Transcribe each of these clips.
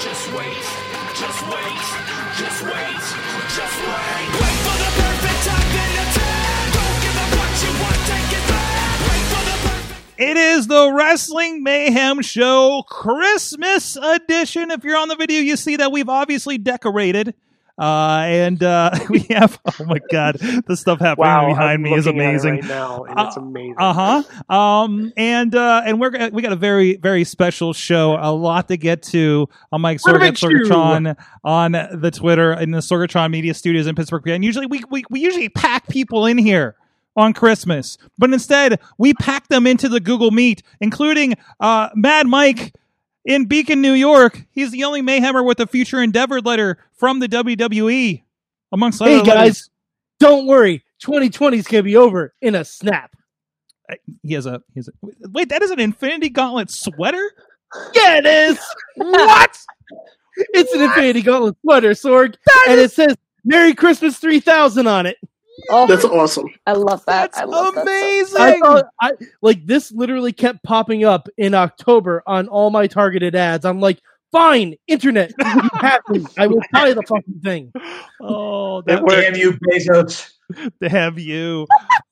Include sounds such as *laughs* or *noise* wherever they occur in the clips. just wait, just wait, just wait, just wait. Wait for the perfect time then attack. Don't give up what you want, take it back. Wait for the perfect. It is the Wrestling Mayhem Show Christmas edition. If you're on the video, you see that we've obviously decorated. Uh, and uh, *laughs* we have, oh my God, the stuff happening behind I'm me is looking at it amazing. right now, and it's Uh, amazing. Uh huh. Um, and uh, and we're gonna- we got a very very special show. A lot to get to. I'm Mike What Sorgat about you? Sorgatron on the Twitter in the Sorgatron Media Studios in Pittsburgh. And usually we, we we usually pack people in here on Christmas, but instead we pack them into the Google Meet, including uh, Mad Mike. In Beacon, New York, he's the only Mayhemmer with a future endeavor letter from the E. WWE, amongst Hey, other guys. letters. Don't worry, 2020 is gonna be over in a snap. He has a he has a wait. That is an Infinity Gauntlet sweater. Yeah, it is. what? It's an Infinity Gauntlet sweater, Sorg, and it says "Merry Christmas 3000" on it. Oh, That's awesome. I love that. That's I love that stuff. amazing. I thought, I like this literally kept popping up in October on all my targeted ads. I'm like, fine, internet, you have me. I will buy the fucking thing. oh, that Damn you, *laughs* Bezos. would have you.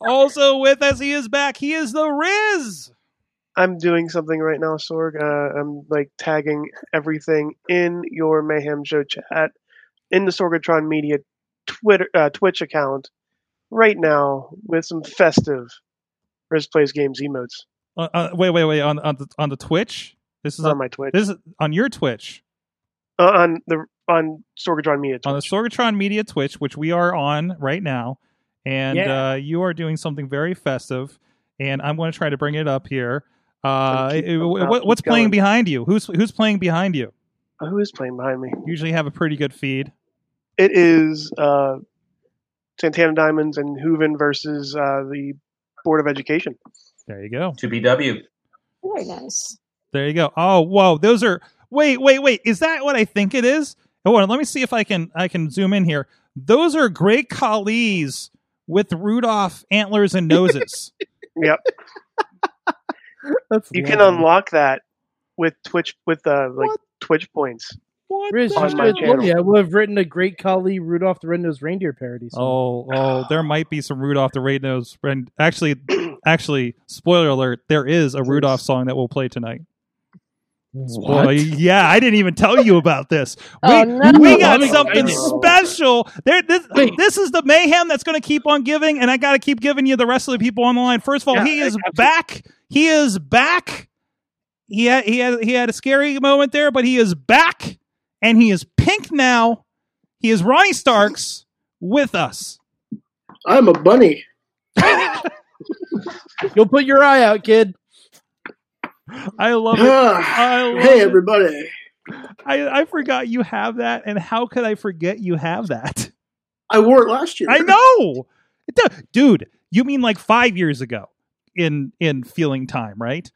also with us, he is back. He is the Riz. I'm doing something right now, Sorg. Uh, I'm like tagging everything in your Mayhem Show chat in the Sorgatron Media Twitter uh, Twitch account right now with some festive Riz plays games emotes Uh, uh, wait, wait, wait. On on the on the Twitch. This is on on, my Twitch this is on your Twitch uh, on the on Sorgatron Media. Twitch. on the Sorgatron Media Twitch, which we are on right now, and Yeah. uh, you are doing something very festive. And I'm going to try to bring it up here. Uh, Keep it- up, what- keep what's playing going. behind you? Who's who's playing behind you? Uh, Who is playing behind me? Usually have a pretty good feed. It is uh, Santana Diamonds and Hooven versus uh, the Board of Education. There you go. To BW. Very nice. There you go. Oh, whoa. Those are wait, wait, wait. Is that what I think it is? Hold on, let me see if I can I can zoom in here. Those are great collies with Rudolph antlers and noses. Yep. *laughs* That's You can unlock that with Twitch with uh, like What? Twitch points. what Riz, the on you my hell? should- channel. yeah, I would have written a great Kali Rudolph the Red-Nosed Reindeer parody. song. Oh, oh, there might be some Rudolph the Red Nose. And actually, actually, spoiler alert: there is a Rudolph song that we'll play tonight. Spoil- yeah, I didn't even Oh, tell you about this. We, Oh, no. we got Oh, something no. special. There, this, Wait. this is the mayhem that's going to keep on giving, and I got to keep giving you the rest of the people on the line. First of all, Yeah, he I- is back. He is back. He had, he had he had a scary moment there, but he is back, and he is pink now. He is Ronnie Starks with us. I'm a bunny. *laughs* You'll put your eye out, kid. I love *sighs* it. Ah. I love Hey, it. everybody. I, I forgot you have that, and how could I forget you have that? I wore it last year. I know, it do- dude. You mean like five years ago in in feeling time, right?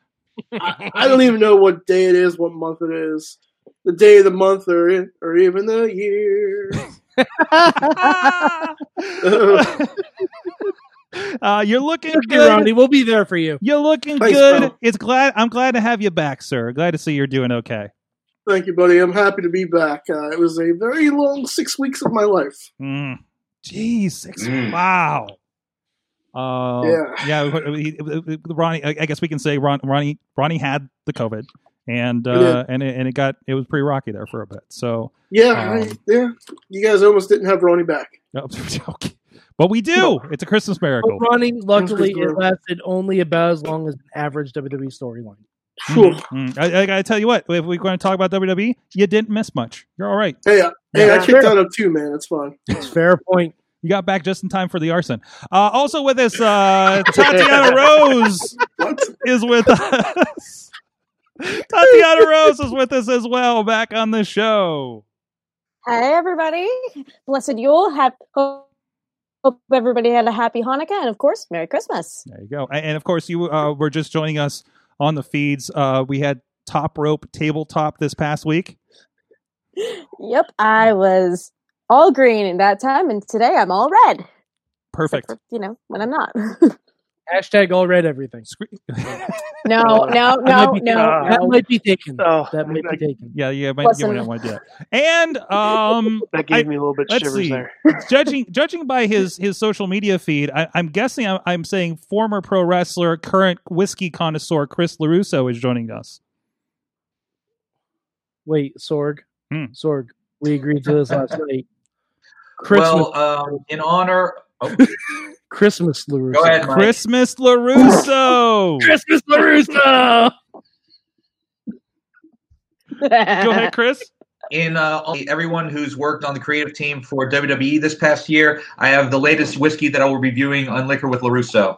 I don't even know what day it is, what month it is, the day of the month, or, or even the year. *laughs* Ah! uh, you're *laughs* looking Thank you, good. Ronnie. We'll be there for you. You're looking Thanks, good. bro. It's glad. I'm glad to have you back, sir. Glad to see you're doing okay. Thank you, buddy. I'm happy to be back. Uh, it was a very long six weeks of my life. Mm. Jeez, six. Mm. Wow. Uh, Yeah. yeah. he- he- Ronnie, I I guess we can say Ron, Ronnie. Ronnie had the COVID, and did. uh, and it, and it got it was pretty rocky there for a bit. So, Yeah, I, Um. yeah. You guys almost didn't have Ronnie *laughs* back. okay. but we do. It's a Christmas miracle. But Ronnie, luckily, Christopher. it lasted only about as long as an average WWE storyline. Phew. Mm. I, I gotta tell you what. If we're going to talk about WWE, you didn't miss much. You're all right. Hey, I, hey, I Yeah. kicked out of two, man. It's fine. It's fair point. You got back just in time for the arson. Uh, also with us, uh, Tatiana Rose What? is with us. Tatiana Rose is with us as well, back on the show. Hi, everybody. Blessed Yule. Hap- hope hope everybody had a happy Hanukkah, and of course, Merry Christmas. There you go. A- And, of course, you uh, were just joining us on the feeds. Uh, we had top rope tabletop this past week. Yep, I was all green in that time, and today I'm all red. Perfect. Except for, you know, when I'm not. *laughs* Hashtag all red everything. *laughs* no, no, That no, might be- no, That no. might be taken. Oh, That might be that, taken. Yeah, yeah, might Plus you might an- not want to do that. *laughs* And um, that I- gave me a little bit let's shivers see. there. *laughs* judging judging by his his social media feed, I, I'm guessing I'm, I'm saying former pro wrestler, current whiskey connoisseur Chris Larusso is joining us. Wait, Sorg. Hmm. Sorg, we agreed to this last night. Christmas, Well, um, in honor. Oh, Christmas LaRusso. go ahead, Mike. Christmas Larusso. Christmas LaRusso! Go ahead, Chris. In uh, everyone who's worked on the creative team for WWE this past year, I have the latest whiskey that I will be reviewing on Liquor with Larusso.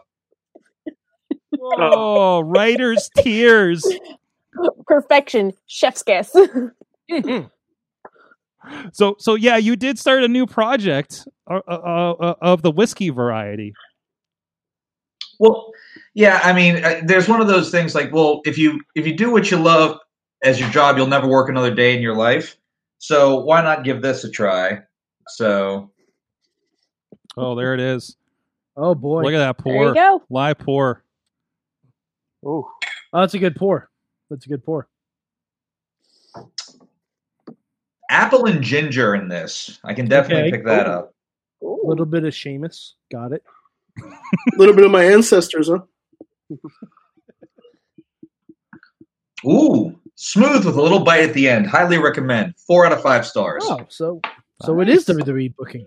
*laughs* Oh, writer's tears. *laughs* Perfection. Chef's kiss. *laughs* So so yeah, you did start a new project uh, uh, uh, of the whiskey variety. Well, yeah, I mean, uh, there's one of those things like, well, if you if you do what you love as your job, you'll never work another day in your life. So why not give this a try? So Oh, there it is. Oh, boy. Look at that there you pour. go. Live pour. Oh, Oh, that's a good pour. That's a good pour. apple and ginger in this, I can definitely Okay. pick that up. A little bit of Seamus. Got it. A *laughs* little bit of my ancestors, huh? Ooh, smooth with a little bite at the end. Highly recommend. Four out of five stars. Oh, so so it is WWE booking.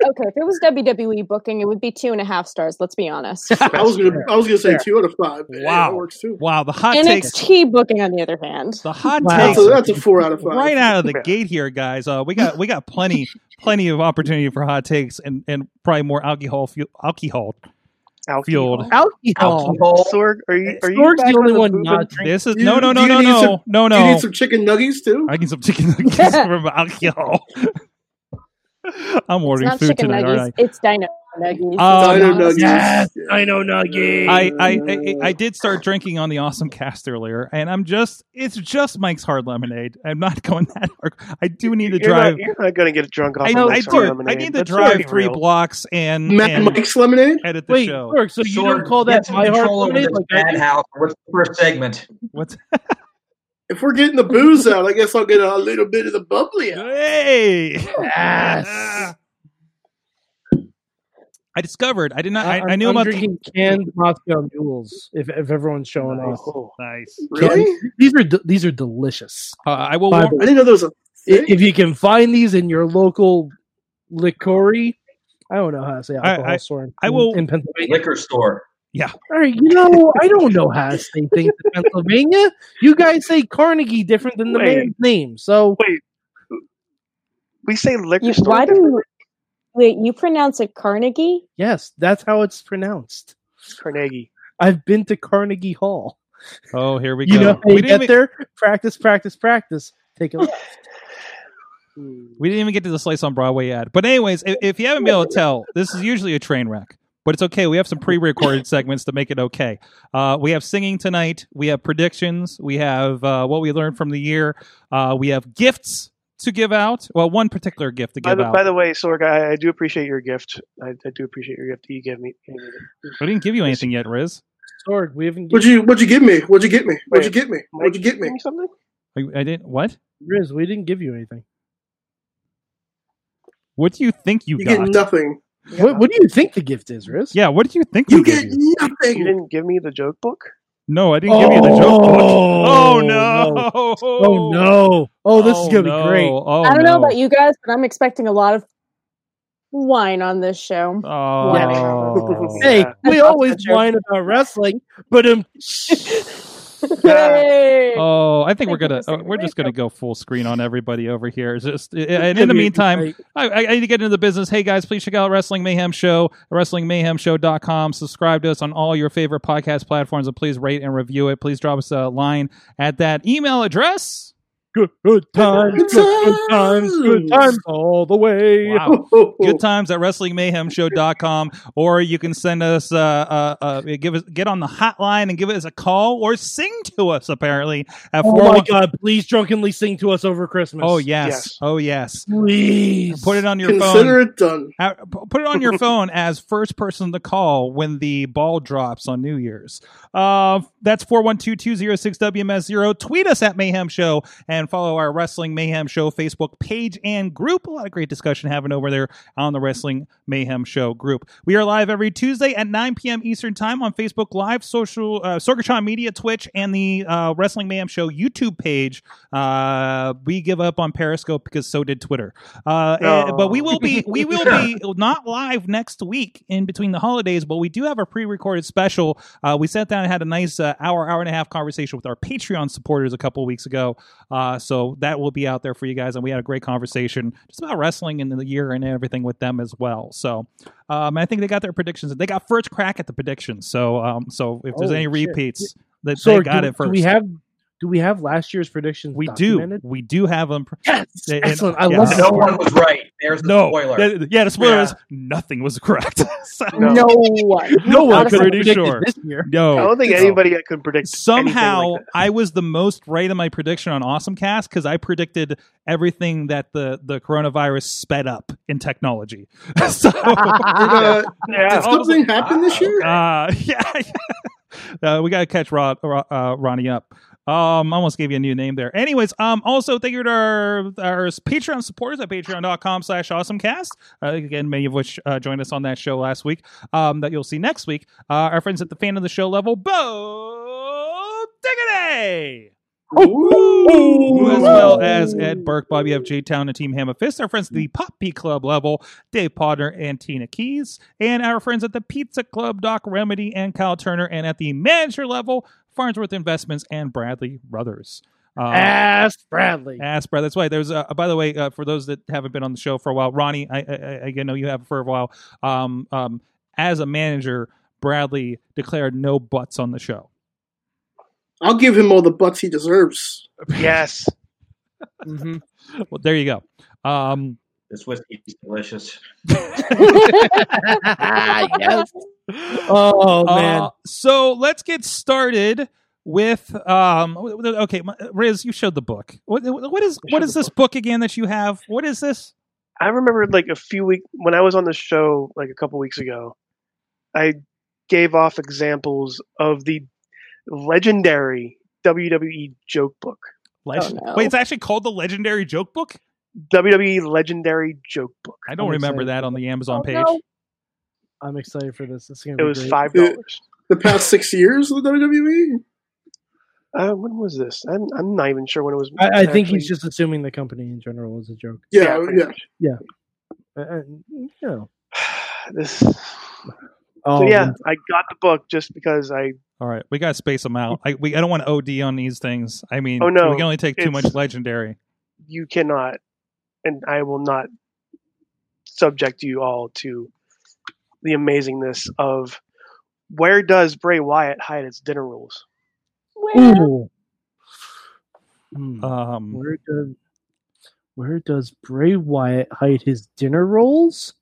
Okay, if it was WWE booking, it would be two and a half stars. Let's be *laughs* honest. I was gonna, I was gonna say Fair. two out of five. but hey, Wow. that works too. Wow, the hot takes. NXT booking, on the other hand, The hot Wow. That's takes a, that's a four out of five. right out of *laughs* the Yeah. gate here, guys. Uh, we got we got plenty plenty of opportunity for hot takes and and probably more alcohol fuel, alcohol alcohol. fueled. Alcohol. Alcohol. Sorg, are you are you Sorg's back the only on one pooping? not drinking. This is You- no no no you no need no some- no You no. need some chicken nuggies too. I need some chicken *laughs* nuggets from alcohol. *laughs* I'm it's ordering not food chicken tonight, nuggies, aren't it's dino nuggies. I? Um, Dino nuggies. yes, Yeah. I know Nugget. I, I I I did start drinking on the awesome cast earlier, and I'm just it's just Mike's hard lemonade. I'm not *laughs* going that hard. I do need to You're not, drive. you're not going to get drunk off I, of I, Mike's Hard do. I Lemonade. need to Let's drive be three real. blocks and, Mad and Mike's lemonade. edit the Wait, show. Sorg, so you Sorg, don't call get that some my heart control over lemonade? this Like, I bad do? house. What's the first segment? What's *laughs* If we're getting the booze out, I guess I'll get a little bit of the bubbly out. Hey! Yes. I discovered. I did not. I, I'm- I knew I'm about. drinking *laughs* canned Moscow mules. If, if everyone's showing Nice. off, Nice. Really? these are de- these are delicious. Uh, I will. Fiber. Warn, I didn't know there was a. I- If you can find these in your local licory, I don't know how to say I- alcohol I- store. In, I will- in Pennsylvania. Liquor store. All right, you know I don't know how to say things in Pennsylvania. You guys say Carnegie different than the Wait. man's name, so We say liquor You, store. why do different. you, wait? You pronounce it Carnegie? yes, that's how it's pronounced. Carnegie. I've been to Carnegie Hall. oh, here we go. You know, how we, you didn't get even, there, practice, practice, practice. Take a left. we didn't even get to the slice on Broadway ad. But anyways, if, if you haven't been able to tell, this is usually a train wreck. But it's okay. We have some pre-recorded segments to make it okay. Uh, we have singing tonight. We have predictions. We have uh, what we learned from the year. Uh, we have gifts to give out. Well, one particular gift to By give the, out. by the way, Sorg, I, I do appreciate your gift. I, I do appreciate your gift that you gave me. gave me. I didn't give you anything yet, Riz. Sword, we haven't What'd you What'd you give me? What'd you get me? What'd you Wait. get me? What'd you get me? Something? I, I didn't. What? Riz, we didn't give you anything. What do you think you, You got? get nothing. What, what do you think the gift is, Riz? Yeah, what do you think You we gave get you? You nothing. didn't give me the joke book. No, I didn't give you the joke book. Oh, no. Oh no! Oh, this is Oh, gonna no. be great. Oh, I don't no. know about you guys, but I'm expecting a lot of wine on this show. Oh. Yeah. *laughs* Hey, we That's always the joke. whine about wrestling, but um, Yay! Oh, I think Thank we're you gonna for saying uh, we're just gonna that. go full screen on everybody over here. Just uh, It'd and in the be meantime, great. I, I, I need to get into the business. Hey guys, please check out Wrestling Mayhem Show, WrestlingMayhemShow.com. Subscribe to us on all your favorite podcast platforms and please rate and review it. Please drop us a line at that email address. good, good times, good, good times, good times all the way. Wow. *laughs* Good times at WrestlingMayhemShow.com, or you can send us, uh, uh, uh, give us, get on the hotline and give us a call, or sing to us. Apparently, at Oh my 401 god! Please drunkenly sing to us over Christmas. Oh yes. Yes. oh yes. please. Put it on your phone. Consider it done. Uh, p- put it on your phone as first person to call when the ball drops on New Year's. Uh, that's 412-206-WMS0. Tweet us at Mayhem Show and follow our Wrestling Mayhem Show Facebook page and group. A lot of great discussion happening over there on the Wrestling Mayhem Show group. We are live every Tuesday at 9 p.m. Eastern Time on Facebook Live, social uh, Sorgatron Media, Twitch, and the uh, Wrestling Mayhem Show YouTube page. Uh, we give up on Periscope because so did Twitter. Uh, and- Oh. but we will be we will be not live next week in between the holidays, but we do have a pre-recorded special. Uh, we sat down and had a nice uh, hour hour and a half conversation with our Patreon supporters a couple weeks ago. Uh, so that will be out there for you guys, and we had a great conversation just about wrestling and the year and everything with them as well. So. Um, I think they got their predictions. They got first crack at the predictions. So, um, so if there's Oh, any shit. repeats, they, Sorg, they got do, it first. Do we have do we have last year's predictions? we do. documented? We do have them. Yes, Yeah, and- excellent. I yeah. love no that. one was right. There's the No, spoiler. Th- yeah. The spoiler Yeah. is nothing was correct. *laughs* so, No. No one. No one I'm could pretty predict sure. it this year. no, I don't think anybody I could predict Somehow, anything like I was the most right in my prediction on Awesome Cast because I predicted everything that the the coronavirus sped up in technology. *laughs* *laughs* so, Did, *laughs* uh, that. did something happen this year? Uh, *laughs* yeah. Uh, we got to catch Rod, Ro- uh, Ronnie up. Um, I almost gave you a new name there. Anyways, um, also thank you to our, our Patreon supporters at patreon.com slash awesomecast. Uh, again, many of which uh, joined us on that show last week um, that you'll see next week. Uh, our friends at the fan of the show level, Bo Diggity! Who, as well as Ed Burke, Bobby F. J. Town, and Team Hammer Fist, our friends at Mm. the Pop P Club level, Dave Podner and Tina Keys, and our friends at the Pizza Club, Doc Remedy and Kyle Turner, and at the manager level, Farnsworth Investments and Bradley Brothers. Uh, Ask Bradley. Ask Brad. That's why there's. Uh, by the way, uh, for those that haven't been on the show for a while, Ronnie, I, I, I- I know you have for a while. Um, um, as a manager, Bradley declared no butts on the show. I'll give him all the butts he deserves. yes. Mm-hmm. Well, there you go. Um, This whiskey's delicious. *laughs* yes. Oh man. Uh, so let's get started with um. Okay, my- Riz, you showed the book. What, what is I what showed is the this book again that you have? What is this? I remember like a few weeks when I was on the show like a couple weeks ago, I gave off examples of the legendary WWE joke book. Legend- Oh, no. Wait, it's actually called the Legendary Joke Book. WWE E legendary joke book. I don't I'm remember excited that for on the Amazon Oh, page. no. I'm excited for this. It's gonna It be was great. five dollars. The past six years of the E? WWE? Uh, when was this? I'm, I'm not even sure when it was. I, I think actually- he's just assuming the company in general is a joke. Yeah, pretty yeah. much. Uh, uh, you know. *sighs* This. Oh so yeah, man. I got the book just because I. All right, we gotta space them out. I, we I don't want to OD on these things. I mean, Oh, no. we can only take too It's- much Legendary. You cannot, and I will not subject you all to the amazingness of where does Bray Wyatt hide its dinner rules? Where? Ooh. Hmm. Um, where does where does Bray Wyatt hide his dinner rolls?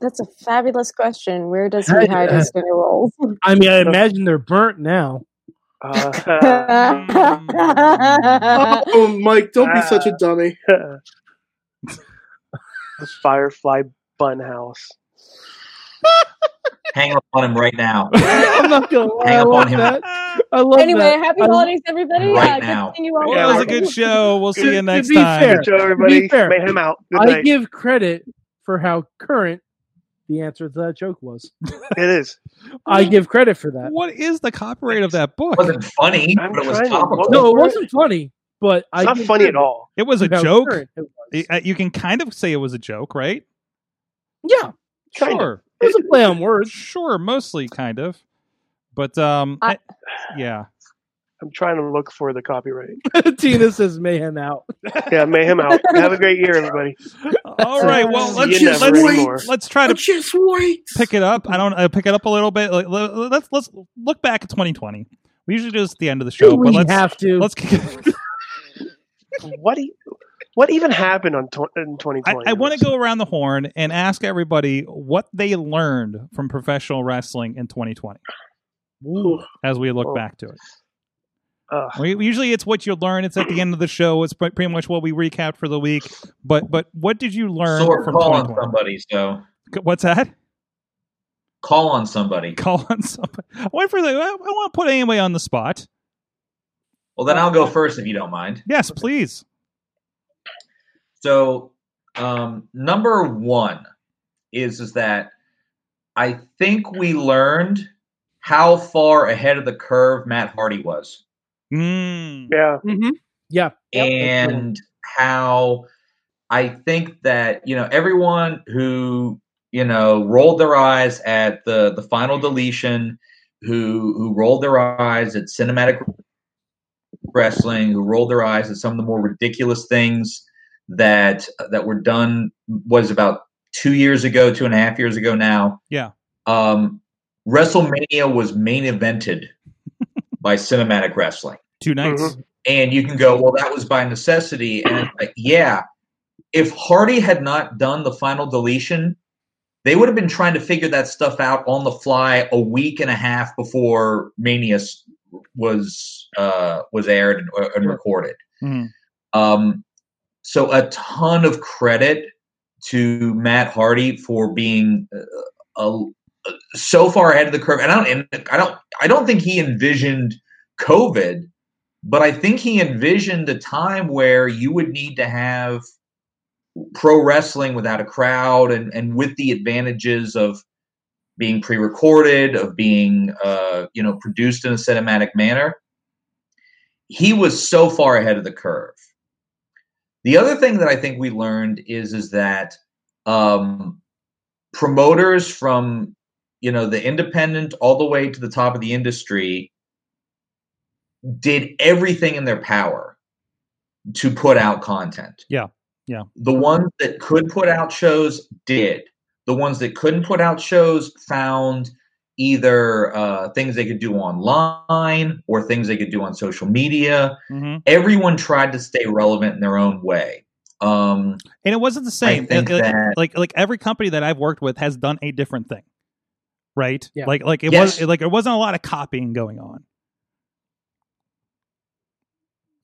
That's a fabulous question. Where does he hide his dinner rolls? *laughs* I mean, I imagine they're burnt now. Uh, *laughs* *laughs* Oh, Mike, don't be Uh, such a *laughs* dummy. the Firefly Bunhouse. Hang up on him right now. *laughs* I'm not gonna lie, Hang I up love on him. that. I love anyway, that. happy I- holidays, everybody. Right uh, good now. seeing you all. Yeah, that was a okay. good show. We'll see To- you to next be time. fair, Good show, everybody. fair, Made him out. Good I night. give credit for how current the answer to that joke was. it is. *laughs* I give credit for that. What is the copyright of that book? It wasn't funny, I'm but it was trying to- topical. No, it Where- wasn't funny, but It's I not give funny at credit all. It was a for how joke. current *laughs* it was. Uh, You can kind of say it was a joke, right? Yeah, Kind of. Sure. it was a play on words. Sure, mostly kind of. But um, I- eh, yeah, I'm trying to look for the copyright. Tina says mayhem out. Yeah, mayhem *laughs* out. Have a great year, everybody. all right. *laughs* Well, You let's never let's, anymore. let's try to just wait. pick it up. I don't uh, pick it up a little bit. Like, le- le- let's let's look back at 2020. We usually do this at the end of the show, but we let's have to. let's. kick- What do you, what even happened on tw- in 2020? I, I want to go around the horn and ask everybody what they learned from professional wrestling in 2020 Ooh. as we look Oh. back to it. Ugh. We, we usually it's what you learn. It's at the end of the show. It's pre- pretty much what we recap for the week. But but what did you learn So we're *laughs* from call on 2020? somebody. So C- What's that? *laughs* call on somebody. Call on somebody. I want for the. I, want to put anyway on the spot. Well, then I'll go first if you don't mind. Yes, please. So um, number one is is that I think we learned how far ahead of the curve Matt Hardy was, Mm. Yeah, Yeah. and how I think that you know everyone who you know rolled their eyes at the the final deletion, who who rolled their eyes at cinematic wrestling, who rolled their eyes at some of the more ridiculous things that that were done was about two years ago, two and a half years ago now. Yeah. Um, WrestleMania was main *laughs* evented by cinematic wrestling, Two nights. Mhm. and you can go, well, that was by necessity, and it's like, yeah, if Hardy had not done the final deletion. They would have been trying to figure that stuff out on the fly a week and a half before Mania s- was uh, was aired and, and recorded. Mhm. Um, so a ton of credit to Matt Hardy for being uh, a, so far ahead of the curve. And I don't, and I don't, I don't think he envisioned COVID, but I think he envisioned a time where you would need to have pro wrestling without a crowd and, and with the advantages of being pre-recorded, of being, uh, you know, produced in a cinematic manner. He was so far ahead of the curve. The other thing that I think we learned is is that um, promoters from you know the independent all the way to the top of the industry did everything in their power to put out content. Yeah, yeah. The ones that could put out shows did. The ones that couldn't put out shows found either uh, things they could do online or things they could do on social media Mhm. everyone tried to stay relevant in their own way. Um, And it wasn't the same. I think Like- that like like every company that I've worked with has done a different thing, right? Yeah. Like like it Yes. was like there wasn't a lot of copying going on.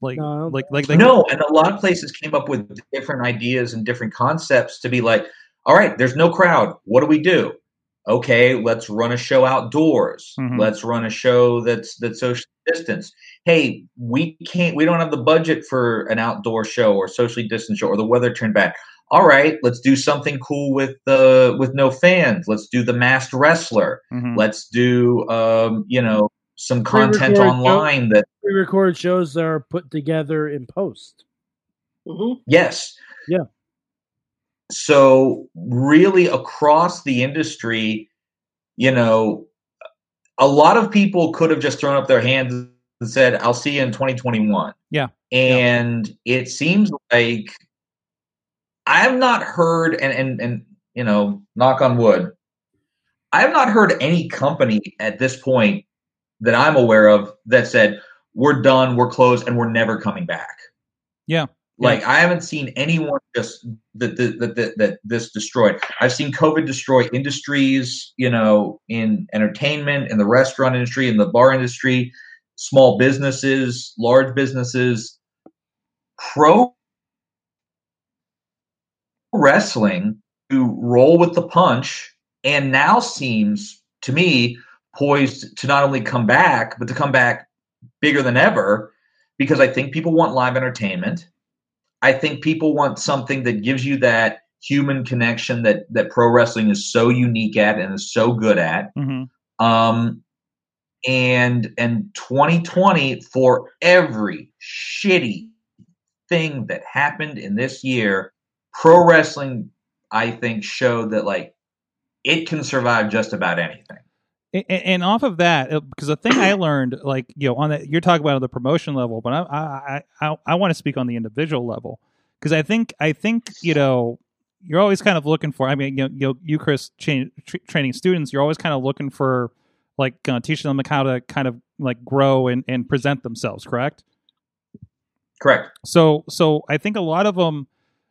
Like No, I don't- like like they no, and a lot of places came up with different ideas and different concepts to be like, all right, there's no crowd. What do we do? Okay, let's run a show outdoors. Mhm. Let's run a show that's that's social distance. Hey, we can't. We don't have the budget for an outdoor show or socially distant show, or the weather turned bad. All right, let's do something cool with the with no fans. Let's do the masked wrestler. Mhm. let's do um, you know some Pre-record content show. online that We record shows that are put together in post. Mm-hmm. Mhm. yes Yeah. so really across the industry you know a lot of people could have just thrown up their hands and said i'll see you in 2021 Yeah. and it seems like i have not heard and and and you know knock on wood i have not heard any company at this point that i'm aware of that said we're done we're closed and we're never coming back Yeah. like I haven't seen anyone just that that that- that that this destroyed. I've seen COVID destroy industries, you know, in entertainment, in the restaurant industry, in the bar industry, small businesses, large businesses. Pro wrestling to roll with the punch, and now seems to me poised to not only come back, but to come back bigger than ever, because I think people want live entertainment. I think people want something that gives you that human connection that that pro wrestling is so unique at and is so good at. Mhm. Um, and and 2020 for every shitty thing that happened in this year, pro wrestling I think showed that like it can survive just about anything. and, and off of that, uh, because the thing I learned, like you know, on that you're talking about on the promotion level, but I I I, I, I want to speak on the individual level because I think I think you know you're always kind of looking for. I mean, you know, you, you Chris, train, tr training students, you're always kind of looking for like uh, teaching them how to kind of like grow and and present themselves, correct? Correct. So so I think a lot of them,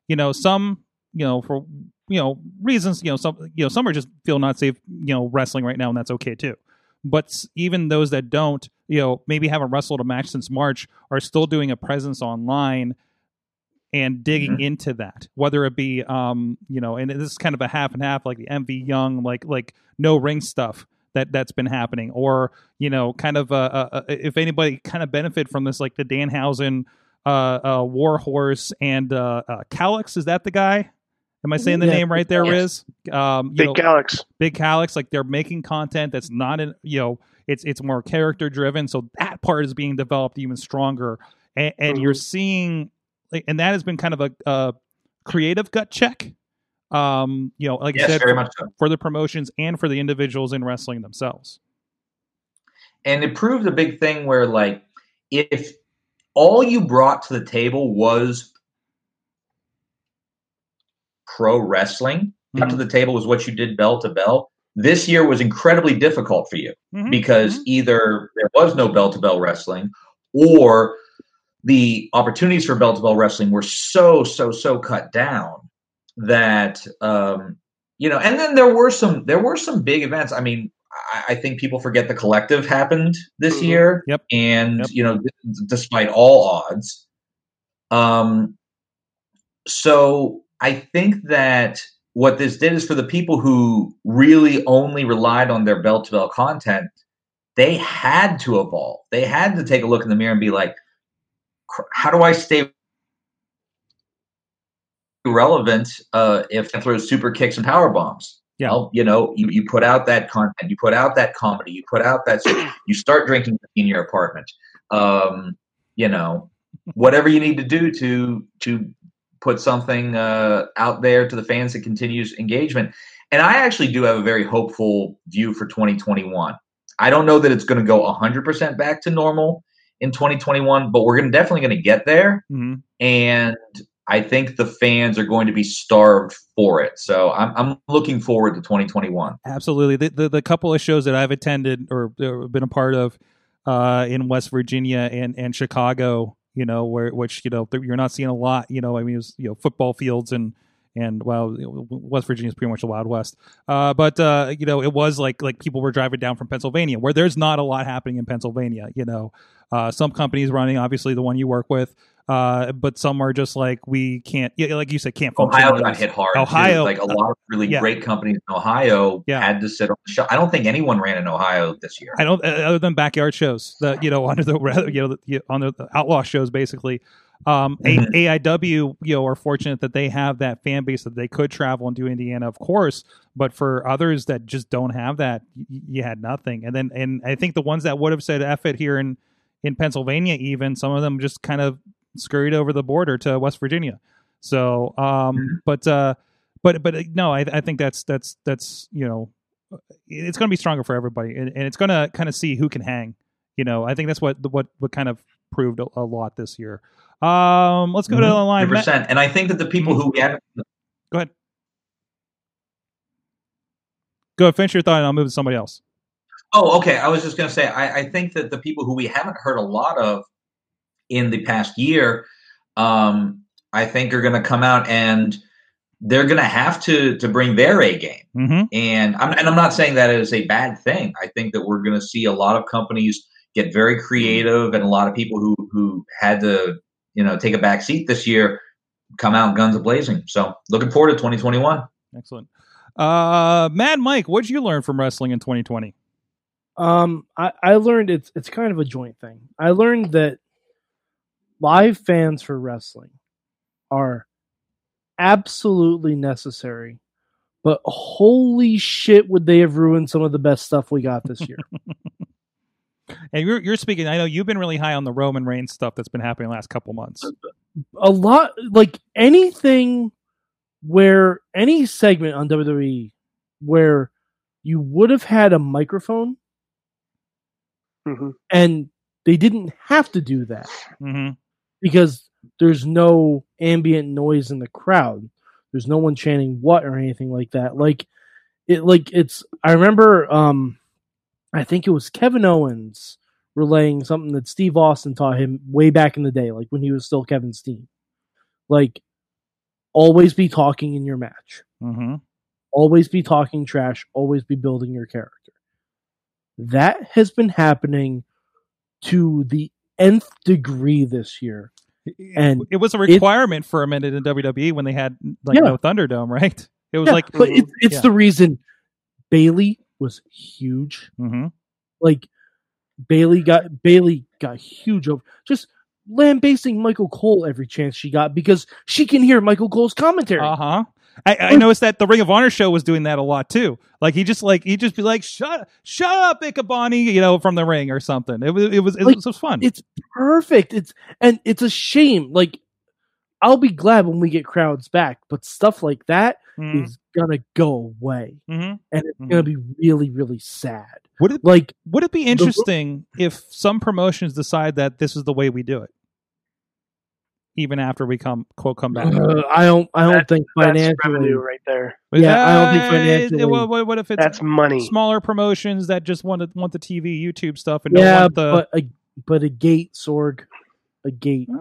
you know, some you know for you know reasons, you know some you know some are just feel not safe, you know, wrestling right now, and that's okay too. But s- even those that don't, you know, maybe haven't wrestled a match since March, are still doing a presence online and digging into that. Whether it be, um, you know, and this is kind of a half and half, like the MV Young, like like no ring stuff that that's been happening, or you know, kind of uh, uh, if anybody kind of benefit from this, like the Danhausen uh, uh, Warhorse and uh, uh, Calix. Is that the guy? Am I saying the Yeah. name right there, Riz? Um, you Big know, Alex. Big Calix, like they're making content that's not in, you know, it's it's more character driven. So that part is being developed even stronger, and, and you're seeing, like, and that has been kind of a, a creative gut check. Um, you know, like I yes, said, very much so. for the promotions and for the individuals in wrestling themselves. and it proved a big thing where like if all you brought to the table was pro wrestling brought to the table was what you did bell to bell this year was incredibly difficult for you Mhm, because mhm. either there was no bell to bell wrestling or the opportunities for bell to bell wrestling were so so so cut down that um you know and then there were some there were some big events i mean i, I think people forget the collective happened this Mhm. year Yep. and Yep. you know d- despite all odds um so i think that what this did is for the people who really only relied on their bell to bell content they had to evolve they had to take a look in the mirror and be like "Cr- how do i stay relevant uh, if I throw super kicks and power bombs. Yeah. Well, you know, you, you put out that content, you put out that comedy, you put out that, you start drinking in your apartment. Um, you know, whatever you need to do to to put something uh, out there to the fans that continues engagement. And I actually do have a very hopeful view for 2021. I don't know that it's going to go 100% back to normal in 2021, but we're gonna, definitely going to get there Mhm. and I think the fans are going to be starved for it. So I'm, I'm looking forward to 2021. Absolutely. The, the the couple of shows that I've attended or, or been a part of uh, in West Virginia and, and Chicago, you know, where which you know th- you're not seeing a lot. You know, I mean, it's you know football fields and and well, you know, West Virginia is pretty much the Wild West. Uh, but uh, you know, it was like like people were driving down from Pennsylvania, where there's not a lot happening in Pennsylvania. You know, uh, some companies running, obviously the one you work with, uh, but some are just like we can't, yeah, like you said, can't function. Ohio on got this. hit hard. too. Ohio- uh, like a lot of really yeah. great companies in Ohio, Yeah. had to sit on the show. I don't think anyone ran in Ohio this year. I don't uh, other than backyard shows that you know *laughs* under the you know the, you- on the outlaw shows basically. Um, A- Mhm. AIW you know are fortunate that they have that fan base that they could travel and do Indiana, of course. But for others that just don't have that, you, you had nothing. And then and I think the ones that would have said F it here in in Pennsylvania, even some of them just kind of scurried over the border to West Virginia. So, um, but uh, but but uh, no, I, I think that's that's that's you know it's going to be stronger for everybody, and, and it's going to kind of see who can hang. You know, I think that's what what what kind of proved a, a lot this year. Um, let's go to the line. Mm-hmm. Matt- 100%. Mm-hmm. And I think that the people who we haven't, go ahead. Go ahead, finish your thought, and I'll move to somebody else. oh, okay. I was just going to say, I, I think that the people who we haven't heard a lot of in the past year, um, I think are going to come out and they're going to have to to bring their A game. hmm And I'm and I'm not saying that is a bad thing. I think that we're going to see a lot of companies get very creative, and a lot of people who who had to you know take a back seat this year come out guns a blazing. So looking forward to 2021. Excellent. Uh, Mad Mike, what'd you learn from wrestling in 2020? Um, I, I learned it's it's kind of a joint thing. I learned that live fans for wrestling are absolutely necessary, but holy shit, would they have ruined some of the best stuff we got this *laughs* year? And you're, you're speaking. I know you've been really high on the Roman Reigns stuff that's been happening the last couple months. a lot like anything E where any segment on WWE where you would have had a microphone hmm and they didn't have to do that Mm-hmm. because there's no ambient noise in the crowd. There's no one chanting what or anything like that. Like it like it's I remember um I think it was Kevin Owens relaying something that Steve Austin taught him way back in the day, like when he was still Kevin Steen. Like always be talking in your match. Mm-hmm. Always be talking trash, always be building your character. That has been happening to the nth degree this year. And it was a requirement for a minute in WWE when they had like Yeah. no Thunderdome, right? It was Yeah, like, but it's, it's yeah. the reason Bailey was huge. Mhm. Like Bailey got Bailey got huge over just lambasting Michael Cole every chance she got because she can hear Michael Cole's commentary. Uh huh. I, I noticed that the Ring of Honor show was doing that a lot too. Like he just like he just be like shut shut up Ikebani, you know, from the ring or something. It was it was it, Like, was, it was fun. it's perfect. It's and it's a shame. Like I'll be glad when we get crowds back, but stuff like that Mhm. is gonna go away, Mhm. and it's Mhm. gonna be really really sad. Would it Like would it be interesting if some promotions decide that this is the way we do it, even after we come quote come back? uh, I don't I don't That- think That's financially. revenue right there. yeah, I don't think Uh, financially- it- What, what- what if it's That's money. smaller promotions that just want to want the TV YouTube stuff and yeah, don't want the but a but a gate, Sorg, a gate. Uh,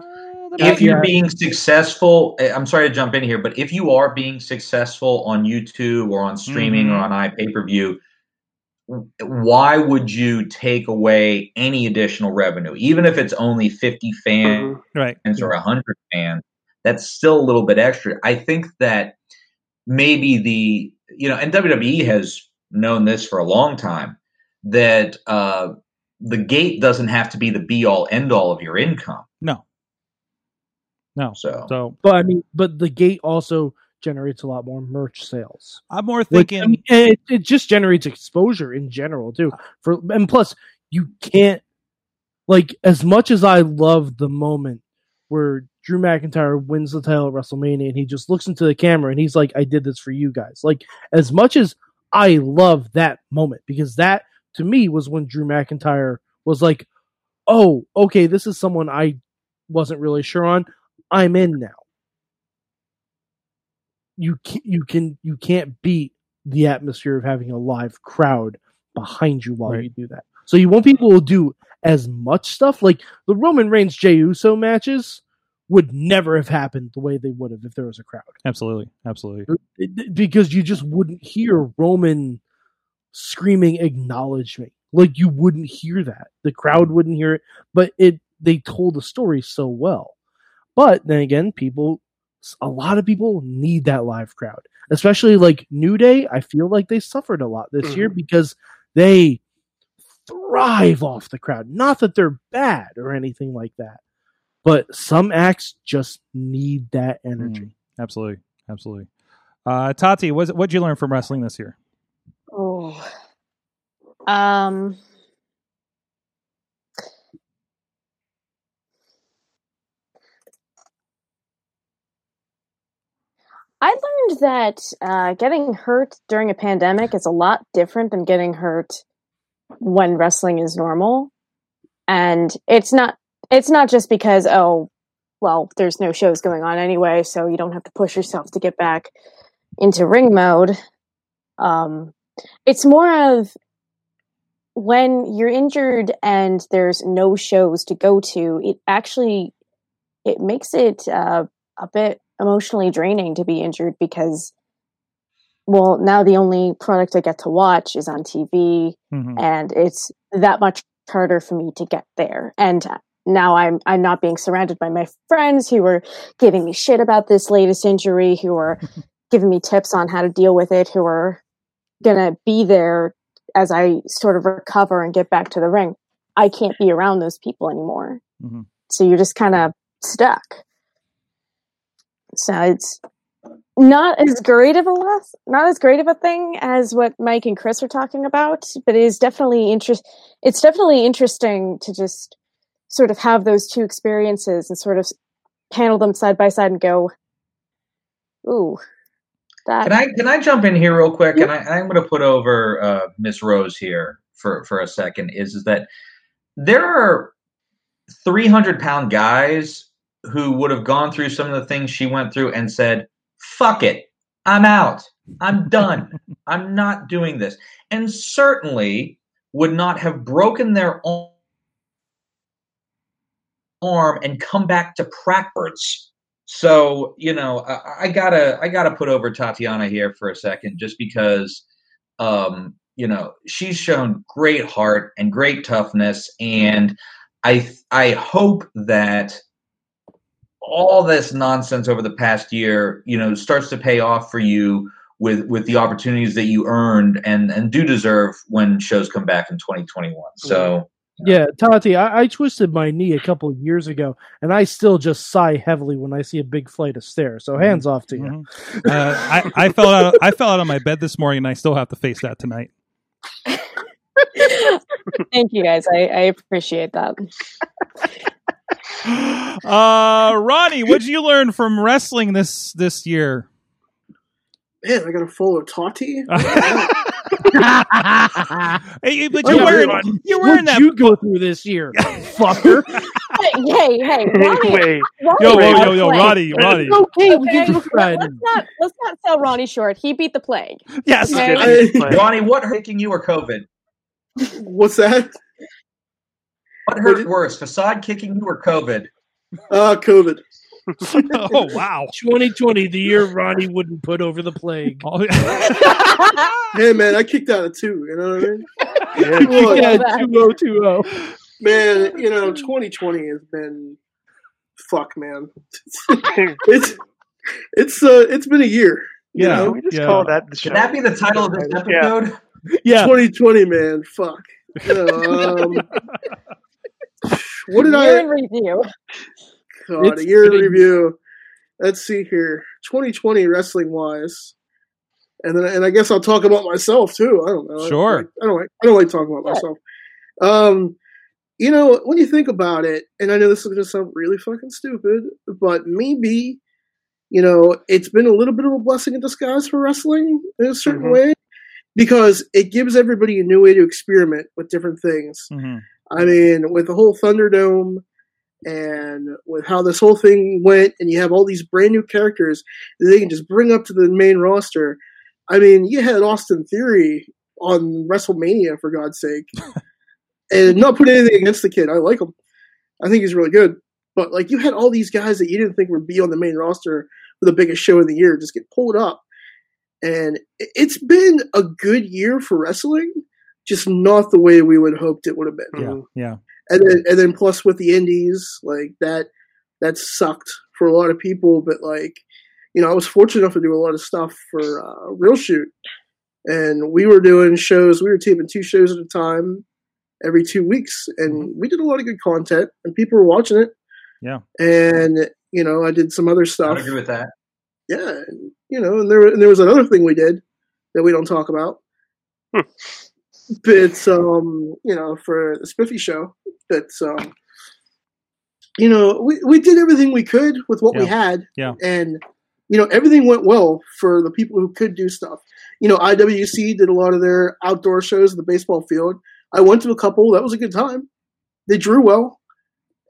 the if big- you're Yeah. being successful eh, i'm sorry to jump in here but if you are being successful on youtube or on streaming or Mhm. on ipay-per-view why would you take away any additional revenue even if it's only 50 fans Mhm. right. or 100 fans that's still a little bit extra i think that maybe the you know and wwe has known this for a long time that uh, the gate doesn't have to be the be all end all of your income No. No. so So But I mean, but the gate also generates a lot more merch sales. I'm more Like, thinking I mean, it, it just generates exposure in general too. For and plus, you can't like as much as I love the moment where Drew McIntyre wins the title at WrestleMania and he just looks into the camera and he's like, "I did this for you guys." Like as much as I love that moment because that to me was when Drew McIntyre was like, "Oh, okay, this is someone I wasn't really sure on. I'm in now." You can, you can you can't beat the atmosphere of having a live crowd behind you while Right. you do that. So you want people to do as much stuff like the Roman Reigns Jey Uso matches would never have happened the way they would have if there was a crowd absolutely, absolutely. it- because you just wouldn't hear Roman screaming acknowledge me. Like you wouldn't hear that. The crowd wouldn't hear it, but it they told the story so well. But then again, people a lot of people need that live crowd. Especially like New Day, I feel like they suffered a lot this year because they thrive off the crowd. Not that they're bad or anything like that. But some acts just need that energy. Mm, absolutely, absolutely. Uh, Tati, what what'd you learn from wrestling this year? Oh. Um. I learned that uh, getting hurt during a pandemic is a lot different than getting hurt when wrestling is normal, and it's not. It's not just because oh, well, there's no shows going on anyway, so you don't have to push yourself to get back into ring mode. Um, it's more of when you're injured and there's no shows to go to it actually it makes it uh, a bit emotionally draining to be injured because well now the only product i get to watch is on tv Mm-hmm. Mhm. and it's that much harder for me to get there and now i'm i'm not being surrounded by my friends who are giving me shit about this latest injury who are giving me tips on how to deal with it who are going to be there as i sort of recover and get back to the ring i can't be around those people anymore Mhm. so you're just kind of stuck so it's not as great of a loss, not as great of a thing as what Mike and Chris are talking about, but it is definitely interest. It's definitely interesting to just sort of have those two experiences and sort of panel them side by side and go, "Ooh, That Can I can I jump in here real quick? And I, I'm going to put over uh, Miss Rose here for for a second. Is, is that there are 300 pound guys who would have gone through some of the things she went through and said, "Fuck it, I'm out. I'm done. I'm not doing this." And certainly would not have broken their own arm and come back to practice. So you know, I, I gotta I gotta put over Tatiana here for a second, just because um, you know she's shown great heart and great toughness, and I th- I hope that all this nonsense over the past year, you know, starts to pay off for you with with the opportunities that you earned and and do deserve when shows come back in 2021. So Yeah, Tati, I, I twisted my knee a couple of years ago, and I still just sigh heavily when I see a big flight of stairs. Mm-hmm. So hands off to you. Mhm. Uh, I, I fell out. I fell out of my bed this morning, and I still have to face that tonight. *laughs* Thank you guys. I, I appreciate that. Uh, Ronnie, what did you learn from wrestling this this year? Man, I got a full of *laughs* Tati. Hey, Yeah, but you're wearing everyone. you're What'd wearing that. you go through this *laughs* year, fucker? But, hey, hey, Ronnie, Wait, Ronnie Yo, got yo, yo, yo, plagued. Ronnie, Ronnie. It's okay, we Okay, can try it. let's not let's not sell Ronnie short. He beat the plague. Yes. Okay. I- Ronnie, what hurt taking you or COVID? what's that? What hurt worse, facade kicking you or COVID? Uh, COVID. *laughs* Oh *laughs* wow. 2020, the year Ronnie wouldn't put over the plague. Oh, Hey, man, I kicked out of two. You know what I mean? yeah, Look, yeah, that. oh, 2020. man, you know, 2020 has been fuck, man. *laughs* It's it's uh, it's been a year. you Yeah. know? can we just yeah. call that the show? Should that be the title of this episode? Yeah. 2020, man. Fuck. You know, *laughs* um, what did Year in I? review. God, It's a year in been- review. Let's see here. 2020 wrestling wise, and then and I guess I'll talk about myself too. I don't know. I- Sure. I, don't. Like, I don't like talking about Yeah. myself. Um, you know, when you think about it, and I know this is going to sound really fucking stupid, but maybe, you know, it's been a little bit of a blessing in disguise for wrestling in a certain Mhm. way because it gives everybody a new way to experiment with different things. Mm. Mhm. I mean, with the whole Thunderdome and with how this whole thing went, and you have all these brand new characters that they can just bring up to the main roster. I mean, you had Austin Theory on WrestleMania, for God's sake. and not put anything against the kid. I like him. I think he's really good. But, like, you had all these guys that you didn't think would be on the main roster for the biggest show of the year just get pulled up. And it- it's been a good year for wrestling, just not the way we would have hoped it would have been Mm-hmm. Yeah. Yeah. and then and then plus with the indies like that that sucked for a lot of people but like you know i was fortunate enough to do a lot of stuff for uh, real shoot and we were doing shows we were taping two shows at a time every two weeks and Mm-hmm. we did a lot of good content and people were watching it Yeah. and you know i did some other I stuff would agree with that. yeah, and, you know, and there and there was another thing we did that we don't talk about. Hmm. but um, you know, for the Spiffy show, but um, you know, we we did everything we could with what we Yeah. had, Yeah. and you know, everything went well for the people who could do stuff. You know, IWC did a lot of their outdoor shows at the baseball field. I went to a couple. That was a good time. They drew well,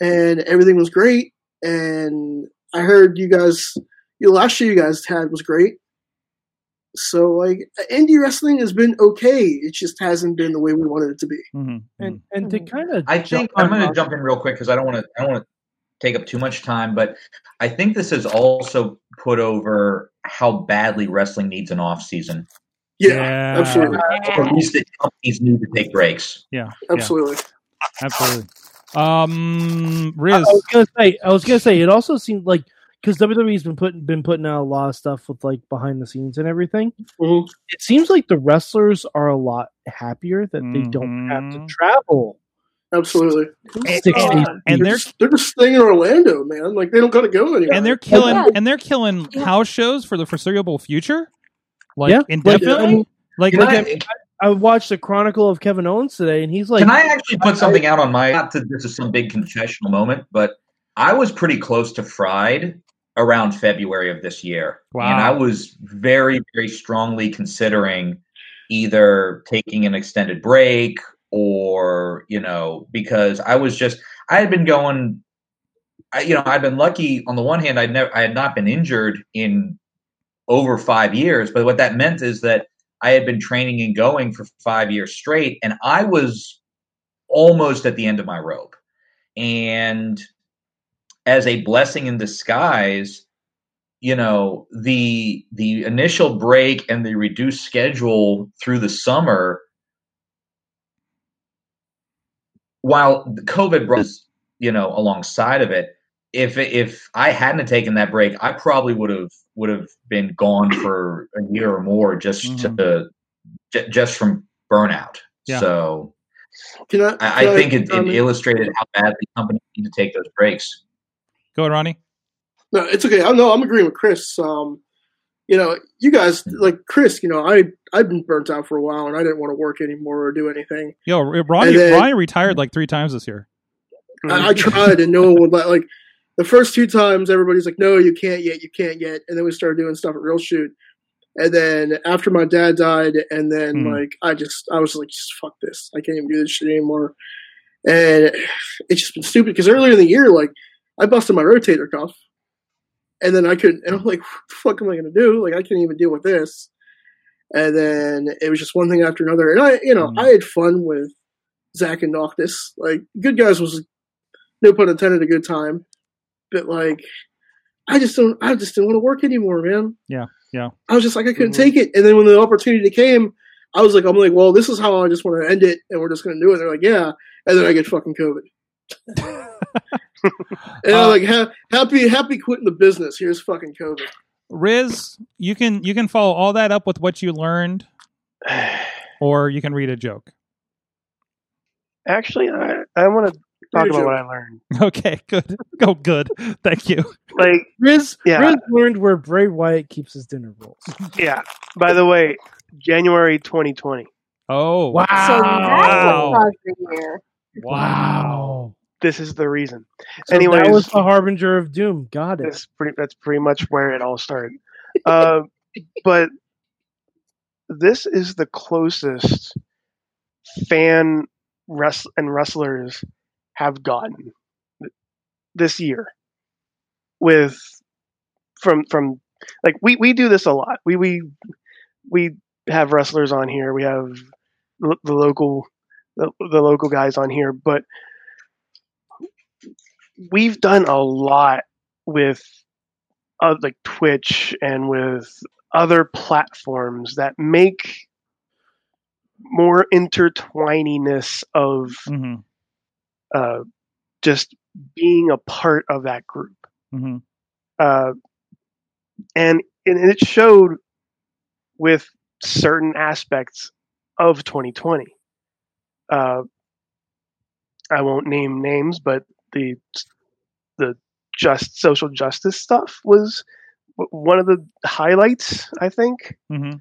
and everything was great. And I heard you guys your last show you guys had was great. So like indie wrestling has been okay. It just hasn't been the way we wanted it to be. Mhm. And, and to kind of. I think I'm going to jump in real quick because I don't want to. I don't want to take up too much time, but I think this has also put over how badly wrestling needs an off season. Yeah, *laughs* Uh, absolutely, Or at least that companies need to take breaks. Yeah. Yeah. absolutely. Absolutely. Um, I, I Riz. was gonna say. I was gonna say. It also seemed like because WWE's been putting been putting out a lot of stuff with like behind the scenes and everything. Mhm. It seems like the wrestlers are a lot happier that they don't have to Mhm. travel. Absolutely. Six and- days. and They're they're just, they're just staying in Orlando, man. Like they don't gotta go anywhere. and they're killing Yeah. and they're killing Yeah. house shows for the foreseeable future, like Yeah. indefinitely. Like, um, I mean, like, Can, Look I, at- I watched the Chronicle of Kevin Owens today, and he's like, can I actually put something out on my? Not that this is some big confessional moment, but I was pretty close to fried around February of this year. Wow. And I was very, very strongly considering either taking an extended break or, you know, because I was just, I had been going, I, you know, I'd been lucky on the one hand, I'd never, I had not been injured in over five years. But what that meant is that I had been training and going for five years straight, and I was almost at the end of my rope. And as a blessing in disguise, you know, the the initial break and the reduced schedule through the summer, while the COVID brought, us, you know, alongside of it, if if I hadn't taken that break, I probably would have would have been gone for a year or more just to j- just from burnout. Yeah. So Can I, I, can I think it, it comment? illustrated how bad the company need to take those breaks. Go ahead, Ronnie. No, it's okay. I no, I'm agreeing with Chris. Um, you know, you guys like Chris. You know, I I've been burnt out for a while, and I didn't want to work anymore or do anything. Yo, R- eh, Ronnie, And then- Ronnie retired like three times this year. I, I Mm. tried, and no one would let. Like the first two times, everybody's like, "No, you can't yet. You can't yet." And then we started doing stuff at Real Shoot, and then after my dad died, and then Hmm. like I just I was like, just "Fuck this! I can't even do this shit anymore." And it's just been stupid because earlier in the year, like I busted my rotator cuff, and then I couldn't. And I'm like, "What the fuck am I gonna do? Like I can't even deal with this." And then it was just one thing after another, and I, you know, Hmm. I had fun with Zach and Noctis. Like Good Guys was no pun intended, a good time. But like, I just don't. I just didn't want to work anymore, man. Yeah, yeah. I was just like, I couldn't Mm-hmm. Mhm. take it. And then when the opportunity came, I was like, I'm like, well, this is how I just want to end it, and we're just going to do it. they're like, yeah. And then I get fucking COVID. *laughs* And Uh, I'm like, ha- happy, happy quitting the business. Here's fucking COVID. Riz, you can you can follow all that up with what you *sighs* learned, or you can read a joke. *laughs* Actually, I, I want to talk Read a about joke. what I learned. Okay, good. *laughs* Go good. Thank you. Like, Riz, Yeah. Riz learned where Bray Wyatt keeps his dinner rolls. yeah. By the way, January 2020. Oh Wow. So that's wow. what caused the year. *laughs* wow. This is the reason. So that Anyways. was the harbinger of doom. Got it. That's pretty. That's pretty much where it all started. Uh, but this is the closest fan wrest- and wrestlers have gotten th- this year with from from like we we do this a lot. We we we have wrestlers on here. We have lo- the local the, the local guys on here, but we've done a lot with uh, like Twitch and with other platforms that make more intertwininess of hmm uh, just being a part of that group. hmm Uh, and, and it showed with certain aspects of 2020. Uh, I won't name names, but the the just social justice stuff was w- one of the highlights, I think. hmm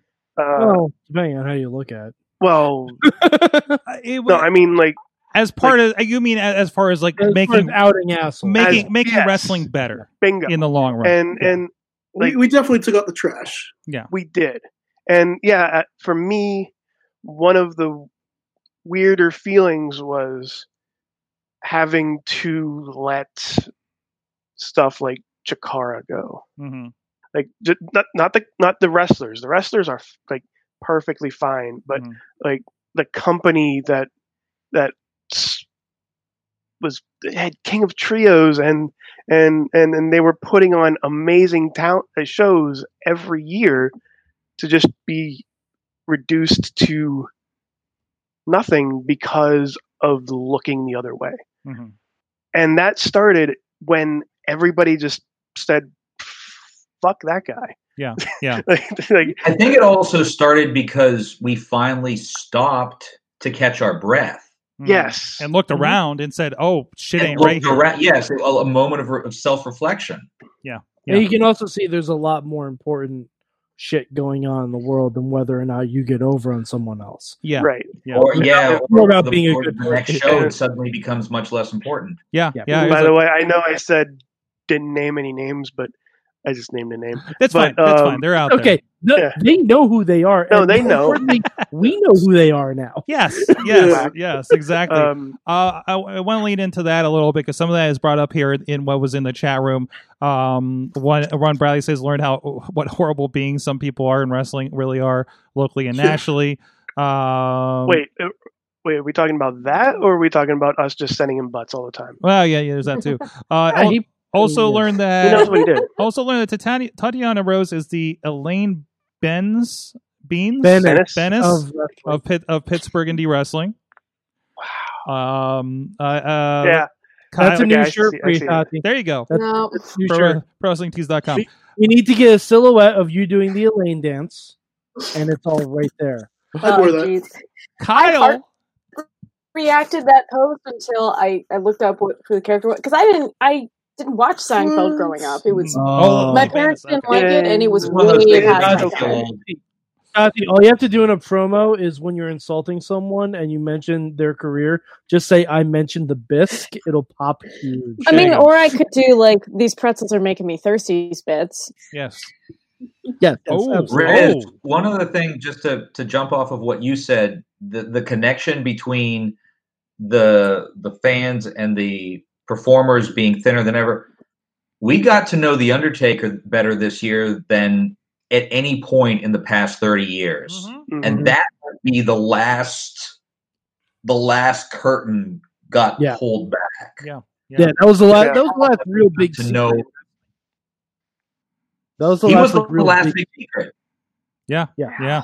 Uh, well, depending on how you look at well, it. no, I mean like as part of you mean as, as far as like As far as making outing asshole. making as- making yes. wrestling better bingo, in the long run. and and Like- we, we definitely took out the trash. we did, and yeah, uh, for me, one of the weirder feelings was having to let stuff like Chikara go. hmm like j- not not the not the wrestlers. The wrestlers are like perfectly fine, but Mhm. like the company that that s- was had King of Trios and and and and they were putting on amazing talent uh, shows every year to just be reduced to nothing because of looking the other way hmm and that started when everybody just said fuck that guy Yeah, *laughs* yeah. like, like, I think it also started because we finally stopped to catch our breath. yes Mm. And looked around and said, "Oh shit, And ain't looked right here." around- yes, a, a moment of, re- of self-reflection. And Yeah. you can also see there's a lot more important shit going on in the world than whether or not you get over on someone else. Yeah, right Yeah. Or yeah, It's or, more about the, being a or good the next person. show it suddenly becomes much less important. yeah, yeah. Yeah. it was by like- the way i know i said didn't name any names but I just named a name. That's But, fine. That's um, fine. They're out there. Okay, no, Yeah. they know who they are. No, and they more know. *laughs* importantly, we know who they are now. *laughs* Yes. Yes. Yes. Exactly. Um, Uh, I, I want to lean into that a little bit because some of that is brought up here in what was in the chat room. Um, one, Ron Bradley says, "Learn how what horrible beings some people are in wrestling really are locally and nationally." Um, wait, uh, wait, are we talking about that, or are we talking about us just sending him butts all the time? Well, yeah, yeah. There's that *laughs* too. Uh, Yeah, al- he- also yes. learned He knows that. what he did. *laughs* also learned that Tatiana, Tatiana Rose is the Elaine Benz Beans Bennett Dennis, Bennis of of Pitt, of Pittsburgh indie wrestling. Wow. Um. Uh. uh yeah, Kyle- that's a Okay, new I shirt see- for I you, see. Tati. there you go. That's No. that's a new Pro, shirt. ProWrestlingTees.com. We need to get a silhouette of you doing the Elaine dance, and it's all right there. I'd wear Oh, that. jeez. part- Kyle. reacted to that post until I, I looked up what who the character was because I didn't I didn't watch Seinfeld What? growing up. It was Oh, my Elaine parents Bennis, didn't okay. like it and it was It's one of those way things. past Not my so okay. time. old. Tati, all you have to do in a promo is when you're insulting someone and you mention their career, just say "I mentioned the bisque." It'll pop huge. I There mean, you go. or I could do like these pretzels are making me thirsty bits. Yes. Yes, yes, Oh, absolutely. Riz, oh. one other thing, just to to jump off of what you said, the the connection between the the fans and the performers being thinner than ever. We got to know the Undertaker better this year than at any point in the past thirty years, Mhm. Mhm. Mm-hmm. and that would be the last the last curtain got Yeah. pulled back Yeah. Yeah. Yeah, that was the last. Yeah. That was the last real big. to Secret. know That was the he last was the like real last big. big secret. Yeah. Yeah. Yeah.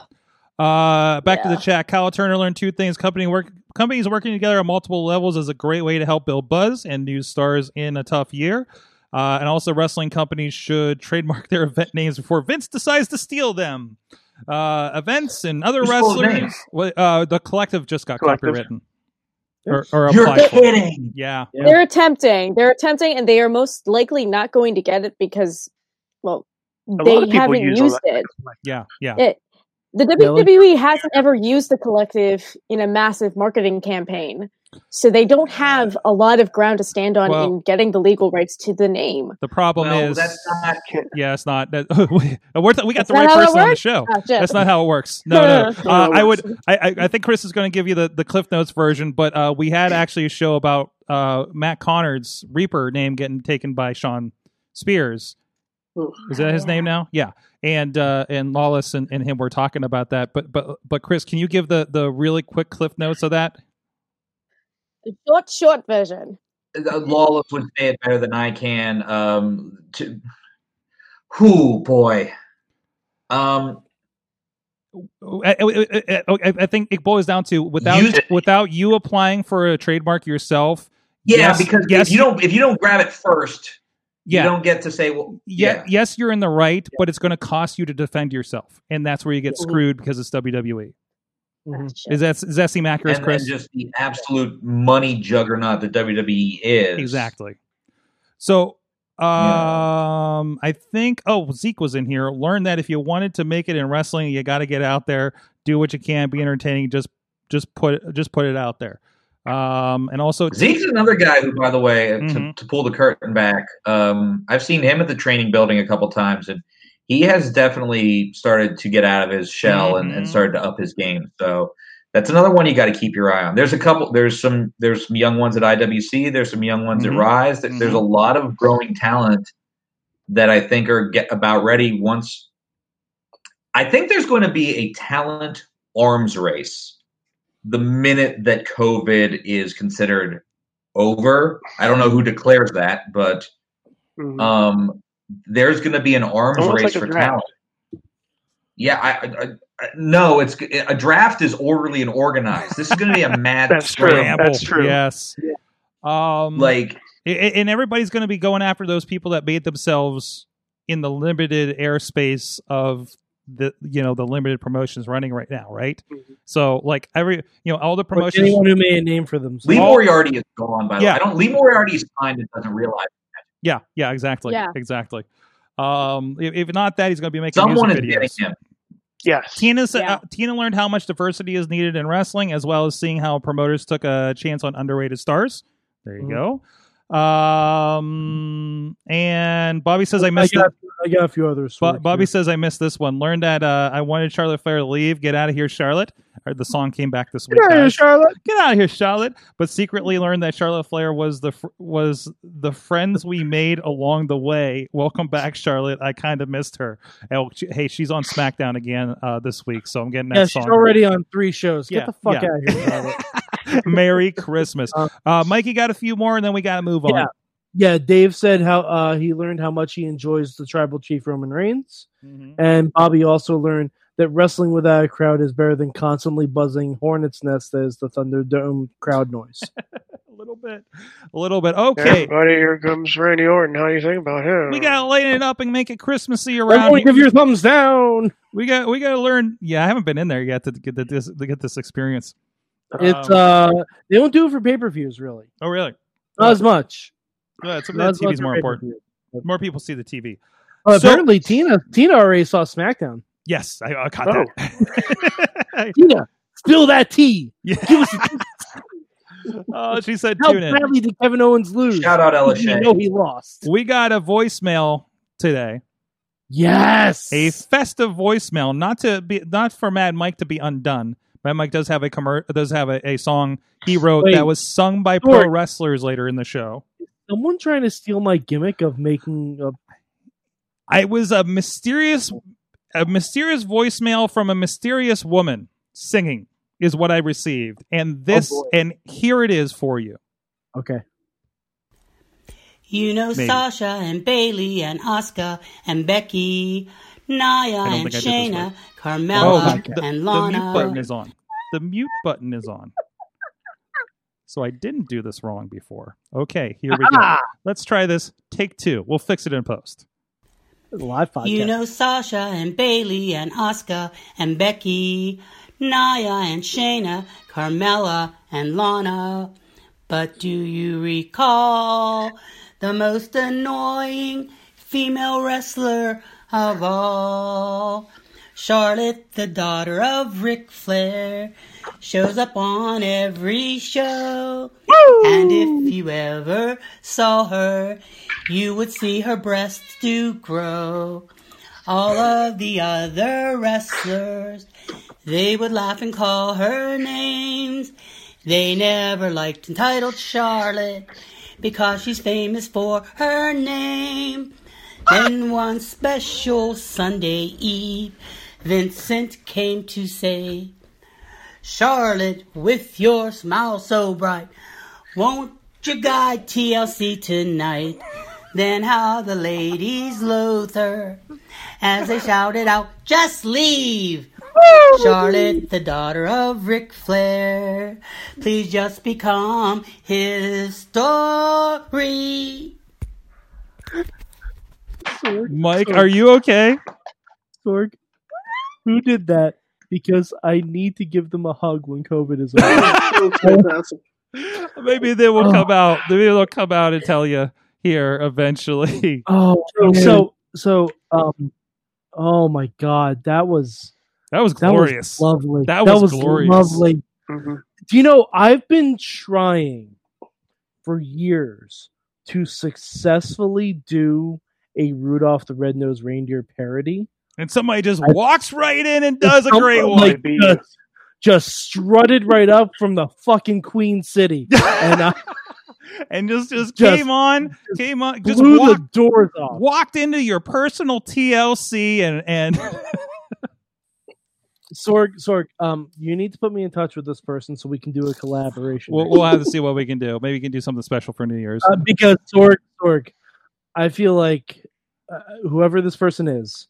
Uh, back to the Yeah. chat. Kyle Turner learned two things: company work, companies working together on multiple levels is a great way to help build buzz and new stars in a tough year. Uh, and also, wrestling companies should trademark their event names before Vince decides to steal them. Uh, events and other Who stole his name? wrestlers. What- Uh, the collective just got Collective. copywritten or, or You're applied for. kidding. Yeah, Yeah. They're attempting. They're attempting, and they are most likely not going to get it because, well, A lot they of people haven't use used a it. yeah, yeah. it the Yeah, like- WWE hasn't ever used the collective in a massive marketing campaign, so they don't have a lot of ground to stand on Well- in getting the legal rights to the name. The problem Well, is that's not Yeah, it's not. That, *laughs* we, we're th- we That's got the not right how that person on the works? show. Ah, shit. That's not how it works. No, no. That's not Uh, how it I would. works. I, I, I think Chris is going to give you the, the Cliff Notes version, but uh, we had actually a show about uh, Matt Connard's Reaper name getting taken by Sean Spears. Oh. Is that his name now? Yeah. And uh, and Lawless and, and him were talking about that. But but but Chris, can you give the the really quick Cliff Notes of that? The short, short version. Lawless would say it better than I can. Um, to, who boy? Um, I, I- I- I- I think it boils down to without Use it. without you applying for a trademark yourself. yeah, Yes, because yes, if you don't if you don't grab it first, Yeah. you don't get to say well. yeah, Yeah, yes, you're in the right, but it's going to cost you to defend yourself, and that's where you get Mhm. screwed because it's WWE. Ah, Mhm. shit. Is that E. does that seem accurate, and Chris? then just the absolute money juggernaut that WWE is. exactly. So, um, I think oh Zeke was in here. Learn that if you wanted to make it in wrestling, you got to get out there, do what you can, be entertaining. Just just put just put it out there. Um, and also Zeke's another guy who, by the way, Mhm. to, to pull the curtain back, um, I've seen him at the training building a couple times, and he has definitely started to get out of his shell and, Mhm. and started to up his game. So that's another one you got to keep your eye on. There's a couple. There's some. There's some young ones at IWC. There's some young ones Mhm. at Rise. There- There's a lot of growing talent that I think are get about ready. Once I think there's going to be a talent arms race the minute that COVID is considered over. I don't know who declares that, but Mhm. um, there's going to be an arms Almost like race a for draft. talent. Yeah, I, I, I no, it's a draft is orderly and organized. This is going *laughs* to be a mad That's true. scramble. scramble. That's true. Yes. Um, Like A- a- and everybody's going to be going after those people that made themselves in the limited airspace of the you know the limited promotions running right now right Mhm. so like every you know all the Like promotions anyone who made a name for Lee themselves. All- Moriarty is gone. By the Yeah. way, I don't. Lee Moriarty is signed and doesn't realize. yeah yeah exactly Yeah. exactly um if, if not that he's going to be making Someone is music getting videos him. Yes. Tina sa- Yeah. uh, Tina learned how much diversity is needed in wrestling, as well as seeing how promoters Mm-hmm. took a chance on underrated stars. There you Mhm. go. Um, And Bobby says I I missed. got, I got a few others. Bo- Sorg, Bobby here. says I missed this one. Learned that uh, I wanted Charlotte Flair to leave. Get out of here, Charlotte. Or the song came back this week. Get out of here, guys. Charlotte. Get out of here, Charlotte. But secretly learned that Charlotte Flair was the fr- was the friends we made along the way. Welcome back, Charlotte. I kind of missed her. Oh, she- hey, she's on SmackDown again uh, this week, so I'm getting that yeah, she's song. already on three shows. Yeah, Get the fuck yeah. out of here. Charlotte. Merry Christmas, Uh, uh, Mikey. Got *laughs* a few more, and then we got to move on. Yeah. yeah, Dave said how uh, he learned how much he enjoys the tribal chief Roman Reigns, Mhm. and Bobby also learned that wrestling without a crowd is better than constantly buzzing hornets' nest that is the Thunderdome crowd *laughs* noise. A little bit, a little bit. Okay, Everybody, here comes Randy Orton. How do you think about him? we gotta lighten it up and make it Christmassy around. Everyone, here. uh, give your thumbs down. We got we got to learn. Yeah, I haven't been in there yet to get this to get this experience. It's Um, uh, they don't do it for pay per views really, oh really? not as much. Yeah, it's, Not the as much TV's for more important. pay-per-view. More people see the TV. Oh, So- apparently, Tina Tina already saw SmackDown. Yes, I, I caught Oh. that. Tina, spill that tea. *laughs* yeah. Give us a, *laughs* Oh, she said how tune in. badly did Kevin Owens lose? Shout out You LSA. know he lost. We got a voicemail today. Yes. A festive voicemail, not to be not for Mad Mike to be undone. Mad Mike does have a commer- does have a, a song he wrote Wait. that was sung by pro Sorry. wrestlers later in the show. Someone trying to steal my gimmick of making a I was a mysterious a mysterious voicemail from a mysterious woman singing is what I received. And this Oh, boy. and here it is for you. okay. You know Maybe. Sasha and Bailey and Oscar and Becky, Naya don't and think I did this right. Shayna, Oh, Carmella my the, and the mute button Lana. is on. The mute button is on. So I didn't do this wrong before. Okay, here we go. Let's try this. Take two. We'll fix it in post. Live podcast. You know Sasha and Bailey and Oscar and Becky, Naya and Shayna, Carmella and Lana. But do you recall the most annoying female wrestler of all? Charlotte, the daughter of Ric Flair, shows up on every show. And if you ever saw her, you would see her breasts do grow. All of the other wrestlers, they would laugh and call her names. They never liked entitled Charlotte because she's famous for her name. Then one special Sunday Eve, Vincent came to say, Charlotte, with your smile so bright, won't you guide TLC tonight? Then how the ladies loathe her as they shouted out, Just leave! Charlotte, the daughter of Ric Flair, please just become his story. Mike, are you okay? Sorg, who did that? Because I need to give them a hug when COVID is over. *laughs* So fantastic. Maybe they Oh. will come out. Maybe they'll come out and tell you here eventually. *laughs* oh, man. so so um, oh my god, that was That was that glorious. was lovely. That was glorious. lovely. Mhm. Do you know I've been trying for years to successfully do a Rudolph the Red-Nosed Reindeer parody. and somebody just I- walks right in and does a great Someone, one. like, uh, just, just strutted right up from the fucking Queen City. And I *laughs* and just just, Just- came on, just came on, just blew walked, the doors off. walked into your personal TLC and and *laughs* Sorg, Sorg, um, you need to put me in touch with this person so we can do a collaboration. we'll, we'll have to see what we can do. Maybe we can do something special for New Year's. Uh, because Sorg, Sorg, I feel like uh, whoever this person is,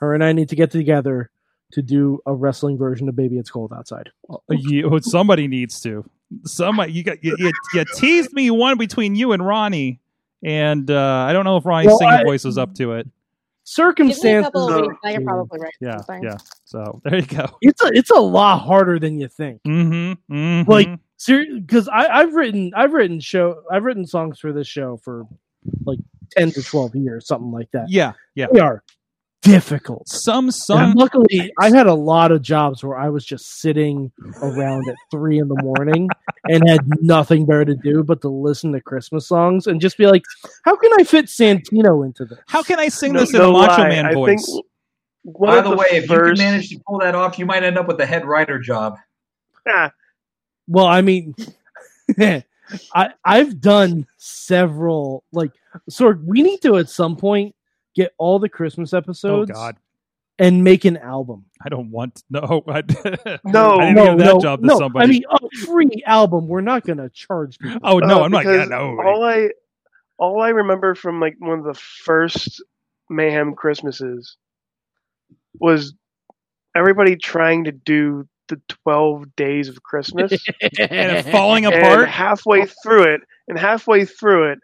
her and I need to get together to do a wrestling version of Baby It's Cold Outside. Uh, you, oh, somebody needs to. Somebody you got you, you, you teased me one between you and Ronnie, and uh, I don't know if Ronnie's Well, singing I- voice is up to it. Give me a Circumstances. couple of uh, weeks. I could probably write Yeah, something. yeah. So there you go. It's a, it's a lot harder than you think. Mm-hmm. mm-hmm. Like, because I I've written I've written show I've written songs for this show for like ten to twelve years something like that. yeah, yeah. We are difficult. Some And some luckily, I had a lot of jobs where I was just sitting around at three in the morning and had nothing better to do but to listen to Christmas songs and just be like, "How can I fit Santino into this?" How can I sing No- this in no a Macho lie, Man I voice? Think one By of the way, if you can first- manage to pull that off, you might end up with a head writer job. Ah, Well, I mean, *laughs* I I've done several like so. We need to at some point get all the Christmas oh episodes God, and make an album. I don't want no. *laughs* No. I, *laughs* I didn't no, give that no, job to no. somebody. I mean, a free album. We're not going to charge people. *laughs* oh no, uh, I'm not. Yeah, because no. All I, all I remember from like one of the first Mayhem Christmases was everybody trying to do the twelve days of Christmas, *laughs* and *laughs* it falling and apart. halfway through it, and halfway through it,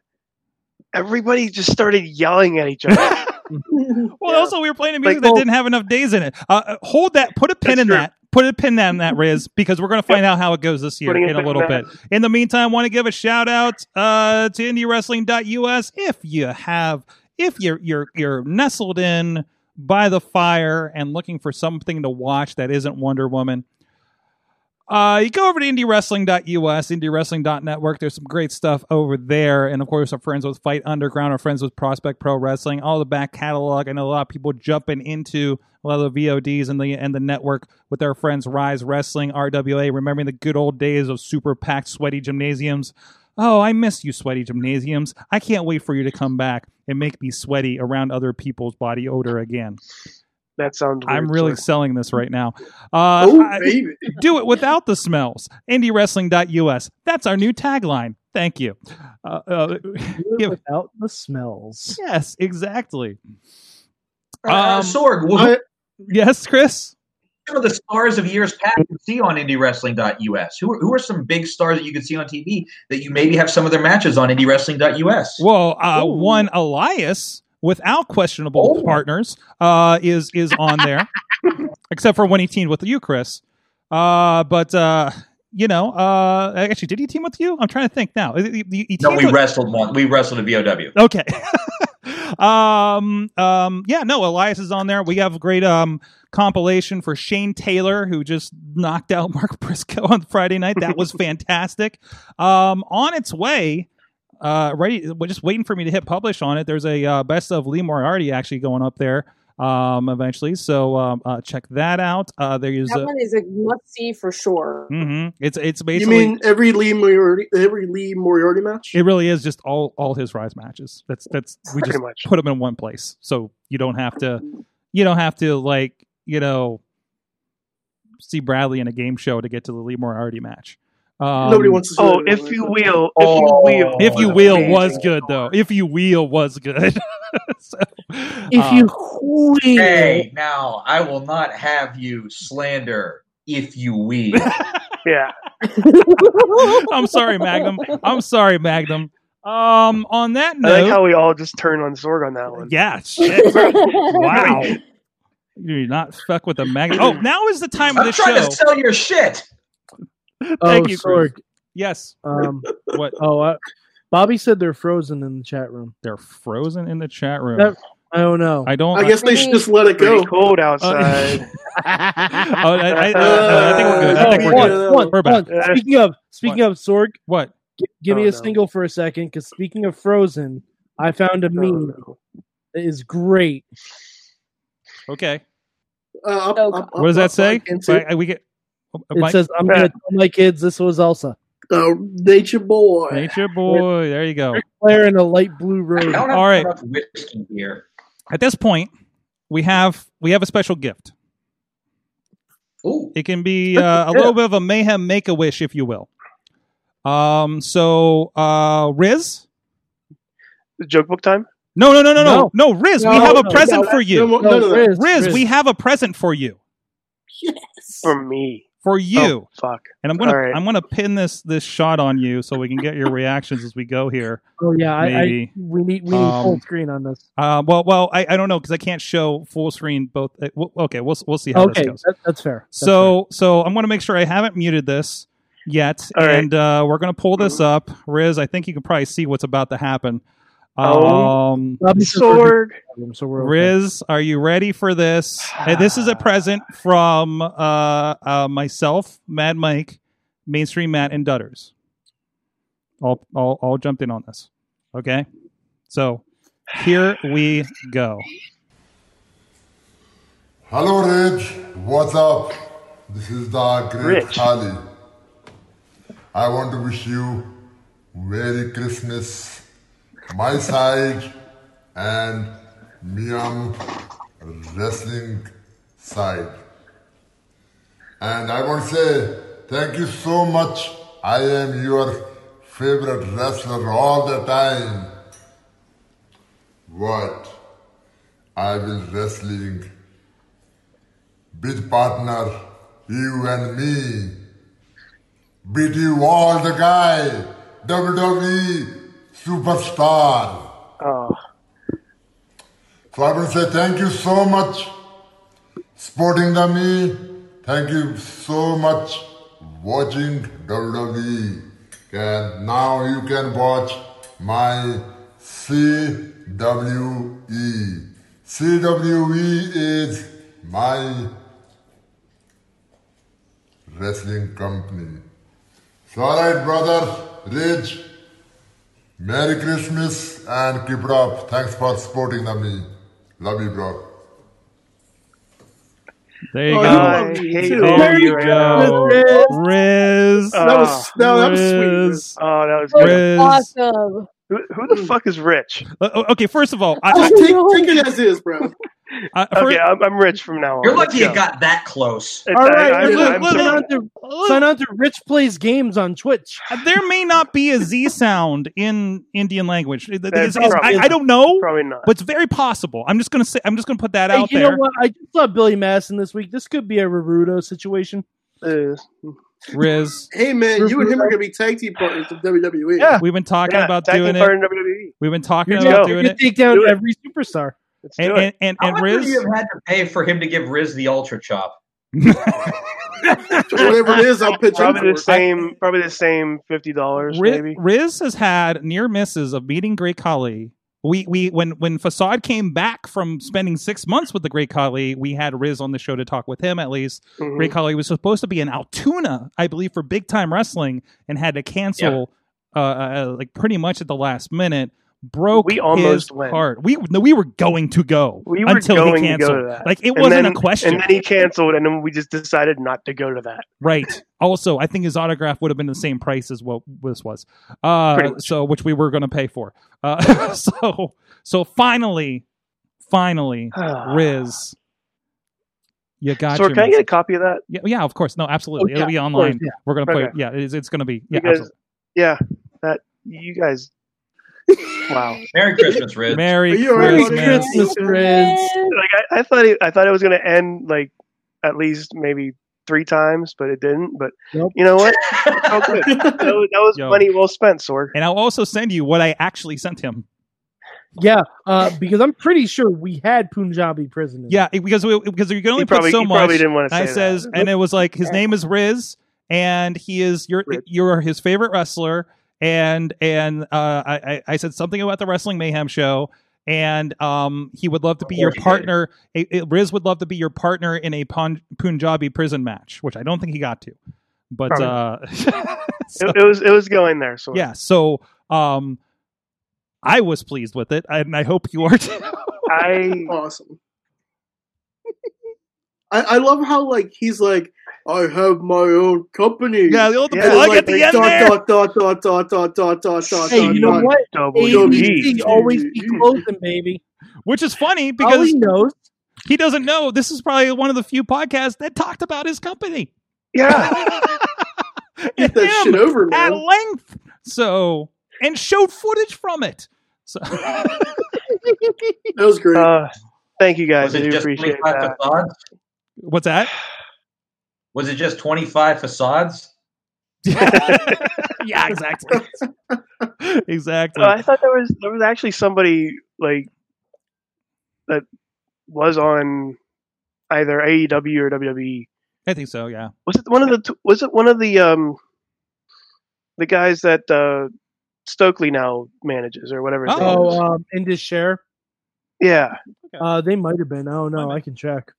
everybody just started yelling at each *laughs* other. *laughs* Well, Yeah. also we were playing a music Like, oh, that well- didn't have enough days in it. Uh, Uh, hold that. Put a pin That's in true. that. Put a pin in that, Riz, because we're going to find out how it goes this year Putting a in a pin little in bit. that. In the meantime, want to give a shout out uh, to IndieWrestling.us if you have if you're you're you're nestled in by the fire and looking for something to watch that isn't Wonder Woman. Uh, you go over to indiewrestling.us, indiewrestling.network. There's some great stuff over there. And of course, our friends with Fight Underground, our friends with Prospect Pro Wrestling, all the back catalog. I know a lot of people jumping into a lot of the VODs and the and the network with our friends Rise Wrestling, RWA, remembering the good old days of super packed, sweaty gymnasiums. Oh, I miss you, sweaty gymnasiums. I can't wait for you to come back and make me sweaty around other people's body odor again. That sounds. Weird, I'm really so- selling this right now. Uh, oh, I- baby. do it without the smells. IndieWrestling.us. That's our new tagline. Thank you. Uh, uh, *laughs* Do Yeah. it without the smells. yes, exactly. Uh, uh, Um, Sorg, what I- Yes, Chris. some of the stars of years past you see on IndieWrestling.us? Who are, who are some big stars that you can see on TV that you maybe have some of their matches on IndieWrestling.us? Well, uh, Ooh. one Elias without questionable Oh. partners uh, is is on *laughs* there, except for when he teamed with you, Chris. Uh, but uh, you know, uh, actually, did he team with you? I'm trying to think now. He- he- he No, teamed we with- wrestled one. We wrestled a VOW. Okay. *laughs* um um yeah, no, Elias is on there. We have a great um compilation for Shane Taylor who just knocked out *laughs* Mark Briscoe on Friday night. *laughs* That was fantastic. Um on its way uh ready we're just waiting for me to hit publish on it. There's a uh, best of Lee Moriarty actually going up there um eventually. So um uh, check that out. Uh there is That a one is a must see for sure. Mhm. it's it's You basically mean every Lee Moriarty, every Lee Moriarty match? it really is just all all his rise matches. That's that's we Pretty just much. put them in one place, so you don't have to you don't have to like you know see Bradley in a game show to get to the Lee Moriarty match. Um, Nobody wants to. see Oh, that if anyway. you will, if you Oh. will, If you Oh, will amazing. was good though. If you will was good. *laughs* so, If uh, Oh. you will, Hey, now I will not have you slander if you *laughs* will. yeah, I'm *laughs* sorry, Magnum. I'm sorry, Magnum. Um, on that I like note, how we all just turned on Zorg on that one. yeah, *laughs* shit. wow. You do not fuck with a magnum. Oh, now is the time of I'm the trying show. to sell your shit. Thank oh, you, Chris. Sorg. Yes. Um, What? oh, uh, Bobby said they're frozen in the chat room. They're frozen in the chat room. That- I don't know. I don't. I guess they should *laughs* just let it Pretty go. Uh, cold outside. *laughs* oh, I, I- no, I think we're good. I Uh, think we're one, good. one, We're back. one. Speaking of, speaking of Sorg, What? g- give Oh, me a no. single for a second. Because speaking of Frozen, I found a meme that is great. Okay. Uh, up, Oh, up, up, What does that up, say? and to- Wait, I- we get. oh, It Mike- says, "I'm gonna tell my kids this was Elsa." Uh, nature boy. Nature boy. There you go. Player in a light blue I robe. don't have All right. enough whiskey here. At this point, we have we have a special gift. Ooh, It can be uh, a little bit of a mayhem make a wish, if you will. Um. So, uh, Riz. Joke book time. No, no, no, no, no, no, Riz. we No, have a no, present no, for No, you. more- none of that. Riz, Riz, Riz. we have a present for you. yes. For me. For you. Oh, fuck. And I'm gonna All right. I'm gonna pin this this shot on you so we can get your reactions as we go here. Oh yeah, I, I Maybe. we need we need Um, full screen on this. Uh, well, well, I, I don't know because I can't show full screen both. uh, w- Okay, we'll we'll see how Okay, this goes. that, that's fair. That's So so I'm gonna make sure I haven't muted this yet, All right. and uh, we're gonna pull this up. Riz, I think you can probably see what's about to happen. Oh. Um, Robbie Sorg. Sorg. So we're okay. Riz, are you ready for this? Hey, this *sighs* is a present from uh, uh, myself, Mad Mike, Mainstream Matt, and Dutters. All, all, all jumped in on this. Okay, so here we go. Hello, Rich. What's up? This is the great Rich. Holly. I want to wish you Merry Christmas, my side, and Miam Wrestling side. And I want to say thank you so much. I am your favorite wrestler all the time. What? I will wrestling bid partner, you and me. Beat you all the guy, WWE superstar. Oh, So I want to say thank you so much, supporting the me. Thank you so much, watching WWE. And now you can watch my CWE. CWE E is my wrestling company. So all right, brother, Rich. Merry Christmas and keep it up. Thanks for supporting the me. Love you, bro. There you Oh, go. I love you hate too. all There of you you right now. go, Riz. Uh, That was no, that was sweet. Riz. Riz. Oh, that was Riz. good. awesome. Who, who the fuck is Rich? Uh, oh, Okay, first *laughs* of all, I, Just Oh, take, no. take it as is, bro. I, I, Okay, first, I'm, I'm Rich from now on. You're Let's lucky it go. got that close. It's- All I- right, I'm- look, I'm look, so- sign on to sign on to Rich Plays Games on Twitch. there may not be a Z sound in Indian language. It- That's it's- it's- I, probably- I don't know, Probably not. but it's very possible. I'm just gonna say. I'm just gonna put that Hey, out you there. know what? I just saw Billy Madison this week. This could be a Naruto situation. Uh, Riz, Hey man, you and him are gonna be tag team partners of WWE. Yeah. we've been talking E. yeah, about tag team doing it. partner in WWE. We've been talking Let's about go. doing You it. take down E. Do it. every superstar. Let's And do it. and and, How and much would you Riz, have had to pay for him to give Riz the ultra chop? Whatever it is, I'll pitch in Probably for the it. same. Probably the same fifty dollars, Riz, maybe. Riz has had near misses of meeting Great Khali. We we when when Facade came back from spending six months with the Great Khali, we had Riz on the show to talk with him at least. Mhm. Great Khali was supposed to be in Altoona, I believe, for big time wrestling, and had to cancel uh, uh, uh, like pretty much at the last minute. Broke We almost his went. heart. We no, we were going to go We were until going he to go to canceled. that. Like it And wasn't then- a question, And then he canceled, and then we just decided not to go to that. right? Also, I think his autograph would have been the same price as what this was. Uh, Pretty much. so which we were going to pay for. Uh, *laughs* so so finally, finally, Riz, you got so your can I get a message. copy of that? yeah, yeah, of course. No, absolutely. Oh, It'll yeah, be of online. course, yeah. We're gonna play. Okay. Yeah, it's, it's gonna be. Yeah, Because- absolutely. Yeah, that you guys. Wow. *laughs* Merry Christmas, Riz. Merry Are you all Merry right, Christmas. buddy? Christmas, Riz. Like I, I thought, it, I thought it was going to end like at least maybe three times, but it didn't. But Nope. you know what? *laughs* Oh, good. That was, that was Yo. money well spent, Sorg. And I'll also send you what I actually sent him. Yeah, uh, because I'm pretty sure we had Punjabi prisoners. Yeah, it- because we, because you can only He probably, put so he much. probably didn't want to say I that. says, and it was like his name is Riz, and he is your Riz. you're his favorite wrestler, and and uh, I I- I said something about the Wrestling Mayhem show, and um he would love to be Of your course he did. partner. It, it- Riz would love to be your partner in a Pun- Punjabi prison match, which I don't think he got to, but uh, *laughs* so- It, it was, it was going there, Sorg. yeah, so um, I was pleased with it, and I hope you are too. I Awesome. I, I love how like he's like I have my own company. yeah, the old Yeah, And it's plug like, at the end dot, there. dot dot dot dot dot dot dot dot. Hey, you know dot, what? WWE. ABC always be closing, baby. which is funny Because because he knows. he doesn't know this is probably one of the few podcasts that talked about his company *laughs* Yeah, Get And that shit him over, at man. length so and showed footage from it so That was great. uh, thank you guys. Was I it do just appreciate 25 that. facades? *laughs* what's that Was it just 25 facades? *laughs* yeah *laughs* exactly *laughs* exactly Uh, I thought there was there was actually somebody like that was on either AEW or E. WWE. *laughs* i think so yeah Was it one of the t- was it one of the um the guys that uh Stokely now manages or whatever. His name Oh, is. um, Indus Share. yeah. Uh, they might have been. I don't know. I can check.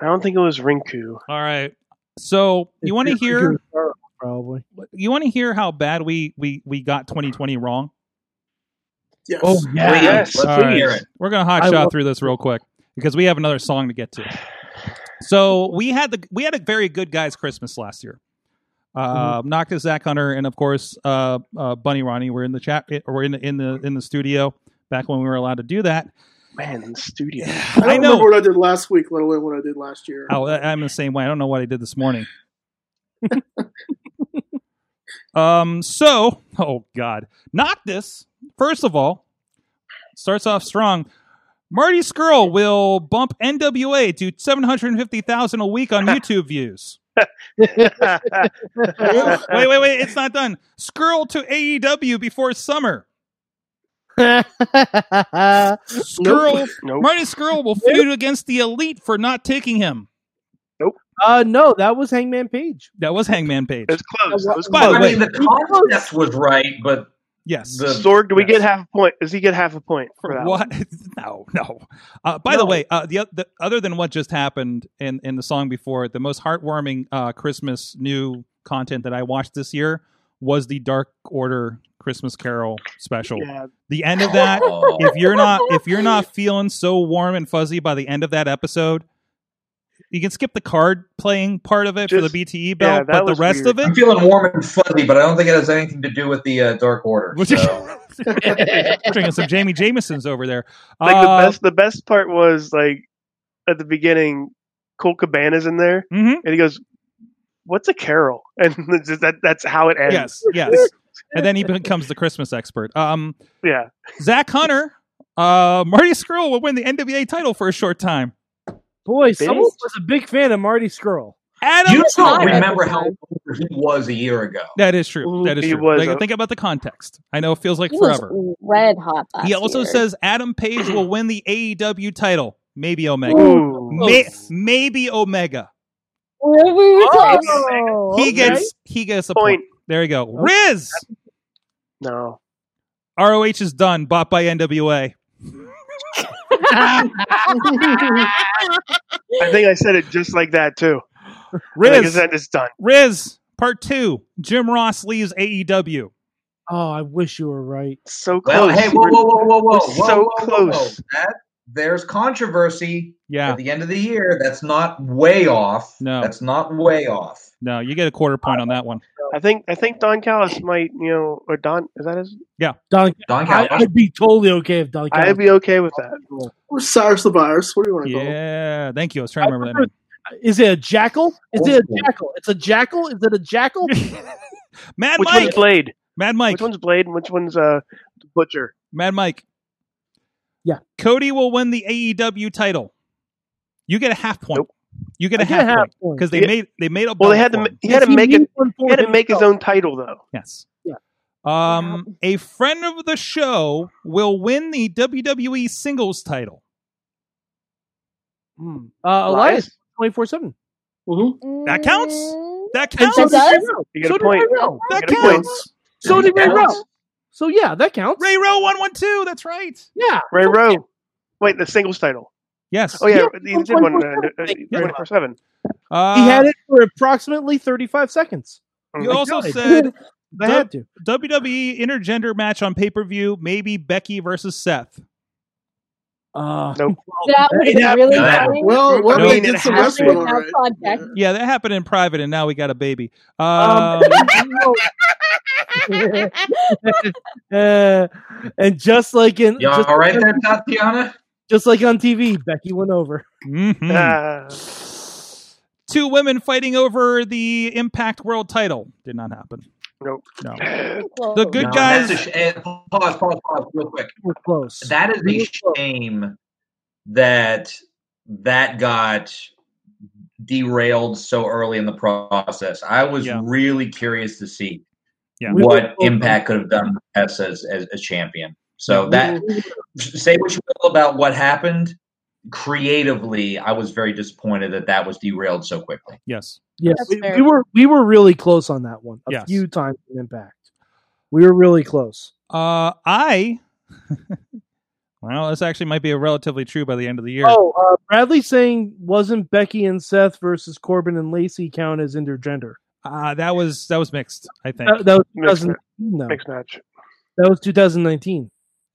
I don't think it was Rinku. All right. So you want to It's- it's hear Europe, Probably. you want to hear how bad we we we got 2020 wrong? Yes. Oh yeah. Please, Yes, let's All right. hear it. We're gonna hot I shot love- through this real quick because we have another song to get to. So we had the we had a very good guys Christmas last year. Uh, Noctis, Zach Hunter, and of course uh, uh, Bunny Ronnie were in the chat or in the in the in the studio back when we were allowed to do that. Man, in the studio. I I don't know. remember what I did last week, let alone what I did last year. *laughs* Oh, I- I'm the same way. I don't know what I did this morning. *laughs* um. So, oh God, not this. First of all, starts off strong. Marty Skrull will bump NWA to seven hundred fifty thousand a week on YouTube views. Wait, wait, wait! It's not done. Skrull to AEW before summer. Skrull, Nope. Marty Skrull will feud against the Elite for not taking him. uh, no, that was Hangman Page. That was Hangman Page. It was close. It was By the close. I way- mean, the concept was right, but Yes. the- Sorg, do we Yes. get half a point? Does he get half a point for that? what? *laughs* No, no. Uh, by the way, uh, the, oth- the other than what just happened in in the song before, the most heartwarming uh, Christmas new content that I watched this year was the Dark Order Christmas Carol special. one? Yeah, The end of that, Oh. if you're not if you're not feeling so warm and fuzzy by the end of that episode, you can skip the card playing part of it for Just- the BTE yeah, belt, that but the was rest weird. of I'm it. feeling warm and fuzzy, but I don't think it has anything to do with the uh, Dark Order. *laughs* So. drinking some Jamie Jamesons over there. like Uh, the best. The best part was like at the beginning, Colt Cabana's in there, mhm. and he goes, "What's a carol?" *laughs* And it's just that that's how it ends. Yes, yes. And then he becomes the Christmas expert. Um, *laughs* Yeah. Zach Hunter, uh, Marty Skrull will win the NWA title for a short time. Boy, someone Bitch. was a big fan of Marty Skrull. Adam, You don't time at remember the how time. old he was a year ago. that is true. That is He true. was Like, a- think about the context. I know it feels like He forever. was red hot last He also year. says Adam Page will win the AEW title. Maybe Omega. Ooh. May, maybe Omega. Well, we were close. Oh, He gets he gets a point. Point. Oh. There you go. Riz No. ROH is done. Bought by NWA. I think I said it just like that too. I think I Riz said it's done. Riz Part Two. Jim Ross leaves E AEW. Oh, I wish you were right. So Well, close. hey, whoa, whoa, whoa, whoa, whoa, whoa, so whoa, whoa, whoa. close. That, there's controversy Yeah. at the end of the year. That's not way off. No. That's not way off. No, you get a quarter point on that one. I think I think Don Callis might, you know, or Don is that his? Don, Don I, Callis. I'd be totally okay if Don. I'd be okay with that. Or Cyrus the Virus. What do you want to call him? Yeah. Thank you. I was trying to remember that name. Is it a jackal? Is it a Old jackal? It's a jackal. Is it a *laughs* jackal? Mad Which Mike. one's Blade? Mad Mike. Which one's Blade and which one's uh Butcher? Mad Mike. Yeah. Cody will win the AEW title. You get a half point. Nope. You get I a half half point point. because they Yeah. made they made a Well, they belt had to for ma- him. he had to Yes, make it. made one for He had to make his himself. own title though. Yes. Yeah. Um, a friend of the show will win the WWE singles title. Uh, Elias twenty four seven. Mhm. That counts? Mm, That Mm-hmm. And so counts. It did Ray does? Rowe. You get So a did Ray point. Rowe. That Get a point. counts. So did Ray That Rowe. counts. So yeah, that counts. Ray Row one one two. That's right. Yeah. Ray Rowe. Wait, the singles title. Yes. Oh yeah, Yeah, he did one 24/7. Yeah. twenty four seven. Uh, He had it for approximately thirty five seconds. You Oh My also God. said *laughs* I Dub- had to. WWE E intergender match on pay per view, maybe Becky versus Seth. Uh, Nope. That would have Yeah. been really Yeah. funny. Well, well, I they mean, did it some has Nothing wrestling to. all without right. context. Yeah. Yeah, that happened in private, and now we got a baby. Um, *laughs* *laughs* Um, uh, *laughs* and just like in You just, all right there, Tatiana? just like on TV, Becky went over. *laughs* mhm. Ah, Two women fighting over the Impact World title did not happen. nope. *laughs* No, Close. the good No, guys. That's a sh- eh, pause, pause, pause, real quick. We're close. That is Real a close. shame that that got derailed so early in the process. I was Yeah. really curious to see Yeah. We what were- impact could have done with Tess as, as a champion. So Yeah. that say what you will about what happened creatively, I was very disappointed that that was derailed so quickly. yes. Yeah, That's we, fair. we were we were really close on that one a Yes. few times in impact. We were really close. Uh, I. *laughs* well, this actually might be a relatively true by the end of the year. Oh, uh, Bradley saying wasn't Becky and Seth versus Corbin and Lacey count as intergender? Uh, that was that was mixed. I think. That, that was Mixed 2019, though. Mixed match. That was 2019.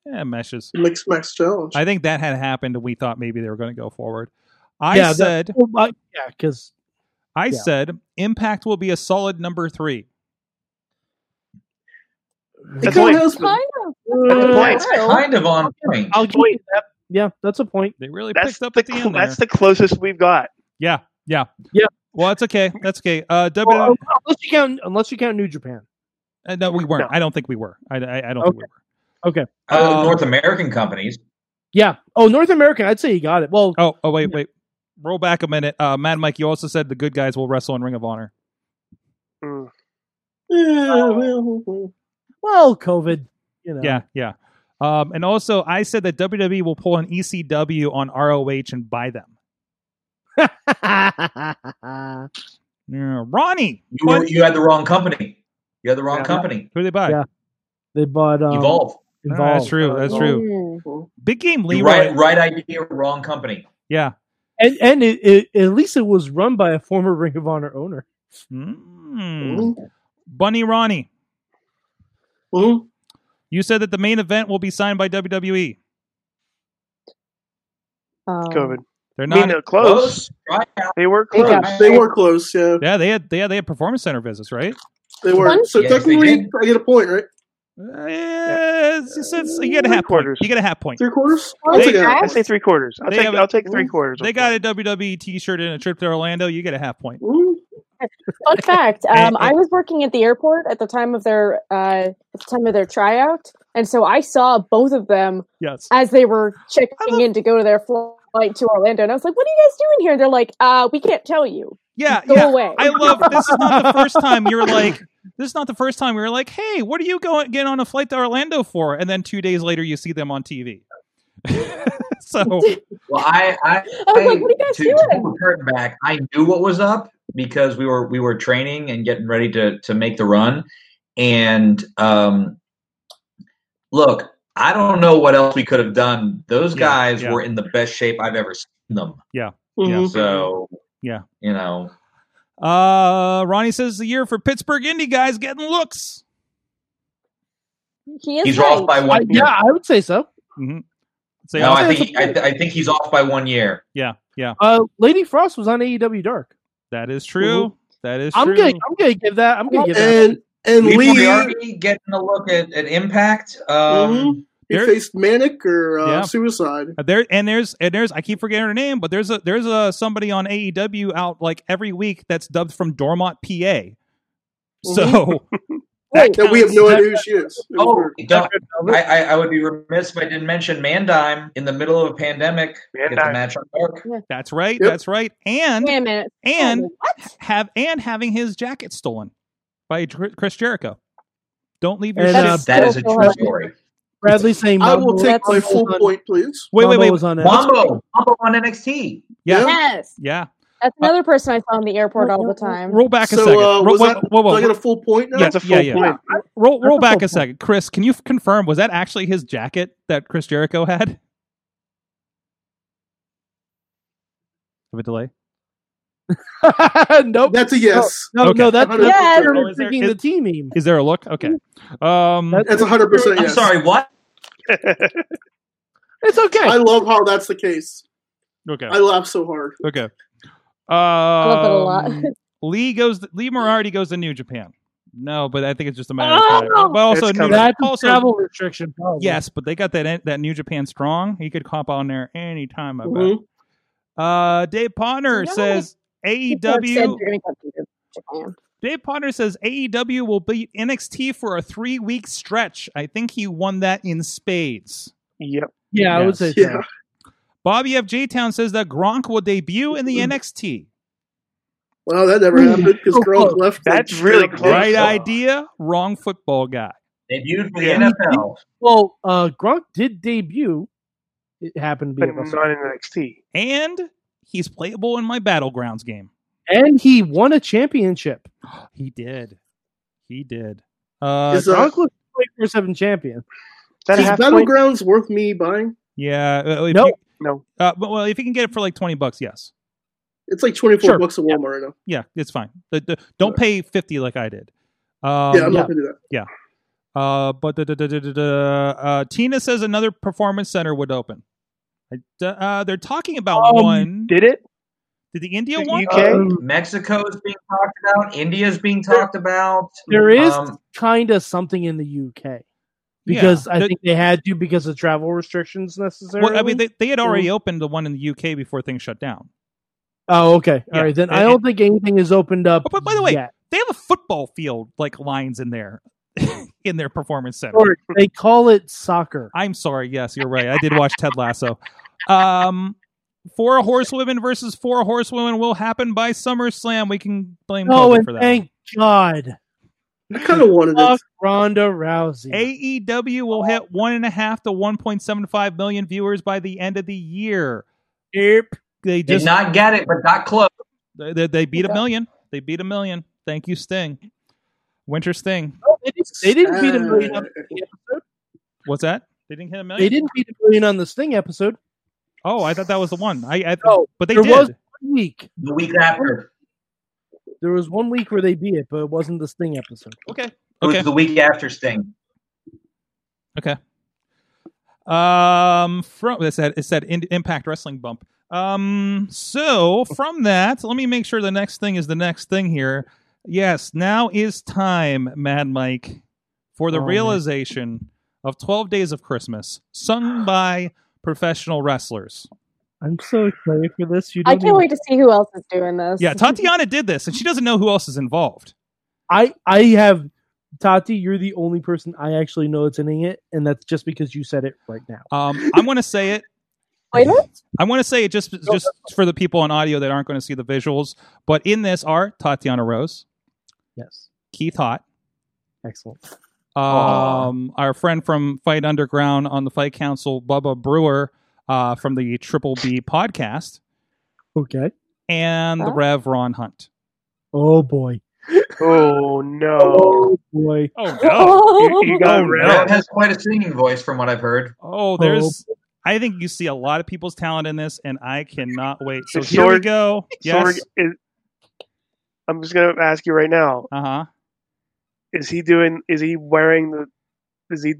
yeah, meshes. Mixed match challenge. I think that had happened, and we thought maybe they were going to go forward. I Yeah, that- said, Oh, I- yeah, because I yeah. said, Impact will be a solid number three. It Good point. kinda has been. Kind of. That's a point. Kind of on point. I'll give you that. Yeah, that's a point. They really That's picked up the, at the end there. that's the closest we've got. yeah, yeah, Yeah. Well, that's okay. That's okay. Uh, WWE. Well, um, unless you count, unless you count New Japan. uh, no, we weren't. No. I don't think we were. I, I, I don't think we were. Uh, Um, North American companies. Yeah. Oh, North American. I'd say you got it. Well, Oh, oh, wait, wait. Roll back a minute. Uh, Mad Mike, you also said the good guys will wrestle in Ring of Honor. Hmm. Mm. Yeah, well, well. Uh, well, COVID. You know. Yeah, yeah. Um, and also, I said that WWE will pull an ECW on ROH and *laughs* buy them. uh, Yeah, Ronnie, You, were, you had the wrong company. You had the wrong Yeah. company. who do they buy? Yeah. they bought um, Evolve. No, Evolve. Ah, that's true. That's true. Mm. Big game, You Leroy. right, right idea, wrong company. Yeah. And and it, it, at least it was run by a former Ring of Honor owner. Hmm. Mm. Bunny Ronnie, Mhm. you said that the main event will be signed by E. WWE. Um, COVID. They're I mean, not. they're close. Try out. They were They close. got They were close, yeah. Yeah, they had. Yeah, they had performance center visits, right? They were. Fun. So Yes, they technically, did. I get a point, right? Uh, yeah, it's- it's- it's- you get a Three half quarters. point. You get a half point. Three quarters? Well, I'll They- take that. I say three quarters. I'll They take. have a- I'll take three quarters. They got a WWE T-shirt and a trip to Orlando. You get a half point. Mhm. Fun fact: *laughs* And- um, I was working at the airport at the time of their uh, at the time of their tryout, and so I saw both of them Yes. as they were checking I love- in to go to their flight to Orlando. And I was like, "What are you guys doing here?" And they're like, uh, "We can't tell you. Yeah. Go yeah. away." I love. This is not the first time you're like. This is not the first time we were like, "Hey, what are you going getting on a flight to Orlando for?" And then two days later, you see them on TV. *laughs* so Well, I, I, I was like, "What are you guys to, to pull doing?" the curtain back, I knew what was up because we were we were training and getting ready to to make the run. And um, look, I don't know what else we could have done. Those Yeah, guys yeah. were in the best shape I've ever seen them. Mm-hmm. Yeah. So Yeah. you know, Uh, Ronnie says the year for Pittsburgh indie guys getting looks. He is he's right. off by I- one year. yeah, I would say so. Say, no, oh, I think he, I, I think he's off by one year. yeah, yeah, Uh, Lady Frost was on AEW Dark. that is Mm-hmm. true. That is I'm true. gonna I'm gonna give that. I'm gonna give that. And and Lee Lee, Moriarty getting a look at, at Impact. Um, Mm-hmm. he There- faced Manic or uh, Yeah. Suicide. Uh, There and there's and there's I keep forgetting her name, but there's a there's a somebody on AEW out like every week that's dubbed from Dormont, PA. So Mm-hmm. *laughs* That we have no counts. idea who she is. It was Oh, weird. don't- I, I, I would be remiss if I didn't mention Mandime in the middle of a pandemic. Mandime. Get the match on dark. that's right, Yep. that's right, and Wait a minute. and what? have and having his jacket stolen by Dr- Chris Jericho. Don't leave your And, shit. uh, That is a Still true feel story. Bradley saying I will Oh, Mambo- take my Mambo full was on- point, *laughs* please. wait, wait, Mambo wait. was on it. Mambo, Mambo on NXT. Yeah. Yeah. Yes, Yeah. that's another person I saw in the airport all the time. Roll back a second. So uh, roll, was wait, that? whoa, whoa, do I whoa. get a full point now? Yeah, That's a full yeah. point. roll That's roll a back full a second. Chris, can you f- confirm was that actually his jacket that Chris Jericho had? *laughs* Have a delay. nope. That's a yes. Oh, No, Okay. no, that's Yes. that's Oh, is there- thinking the is- team meme. Is there a look? Okay. Um That's- That's hundred percent I'm yes. sorry, what? It's okay. I love how that's the case. okay. I laugh so hard. Okay. Um, I love it a lot. Lee goes Lee Moriarty goes to New Japan. No, but I think it's just a matter of Oh! time. But also It's New coming. That's a also travel restriction. Probably. Yes, but they got that that New Japan strong. He could hop on there anytime, I bet. Mhm. Uh, Dave Potter You know how many says E People have said AEW. you're gonna go to Japan. Dave Potter says AEW will beat NXT for a three week stretch. I think he won that in spades. Yep. Yeah, I would say Yes. Yeah. Bobby F. J. Town says that Gronk will debut in the NXT. Wow, that *laughs* never happened because Oh, So girls close. left. like, That's really straight up. close. Right idea, wrong football guy. Debuted for the Yeah. NFL. Well, uh, Gronk did debut. It happened to be But at not in WrestleMania, NXT. And he's playable in my Battlegrounds game. and he won a championship. He did. He did. Uh, Is, uh, Gronk was four seven champion. That Is half point? Battlegrounds worth me buying? Yeah. uh, if Nope. you- No. uh, but, well, if you can get it for like twenty bucks, yes. It's like twenty four Sure. bucks at Walmart right now. Yeah, it's fine. The- the- don't pay fifty like I did. yeah, I'm Um, yeah. not gonna do that. Uh, but da, da, da, da, da, da, uh, Tina says another performance center would open. I- da- Uh, they're talking about Um, one. Did, Did it? the India the one? UK? Um, Mexico is being talked about. India is being talked about. There is Um, kind of something in the UK Yeah. because I The- think they had to because of travel restrictions necessarily. well, I mean, they, they had already opened the one in the UK before things shut down. oh, okay. All Yeah. right, then It- I don't think anything is opened up. Oh, but by the way, yet. They have a football field like lines in there, *laughs* in their performance center. Or they call it soccer. I'm sorry. Yes, you're right. I did watch Ted Lasso. Um, four horsewomen versus four horsewomen will happen by SummerSlam. We can blame Oh, COVID and for that. thank God, I kind of wanted it. fuck Ronda Rousey. AEW E will hit one and a half to 1.75 million viewers by the end of the year. Yep. They did just not get it, but got close. they, they- they beat a million. They beat a million. Thank you, Sting. Winter Sting. Oh, They didn't- they didn't beat a million. On the Sting episode. What's that? They didn't hit a They million. didn't beat a million on the Sting episode. Oh, I thought that was the one. I, I No, but they there did. was one week. The week after. There was one week where they beat it, but it wasn't the Sting episode. okay. It was Okay. the week after Sting. Um, from it's that it's that in, Impact Wrestling bump. Um, so from that, let me make sure the next thing is the next thing here. Yes, now is time, Mad Mike, for the Oh, man. realization of Twelve Days of Christmas, *gasps* sung by professional wrestlers. I'm so excited for this. You I don't can't even- wait to see who else is doing this. Yeah, Tatiana did this, and she doesn't know who else is involved. I I have Tati. You're the only person I actually know that's in it, and that's just because you said it right now. Um, I'm going to say it. *laughs* Wait, what? I want to say it just just for the people on audio that aren't going to see the visuals. But in this are Tatiana Rose, Yes, Keith Hot, excellent. Aw. um, our friend from Fight Underground on the Fight Council, Bubba Brewer, uh, from the Triple B podcast, Okay. and the Huh? Rev Ron Hunt. Oh boy. Oh no! boy. Oh You, you got *laughs* Oh, no. rid Rev of has quite a singing voice, from what I've heard. Oh, there's. I think you see a lot of people's talent in this, and I cannot wait. So Is here we Sorg- go. Sorg Yes. is. I'm just gonna ask you right now: Uh huh. Is he doing? Is he wearing the? Is he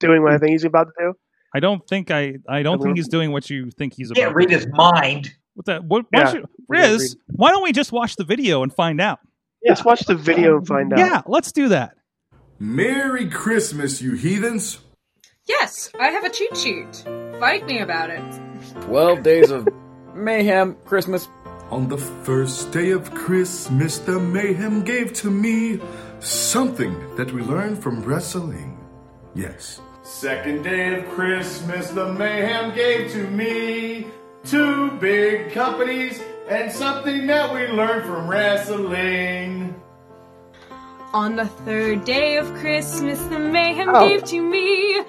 doing what I think he's about to do? I don't think I. I don't think love- he's doing what you think he's You about. can't read his mind. What the, what, why Yeah. should, We gotta Riz, why don't we just watch the video and find out? Let's watch the video and find out. Yeah, let's do that. Merry Christmas, you heathens! Yes, I have a cheat sheet. Fight me about it. 12 days of mayhem, Christmas. On the first day of Christmas, the mayhem gave to me something that we learned from wrestling. Yes. Second day of Christmas, the mayhem gave to me two big companies and something that we learned from wrestling. On the third day of Christmas, the mayhem Oh. gave to me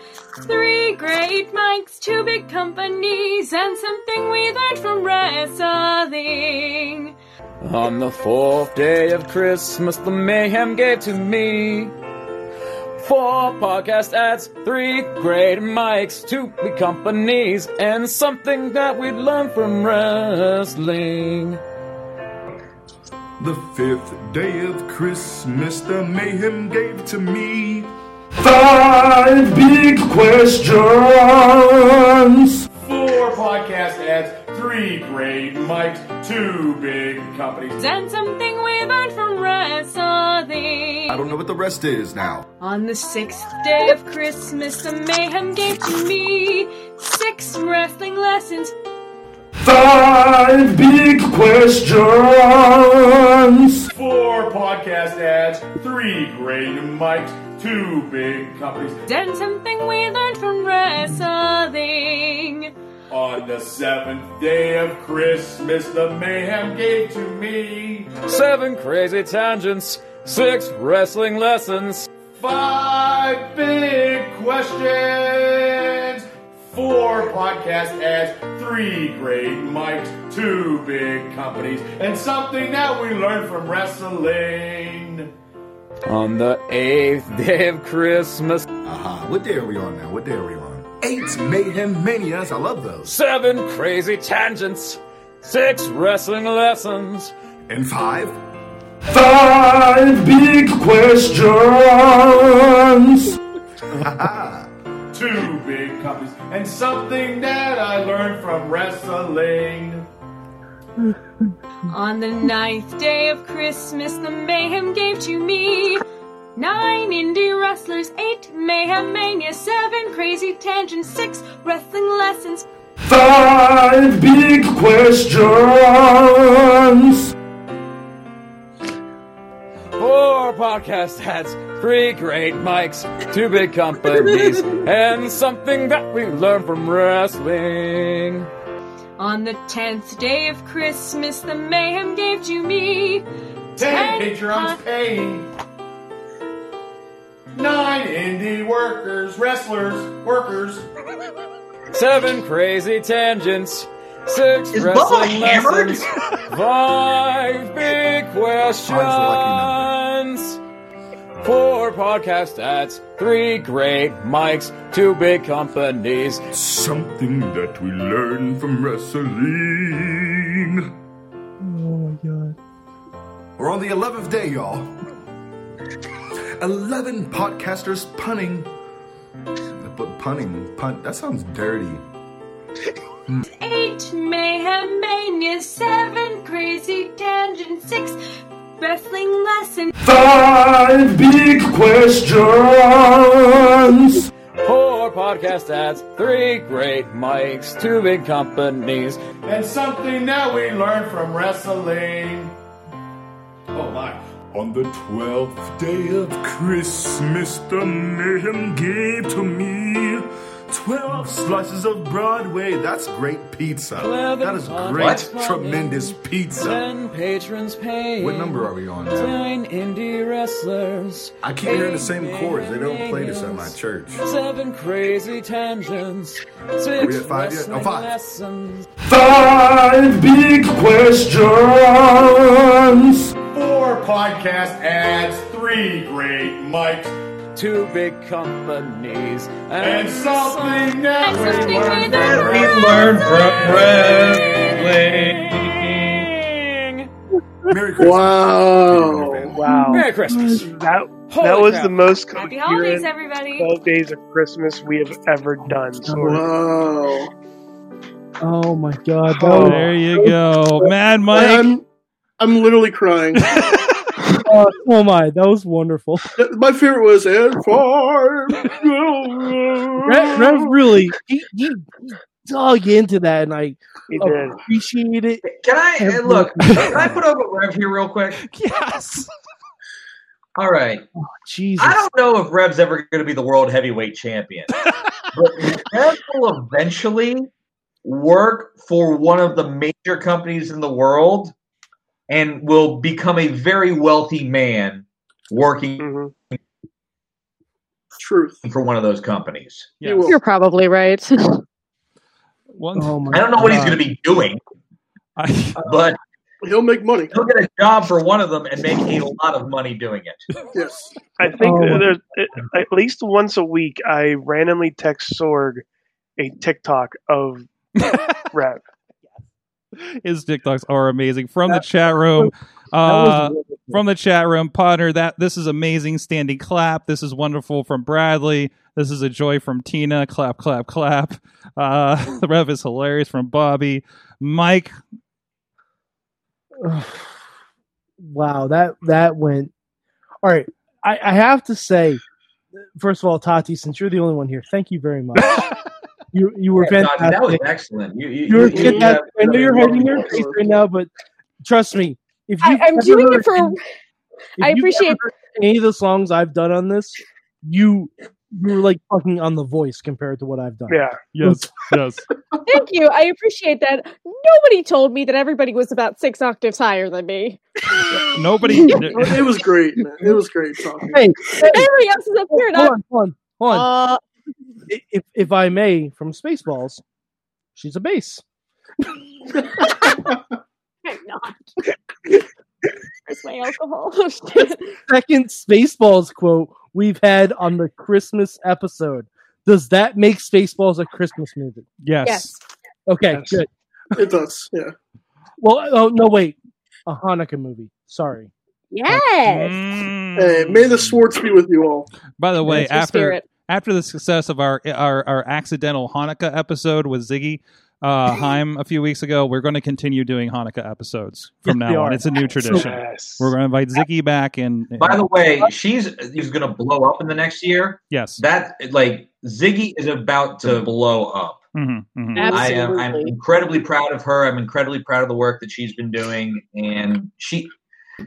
three great mics, two big companies, and something we learned from wrestling. On the fourth day of Christmas, the mayhem gave to me four podcast ads, three great mics, two big companies, and something that we learned from wrestling. The fifth day of Christmas, the mayhem gave to me five big questions. Four podcast ads, three great mics, two big companies. And something we learned from wrestling. I don't know what the rest is now. On the sixth day of Christmas, the mayhem gave to me six wrestling lessons, Five big questions. Four podcast ads, three great mics, two big companies. and something we learned from wrestling. On the seventh day of Christmas, the mayhem gave to me Seven crazy tangents, six wrestling lessons. five big questions, four podcast ads, three great mics, two big companies, and something that we learned from wrestling. On the eighth day of Christmas. Aha, what day are we on now? What day are we on? Eight Mayhem Manias, I love those. Seven crazy tangents. Six wrestling lessons. And five. Five big questions. Two big copies. And something that I learned from wrestling. *laughs* On the ninth day of Christmas, the mayhem gave to me nine indie wrestlers, eight mayhem mania, seven crazy tangents, six wrestling lessons, Five big questions. Four podcast hats. Three great mics. Two big companies. and something that we learned from wrestling. On the tenth day of Christmas, the mayhem gave to me. Ten patrons pi- paid. Nine indie workers, wrestlers, workers. Seven crazy tangents. Six Is Bubba wrestling hammered? lessons. *laughs* Five big questions. Four podcast ads. Three great mics. Two big companies. Something that we learned from wrestling. Oh my god. We're on the 11th day, y'all. 11 podcasters punning. But punning, punt, that sounds dirty. Hmm. eight mayhem mania, seven crazy tangents, six wrestling lessons. Five big questions. Four podcast ads. Three great mics. Two big companies. And something that we learned from wrestling. Oh my. On the 12th day of Christmas, the mayhem gave to me 12 slices of Broadway. That's great pizza. That is great, What? tremendous pizza. Ten patrons pay. What number are we on now? Nine indie wrestlers. I keep hearing the Eight same chords. They don't play this at my manias. church. Seven crazy tangents. Are we Six at five yet? wrestling Oh, five. lessons. Five big questions. Four podcast ads, three great mics, Two big companies. and something that we learned that from we learned from wrestling. Merry Christmas. Wow. Wow. Merry Christmas. That, that Holy was crap. the most Happy holidays, coherent everybody. 12 days of Christmas we have ever done. Sorg. Wow. Oh my god! that Oh. was- There you go, Mad Mike. Oh. I'm, I'm literally *laughs* crying. uh, *laughs* oh my, that was wonderful. My favorite was *laughs* and five. Rev, Rev really he, he dug into that, and I He did. appreciate it. Can I hey, Every- look? Can I put over Rev here real *laughs* quick? Yes. All right. Oh, Jesus, I don't know if Rev's ever going to be the world *laughs* heavyweight champion, but Rev will eventually work for one of the major companies in the world and will become a very wealthy man working hmm Truth. for one of those companies. You will. You're probably right. *laughs* One, oh my I don't know what he's God. going to be doing, I, but *laughs* He'll make money. he'll get a job for one of them and make a lot of money doing it. Yes. I think Oh. there's at least once a week I randomly text Sorg a TikTok *laughs* of Rev. his TikToks are amazing. From the chat room. That Uh, was wonderful. from the chat room, partner. That this is amazing. Standing clap. This is wonderful from Bradley. This is a joy from Tina. Clap, clap, clap. *laughs* Uh, the rev is hilarious from Bobby. *sighs* Mike, Ugh. wow that that went all right I, I have to say first of all tati since you're the only one here thank you very *laughs* much you you were Yeah, Dodgy, that was fantastic excellent. You, you, you're you- you have- fantastic. i know you're hiding your welcome. face right now but trust me if I, you've I'm ever doing it heard for. any- if I you've ever appreciate- heard any of the songs i've done on this you you were like fucking on the voice compared to what i've done Yeah. yes, yes. Thank you. I appreciate that. Nobody told me that everybody was about six octaves higher than me. *laughs* Nobody. It was great, man. It was great talking. *laughs* hey, *laughs* hey Everybody else is up here, hold and I'm. on hold on hold on Uh, I- if if I may, from Spaceballs, she's a base. I'm not. Where's my alcohol? *laughs* Oh, shit. Second Spaceballs quote we've had on the Christmas episode. Does that make Spaceballs a Christmas movie? Yes. Yes. Okay, Yes. good. It does, yeah. Well, oh no, wait, a Hanukkah movie. Sorry. Yes. Hey, may the Swartz be with you all. Mm. By the way, That's your after spirit. after the success of our our, our accidental Hanukkah episode with Ziggy uh, Heim a few weeks ago, we're going to continue doing Hanukkah episodes from Yes, we now on. are. It's a new tradition. Yes. We're going to invite Ziggy back, and, By the way, she's he's gonna blow up in the next year. yes, That like Ziggy is about to blow up. Mm-hmm, Mhm, mhm. Mm-hmm. I am um, I'm Absolutely. incredibly proud of her. I'm incredibly proud of the work that she's been doing, and she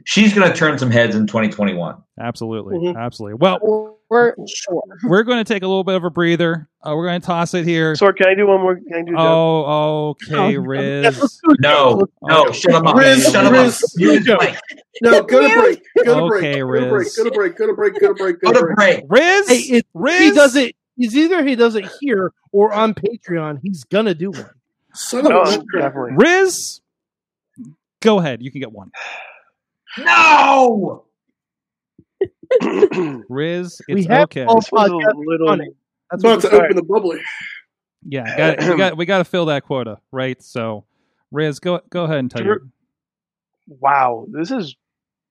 she's gonna turn some heads in 2021. absolutely, Mm-hmm. Mhm. absolutely. Well, We're sure. we're going to take a little bit of a breather. Uh, we're going to toss it here. Sorg, can I do one more? Can I do that? Oh, *laughs* okay, Riz. No, no, Okay. Oh, shut him up. Riz, shut him Riz, up. You just like, No, go to break. Go to break. Go to break. Go Okay, Riz. to break. Go to break. Go to break. Go Go to break. Riz, Hey, it- Riz, He does it. He's either he does it here or on Patreon. He's gonna do one. Son of No, a bitch. definitely. Riz, go ahead. You can get one. No. Riz, We it's have okay. all- This was a Podcast little. on it. That's what About to All right. open the bubbly. Yeah, got, we got we got to fill that quota, right? So, Riz, go go ahead and tell Drew- you. Wow, this is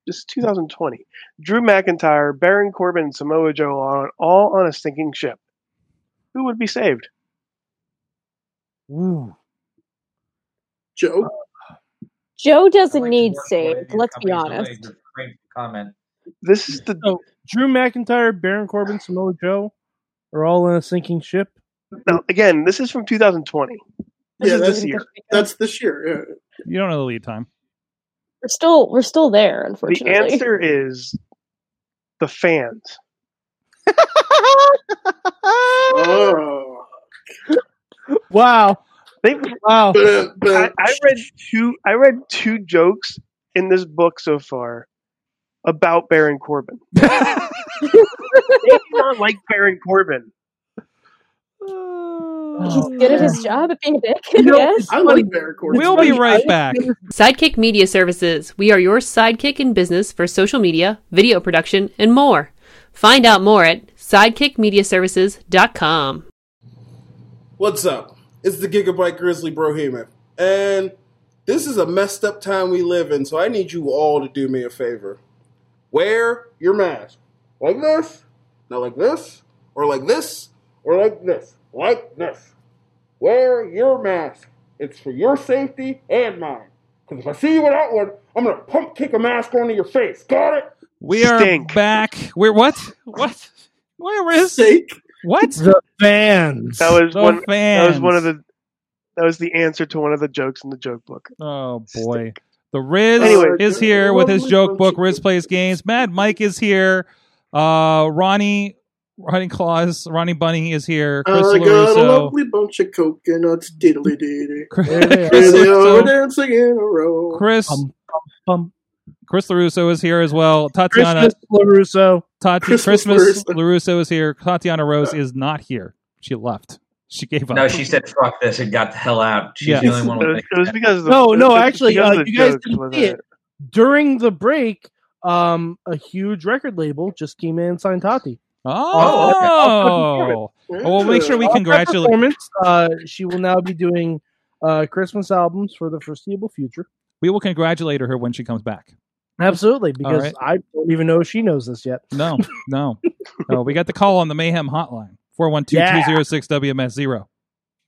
this is 2020. Drew McIntyre, Baron Corbin, and Samoa Joe are all on a sinking ship. Who would be saved? Ooh. Joe. Joe I doesn't like need the way saved. the Let's be company's honest. delayed the print Comment. This is the So Drew McIntyre, Baron *sighs* Corbin, Samoa Joe are all in a sinking ship. now, again. This is from 2020. This Yeah, is that's this year. that's this year. Yeah. You don't know the lead time. We're still we're still there, The unfortunately. answer is the *laughs* fans. Oh. Wow. They, Wow. But, I, but I read two. I read two jokes in this book so far about Baron *laughs* Corbin. they do not like Baron Corbin. He's good at his job at being a dick. yes. I like Baron Corbin. We'll be right back. Sidekick Media Services. We are your sidekick in business for social media, video production, and more. Find out more at sidekickmediaservices.com. What's up? It's the Gigabyte Grizzly Brohemoth. And this is a messed up time we live in, so I need you all to do me a favor. Wear your mask. Like this, not like this, or like this, or like this, like this. Wear your mask. It's for your safety and mine. Because if I see you without one, I'm going to pump kick a mask onto your face. Got it? We are Stink. back. We're what? What? Where Riz? Sake. What? The fans. That was The one. That was fans. one of the. That was the answer to one of the jokes in the joke book. Oh boy. The Riz Anyway. is here with his joke book. Riz plays games. Mad Mike is here. Uh, Ronnie, Ronnie Claus, Ronnie Bunny is here. Chris I got a Larusso. lovely bunch of coconuts, diddly diddy. Chris, they are. There they are Larusso. dancing in a row. Chris, Um, um, Chris Larusso is here as well. Tatiana, Christmas LaRusso. Tati, Christmas, Christmas Larusso is here. Tatiana Rose is not here. She left. She gave up. No, she said, "Fuck this," and got the hell out. She's Yeah. the only one. It With was, it was because of the, No, it no, was actually, because uh, of the you guys jokes, didn't wasn't see it. During the break, um, a huge record label just came in and signed Tati. Oh, okay. Oh, well, we'll make sure we Off that congratulate. performance, Uh, she will now be doing uh, Christmas albums for the foreseeable future. We will congratulate her when she comes back. Absolutely, because right. I don't even know if she knows this yet. No, no, no. We got the call on the Mayhem Hotline 412-206 WMS zero.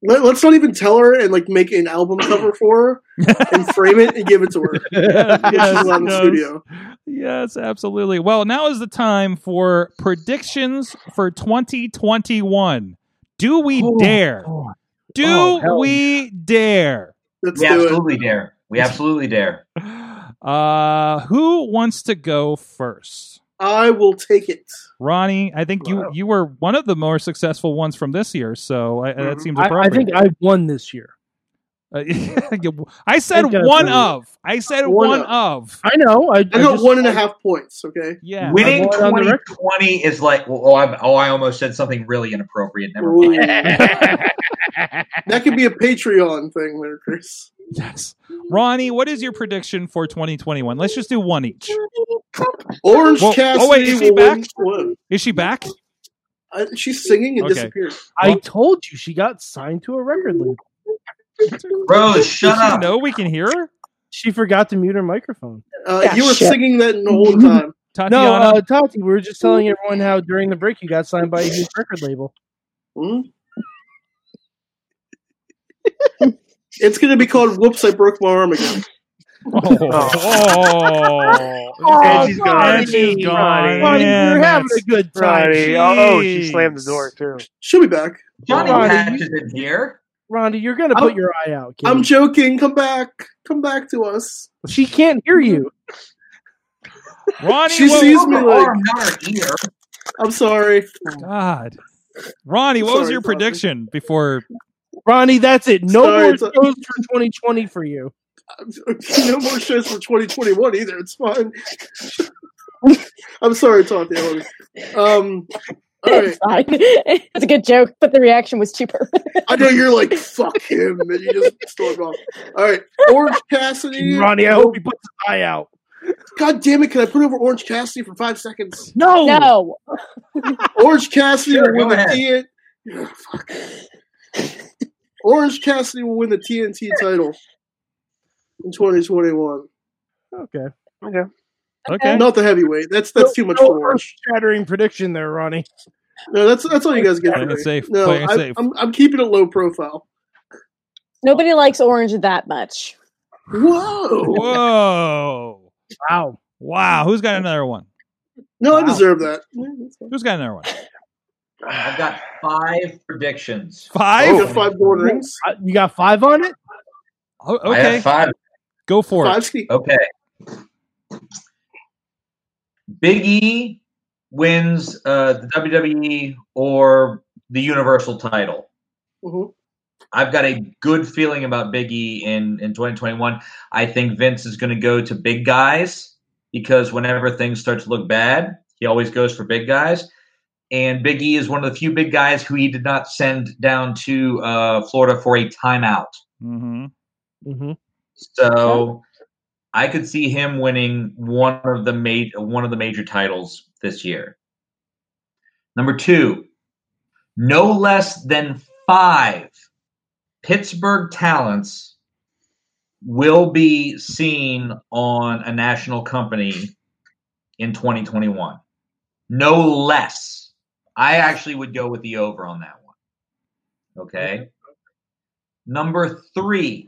Let, let's not even tell her and like make an album cover for her and frame it and give it to *laughs* her. Yeah, she's allowed in the studio. Yes, absolutely. Well, now is the time for predictions for 2021. Do we dare? Do Oh, hell we dare? Let's We do it. absolutely dare. We absolutely dare. Uh, who wants to go first? I will take it. Ronnie, I think you Wow. you were one of the more successful ones from this year, so I, that Mm-hmm. Mhm. seems I, I appropriate. think I won this year. Uh, *laughs* you- I said think I one agree. of. I said One one of. I know. I, I got one and a half points. Okay. Yeah. Winning I'm on the record. 2020 is like, well, oh, I, oh, I almost said something really inappropriate. Never Ooh. mind. that could be a Patreon thing there, Chris. Yes. Ronnie, what is your prediction for 2021? Let's just do one each. Orange Whoa, Cassidy Oh, wait, is she will back? win. Is she back? Uh, she's singing and Okay. disappeared. I told you she got signed to a record label. Rose, shut Did you up. No, we can hear her. She forgot to mute her microphone. Uh, you were singing that *laughs* the whole time. No, uh, Tati, we were just telling everyone how during the break you got signed by a huge record label. Hmm? It's going to be called "Whoops, I Broke My Arm *laughs* Again." Oh. *laughs* Oh, and she's gone. And she's gone. Ronnie, Yeah, we were having that's- a good time. Ronnie, oh, she slammed the door too. She'll be back. Johnny Ronnie, Patch is in here. Rhonda, you're gonna put your eye out. Kid. I'm joking. Come back. Come back to us. She can't hear you. Ronnie, She what- sees me like. Arm, not her ear. I'm sorry. God. Ronnie, what was Sorry, your Tommy. prediction before? Ronnie, that's it. No Sorry, more it's a- shows for 2020 for you. *laughs* no more shows for 2021 either. It's fine. *laughs* I'm sorry, Tati. I love you. Um, all right. It's fine. *laughs* It's a good joke, but the reaction was cheaper. *laughs* I know you're like fuck him, and you just storm off. All right, Orange *laughs* Cassidy. Ronnie, I hope he puts his eye out. God damn it! Can I put over Orange Cassidy for five seconds? No, *laughs* No. Orange Cassidy Sure, will go win the ahead. TNT. Orange Cassidy will win the TNT title in 2021. Okay. Okay. Okay. Not the heavyweight. That's that's too much for Orange. shattering prediction there, Ronnie. No, that's that's all you guys get. Playing For it me. safe, No, playing it I, safe. I'm I'm keeping it low profile. Nobody likes orange that much. Whoa! Whoa. Wow. Wow. Who's got another one? No, I Wow. deserve that. Yeah, that's fine. Who's got another one? *laughs* I've got five predictions. I Five? got Oh, five gold rings. Uh, You got five on it? Oh, I okay. have five. Go for Five it. ski. Okay. Big E wins uh, the WWE or the Universal title. Mhm. I've got a good feeling about Big E in, in 2021. I think Vince is going to go to big guys because whenever things start to look bad, he always goes for big guys. And Big E is one of the few big guys who he did not send down to uh, Florida for a timeout. Mm-hmm. Mm-hmm. So I could see him winning one of the ma- one of the major titles this year. Number 2, no less than 5 Pittsburgh talents will be seen on a national company in 2021. No less. I actually would go with the over on that one. Okay. Number 3,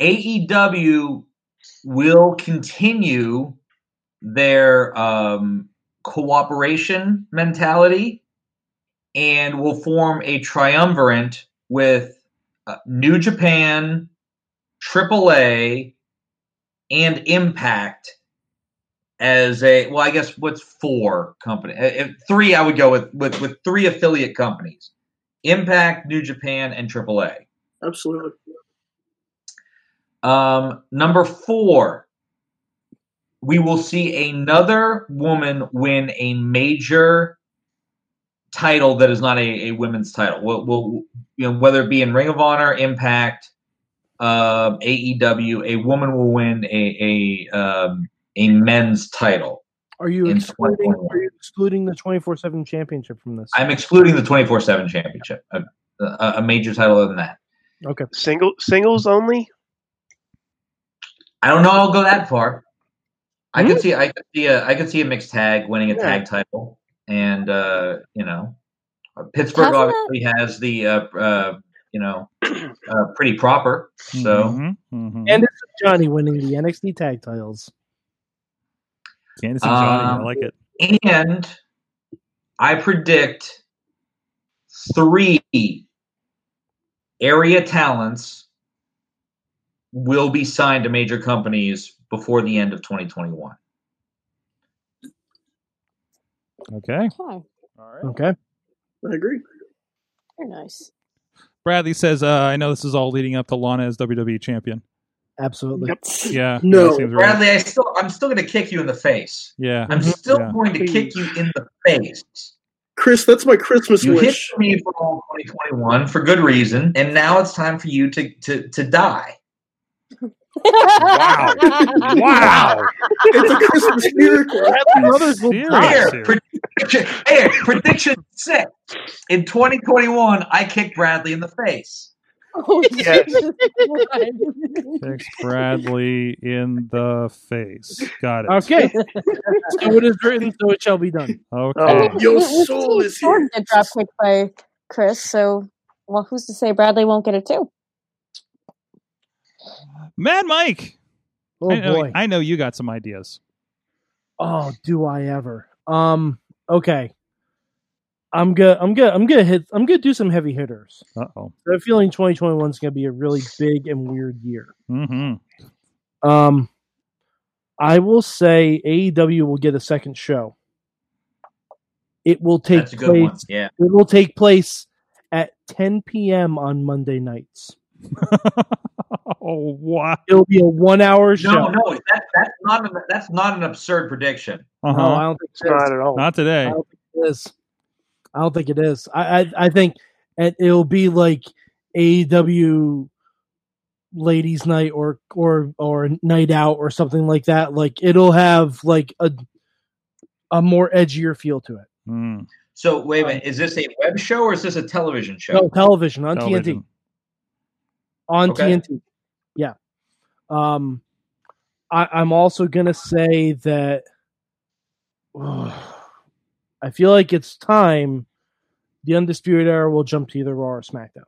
AEW E will continue their um, cooperation mentality and will form a triumvirate with uh, New Japan, AAA, and Impact as a well. I guess what's four company? uh, If three, I would go with with with three affiliate companies: Impact, New Japan, and AAA. Absolutely. Um, number four, we will see another woman win a major title that is not a, a women's title. We'll, we'll, you know, whether it be in Ring of Honor, Impact, um AEW, a woman will win a a um, a men's title. Are you In excluding 2021. are you excluding the twenty four seven championship from this? I'm excluding the 24 7 championship, a, a, a major title other than that. okay. Single singles only. I don't know. I'll go that far. I could see. I could see a. I could see a mixed tag winning a Yeah. tag title, and uh, you know, uh, Pittsburgh Hasn't that- obviously has the uh, uh, you know uh, pretty proper. So Mm-hmm. Mm-hmm. And this is Johnny winning the NXT tag titles. Candace and Johnny, I Um, like it. and I predict three area talents will be signed to major companies before the end of 2021. Okay. Okay. All right. Okay. I agree. Very nice. Bradley says, uh, I know this is all leading up to Lana as WWE champion. Absolutely. Yeah. No. that seems right. Bradley, I still I'm still going to kick you in the face. Yeah. I'm still Yeah. going to kick you in the face. Chris, that's my Christmas You hit wish. me for all 2021 for good reason, and now it's time for you to to, to die. wow. Wow. it's a Christmas *laughs* miracle. Happy Mother's Will die Here, prediction, here, prediction six. In 2021, I kick Bradley in the face. Oh, Yes. Jesus Christ. Kicks Bradley in the face. Got it. Okay. *laughs* so it is written, so it shall be done. Okay. Oh, soul is here. Get dropkicked by Chris, so well, who's to say Bradley won't get it too? Mad Mike. Oh, I know, boy. I know you got some ideas. Oh, do I ever? Um. Okay. I'm gonna. I'm gonna. I'm gonna hit. I'm gonna do some heavy hitters. Uh oh. I have a feeling 2021 is gonna be a really big and weird year. Mm-hmm. Um, I will say AEW will get a second show. It will take That's a good place. one, yeah. It will take place at 10 p.m. on Monday nights. *laughs* oh wow! It'll be a one-hour show. No, no, that, that's not an, that's not an absurd prediction. No, I don't think it is. Not at all. Not Uh-huh. today. I don't think it is. I don't think it is. I I, I think it, it'll be like AEW ladies night or or or night out or something like that. Like it'll have like a a more edgier feel to it. So wait a minute, is this a web show or is this a television show? Um, No, television on TNT. Television. On Okay. TNT. Yeah. Um I, I'm also gonna say that *sighs* I feel like it's time the Undisputed Era will jump to either Raw or SmackDown.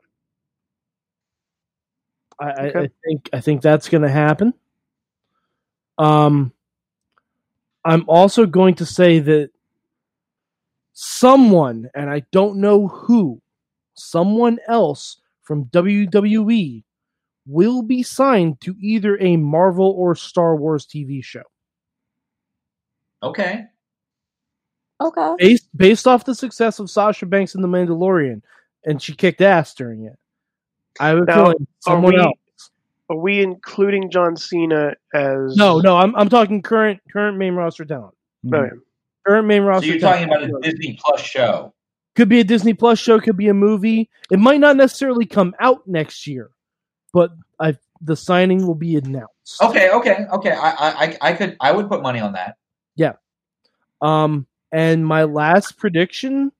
I, I, I Okay. think I think that's gonna happen. Um I'm also going to say that someone, and I don't know who, someone else from WWE will be signed to either a Marvel or Star Wars TV show. Okay. Okay. Based based off the success of Sasha Banks in The Mandalorian, and she kicked ass during it. I would Now, feel someone are we, else. Are we including John Cena as No, no, I'm I'm talking current current main roster talent. Okay. Current main Hmm. So roster you're talent. talking about a Disney Plus show. could be a Disney Plus show, could be a movie. It might not necessarily come out next year, but I the signing will be announced. Okay, okay, okay. I, I, I- I could, I would put money on that. Yeah. Um and my last prediction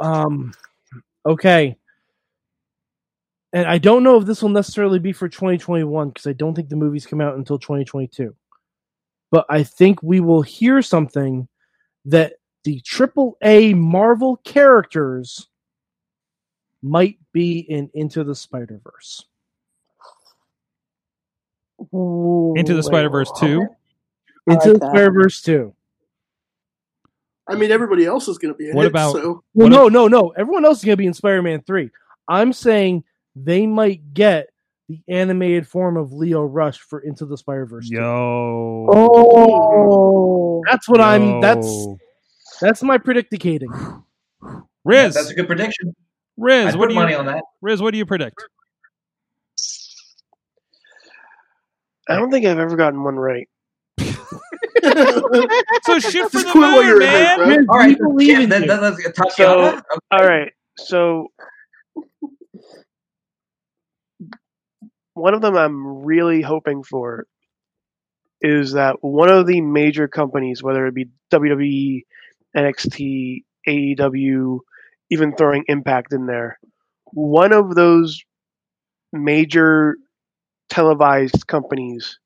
um okay. And I don't know if this will necessarily be for 2021 because I don't think the movies come out until 2022. But I think we will hear something that the AAA Marvel characters might be in Into the Spider-Verse. Into the Spider Verse two. I Into like the that. Spider Verse two. I mean, everybody else is going to be. A What hit, about- So. Well, no, no, no. Everyone else is going to be in Spider Man 3. I'm saying they might get the animated form of Leo Rush for Into the Spider Verse. Yo. Oh, that's what I'm. That's Yo. that's my predicticating. Riz. That's a good prediction. Riz, I'd what put do you money on that. Riz, what do you predict? I don't think I've ever gotten one right. so shit for the quit while you're ahead, bro. All right, yeah, that- that- that's a touchdown. So, Okay. all right, so one of them I'm really hoping for is that one of the major companies, whether it be E, WWE, NXT, AEW, E even throwing Impact in there, one of those major televised companies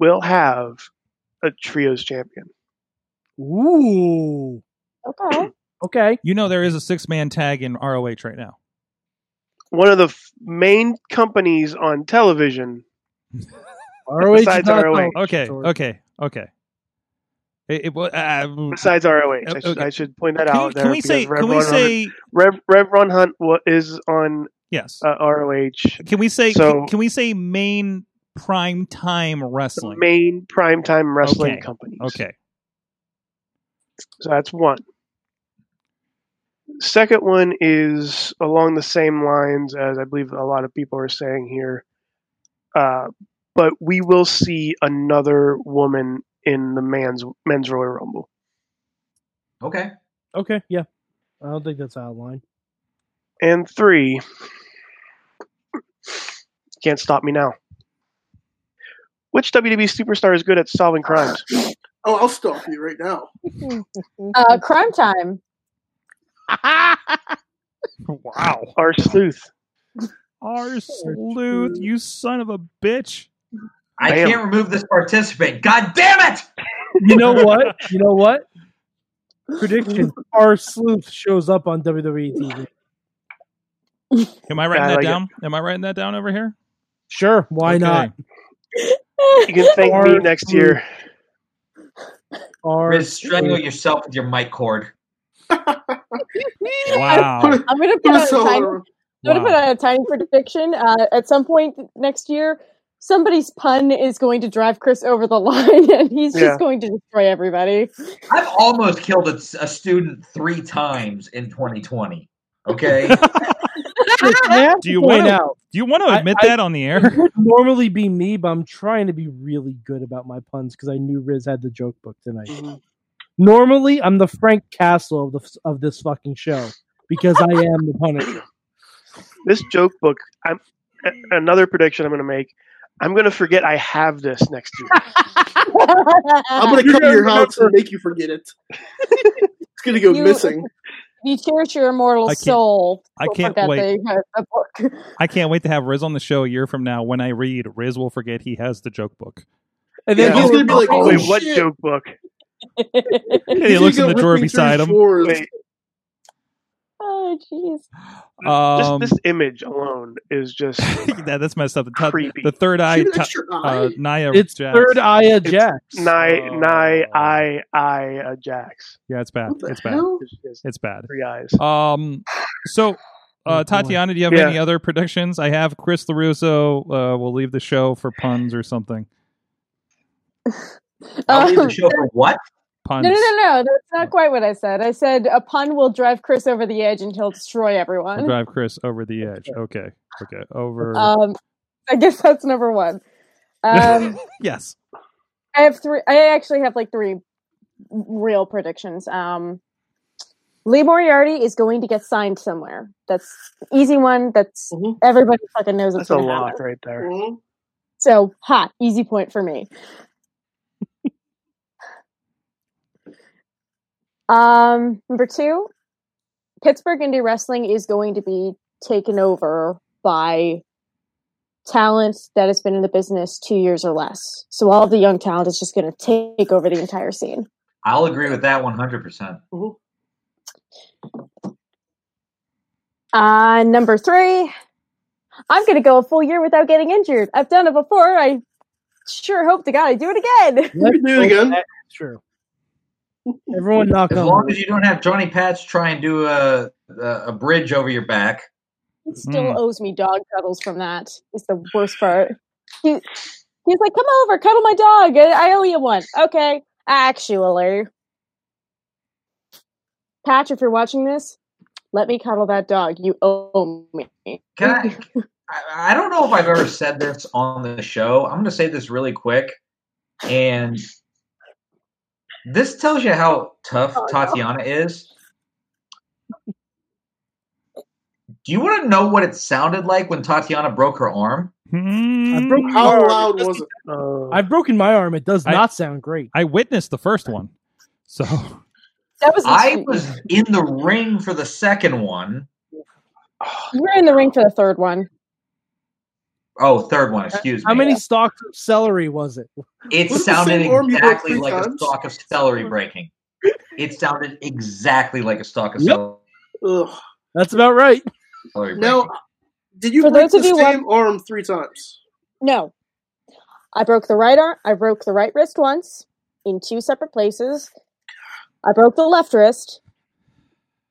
will have a trios champion. Ooh. Okay. okay. You know there is a six man tag in ROH right now. One of the f- main companies on *laughs* television. ROH is Besides not ROH. Okay, okay, okay. It, it, wa- uh, Besides ROH, I, should, okay. I should point that Can out. we- there can we because say- Rev can we Ron Hunt- say- Rev, Rev Ron Hunt wa- is on yes uh, ROH? Can we say so? can, can we say main prime time wrestling? main primetime wrestling okay. companies. Okay. So that's one. Second one is along the same lines as I believe a lot of people are saying here, uh, but we will see another woman in the man's men's Royal Rumble. Okay. Okay, yeah. I don't think that's out of line. And three. Can't stop me now. Which WDB superstar is good at solving crimes? Oh, I'll stop you right now. Uh, crime time. *laughs* Wow. Our sleuth. Our sleuth, you son of a bitch. I Bam. can't remove this participant. God damn it! You know *laughs* what? You know what? Prediction: Our sleuth shows up on E WWE TV. Am I writing I that like down? Am I writing that down over here? Sure, why not? You can thank me Our next sleuth. year. Our Riz, strangle yourself with your mic cord. Wow. *laughs* I'm gonna put out a So- time. I'm gonna put out a time prediction. Uh, at some point next year, somebody's pun is going to drive Chris over the *laughs* line, and he's Yeah. just going to destroy everybody. I've almost killed a, a student three times in 2020. *laughs* Okay. Do you want point to? out- Do you want to I- admit I- that on the air? It would normally be me, but I'm trying to be really good about my puns because I knew Riz had the joke book tonight. Mm-hmm. Normally, I'm the Frank Castle of the of this fucking show because I am the Punisher. *laughs* This joke book. I'm a- another prediction I'm going to make. I'm going to forget I have this next year. *laughs* *laughs* I'm gonna come to your house and make you forget it. it's gonna go You- missing. *laughs* You cherish your immortal I can't- soul. I Don't can't forget wait. that you have a book. I can't wait to have Riz on the show a year from now. When I read, Riz will forget he has the joke book. And then he's gonna be like, Oh, "Wait, "Oh, what joke *laughs* book?" And he looks in the drawer beside him. Wait, *laughs* Oh, jeez. Um, just this image alone is just *laughs* that, that's messed up. The, top- the third eye, an to- extra uh, eye. Naya. It's Jax. Oh. third eye of Jack. nigh nigh eye eye uh, Jax. Yeah, it's bad. It's bad. hell? It's bad. Three eyes. Um. *sighs* So, Oh, uh, Tatiana, do you have Yeah. any other predictions? I have Chris Larusso. Uh, will leave the show for puns *laughs* or something. I'll leave Oh. Um, the show for what? No, Puns. no, no, no. That's not quite what I said. I said a pun will drive Chris over the edge and he'll destroy We'll everyone. drive Chris over the edge. Okay. Okay. Over. Uh, Um, I guess that's number one. Um, yes. I have three. I actually have like three real predictions. Um, Lee Moriarty is going to get signed somewhere. That's an easy one. That's everybody fucking knows. It's That's a gonna lock happen. right there. So hot, easy point for me. um, number two, Pittsburgh indie wrestling is going to be taken over by talent that has been in the business two years or less. So all the young talent is just going to take over the entire scene. I'll agree with that 100%. Uh, number three, I'm going to go a full year without getting injured. I've done it before. I sure hope to God I do it again. Oh, True. Everyone knock As on long wood. as you don't have Johnny Patch try and do a, a, a bridge over your back. He still Hmm. owes me dog cuddles from that. Is the worst part. He, he's like, "Come over, cuddle my dog. I, I owe you one." Okay, actually, Patch, if you're watching this, let me cuddle that dog. You owe me. Can I? I I don't know if I've ever said this on the show. I'm going to say this really quick. And this tells you how Oh, tough Tatiana is. Do you want to know what it sounded like when Tatiana broke her arm? I broke my How arm. loud does- was it? Uh, I've broken my arm. It does I- not sound great. I witnessed the first one. So That was I was in the ring for the second one. you were in the ring for the third one. Oh, third one, excuse me. How many stalks of celery was it? It sounded exactly like a stalk of celery breaking. It sounded exactly like a stalk of celery Ugh. That's about right. breaking. Now, did you break the same arm three times? No, I broke the right arm. I broke the right wrist once in two separate places. I broke the left wrist,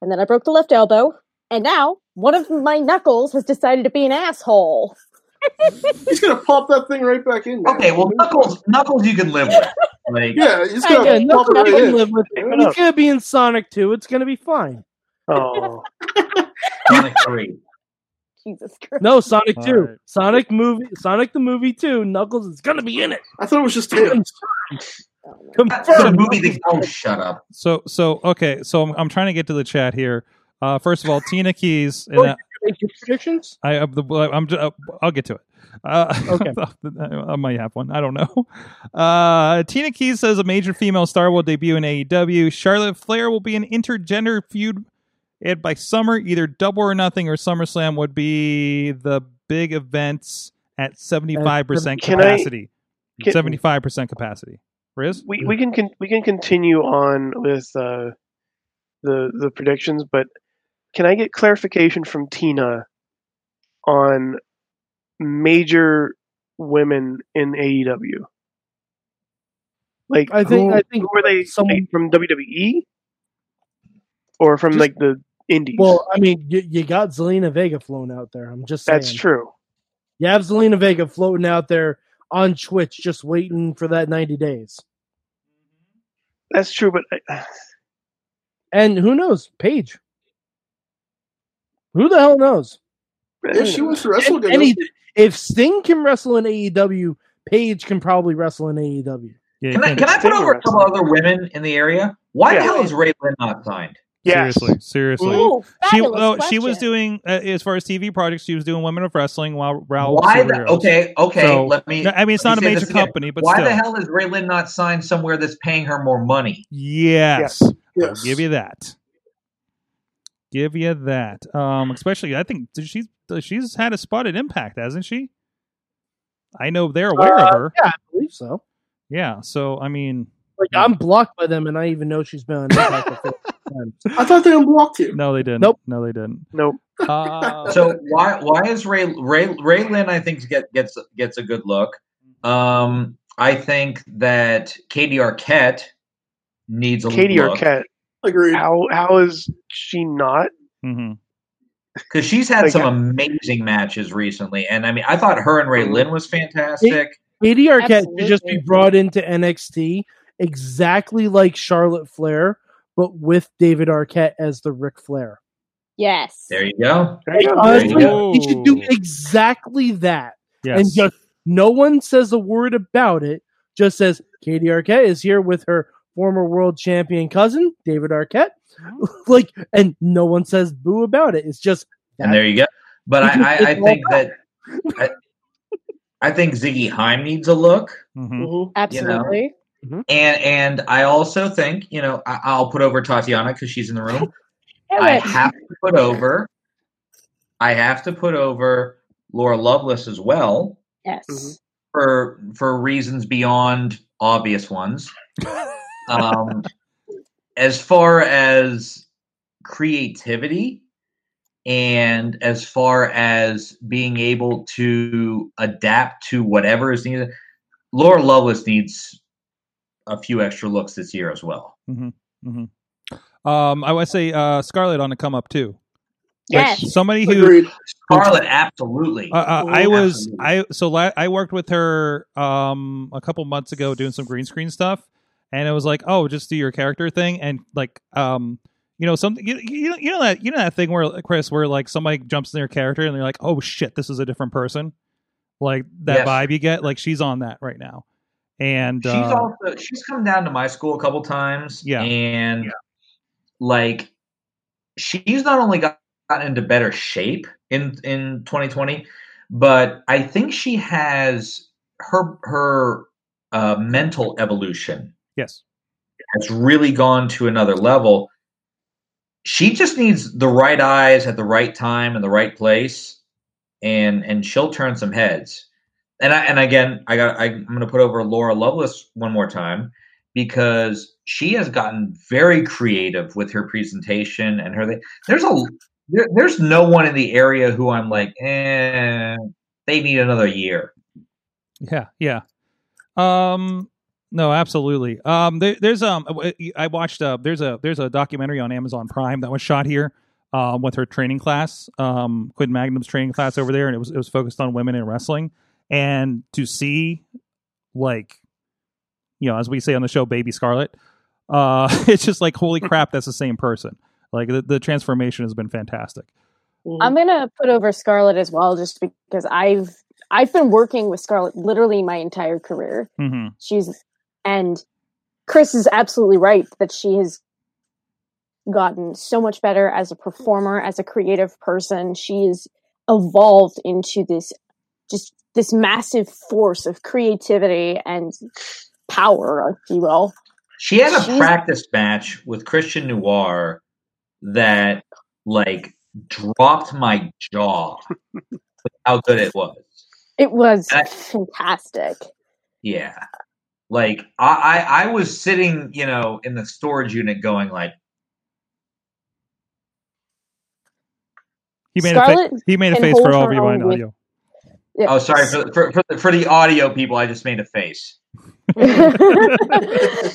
and then I broke the left elbow, and now one of my knuckles has decided to be an asshole. *laughs* He's gonna pop that thing right back in. Okay, well, Knuckles, Knuckles, you can live with. Like, Yeah, he's Yeah, gonna pop Knuckles it right can in. live with Pick it. it He's up. gonna be in Sonic 2. It's gonna be fine. Oh, *laughs* Sonic Three. Jesus Christ. No, Sonic All 2. Sonic movie Sonic the movie 2. Knuckles is gonna be in it. I thought it was just Tails. For a movie that oh shut up. So so okay. So I'm, I'm trying to get to the chat here. Uh, first of all, Tina Keys and Oh. uh, Make your predictions. I uh, the, I'm ju- uh, I'll get to it. Uh, okay, *laughs* I might have one. I don't know. Uh, Tina Keys says a major female star will debut in AEW. Charlotte Flair will be an intergender feud. And by summer, either Double or Nothing or SummerSlam would be the big events at seventy five percent Can I- capacity. can- Seventy five percent capacity. Riz, we we can con- we can continue on with uh, the the predictions, but can I get clarification from Tina on major women in AEW? Like, I think- who, I think who are they like, from WWE or from Just- like the Indies? Well, I mean, you, you got Zelina Vega flown out there. I'm just saying. that's true. You have Zelina Vega floating out there on Twitch, just waiting for that 90 days. That's true, but I, and who knows, Paige? Who the hell knows? If she was to wrestle If again, any- if Sting can wrestle in AEW, Paige can probably wrestle in E AEW. Can I, can I put over a couple other women in the area? Why the hell is Ray Lynn not signed? Seriously, seriously. Ooh, she fabulous no, she was question. doing uh, as far as TV projects, she was doing Women of Wrestling while Raul. Why the- Superheroes. okay, okay, Oh, So- let me- No, I mean, it's let not a me say major this again. company, but Why still. the hell is Ray Lynn not signed somewhere that's paying her more money? Yes. I'll Yes. give you that. Give you that. Um, especially, I think she's she's had a spot at Impact, hasn't she? I know they're aware of Uh, her. Yeah, I believe so. Yeah. So I mean, Like I'm blocked by them, and I even know she's been on Impact *laughs* before. I thought they unblocked you. No, they didn't. Nope. No, they didn't. Nope. *laughs* Uh, so why why is Ray Ray Ray Lynn? I think get, gets gets a good look. Um, I think that Katie Arquette needs a Katie look Arquette. Agreed. How how is she not? because she's had Like, some I- amazing matches recently. And I mean, I thought her and Ray Mm-hmm. Lynn was fantastic. Katie Arquette should just be brought into NXT exactly like Charlotte Flair, but with David Arquette as the Ric Flair. Yes. There you go. Honestly, he should do exactly that. Yes. And just no one says a word about it. Just says Katie Arquette is here with her former world champion cousin, David Arquette. *laughs* like, and no one says boo about it. It's just And there you go. But You can I, I, I take all think that I, I think Ziggy Heim needs a look. Mm-hmm. Absolutely. And and I also think you know I, I'll put over Tatiana because she's in *laughs* the room. Do I it. have to put over. I have to put over Laura Lovelace as well Yes. for for reasons beyond obvious ones. um, as far as creativity and as far as being able to adapt to whatever is needed, Laura Lovelace needs a few extra looks this year as well. hmm hmm Um, I would say uh, Scarlet on the come up too. Yes. Like, somebody who Agreed. Scarlett, absolutely. Uh, uh, I was Absolutely. I so la- I worked with her um a couple months ago doing some green screen stuff, and it was like, oh, just do your character thing, and like um you know something you, you, you know that you know that thing where Chris where like somebody jumps in their character and they're like, oh shit, this is a different person, like that Yes. vibe you get. Like she's on that right now, and she's uh, also she's come down to my school a couple times yeah and like she's not only got, gotten into better shape in in 2020 but i think she has her her uh, mental evolution yes, has really gone to another level she just needs the right eyes at the right time and the right place and and she'll turn some heads and I and again, I got I, I'm going to put over Laura Lovelace one more time because she has gotten very creative with her presentation and her. thing. There's a there, there's no one in the area who I'm like, eh, they need another year. yeah, yeah. Um, no, absolutely. Um, there, there's um, I watched uh, there's a there's a documentary on Amazon Prime that was shot here, um, with her training class, um, Quinn Magnum's training class over there, and it was it was focused on women in wrestling, and to see, like, you know, as we say on the show, Baby Scarlet, uh, *laughs* it's just like holy crap, that's the same person. Like the, the transformation has been fantastic. I'm gonna put over Scarlet as well, just because I've I've been working with Scarlet literally my entire career. Mm-hmm. She's and Chris is absolutely right that she has gotten so much better as a performer, as a creative person. She has evolved into this just this massive force of creativity and power, if you will. She had a She's- practice match with Christian Noir that like dropped my jaw with how good it was. It was fantastic. Yeah. Like I, I I was sitting, you know, in the storage unit going like He made a fa- Scarlett he made a can face for hold all her rewind own with- audio. Oh sorry for for, for, the, for the audio people, I just made a face.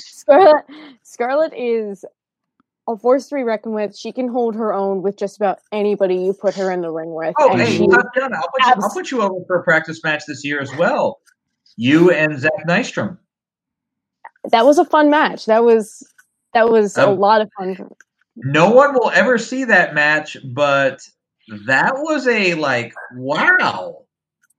Scarlet Scarlet is a force to be reckoned with. She can hold her own with just about anybody you put her in the ring with. Oh, and hey, she, Tatiana, I'll put, you, I'll put you over for a practice match this year as well. You and Zach Nystrom. that was a fun match. That was that was a Um, lot of fun. for- No one will ever see that match, but that was a like wow.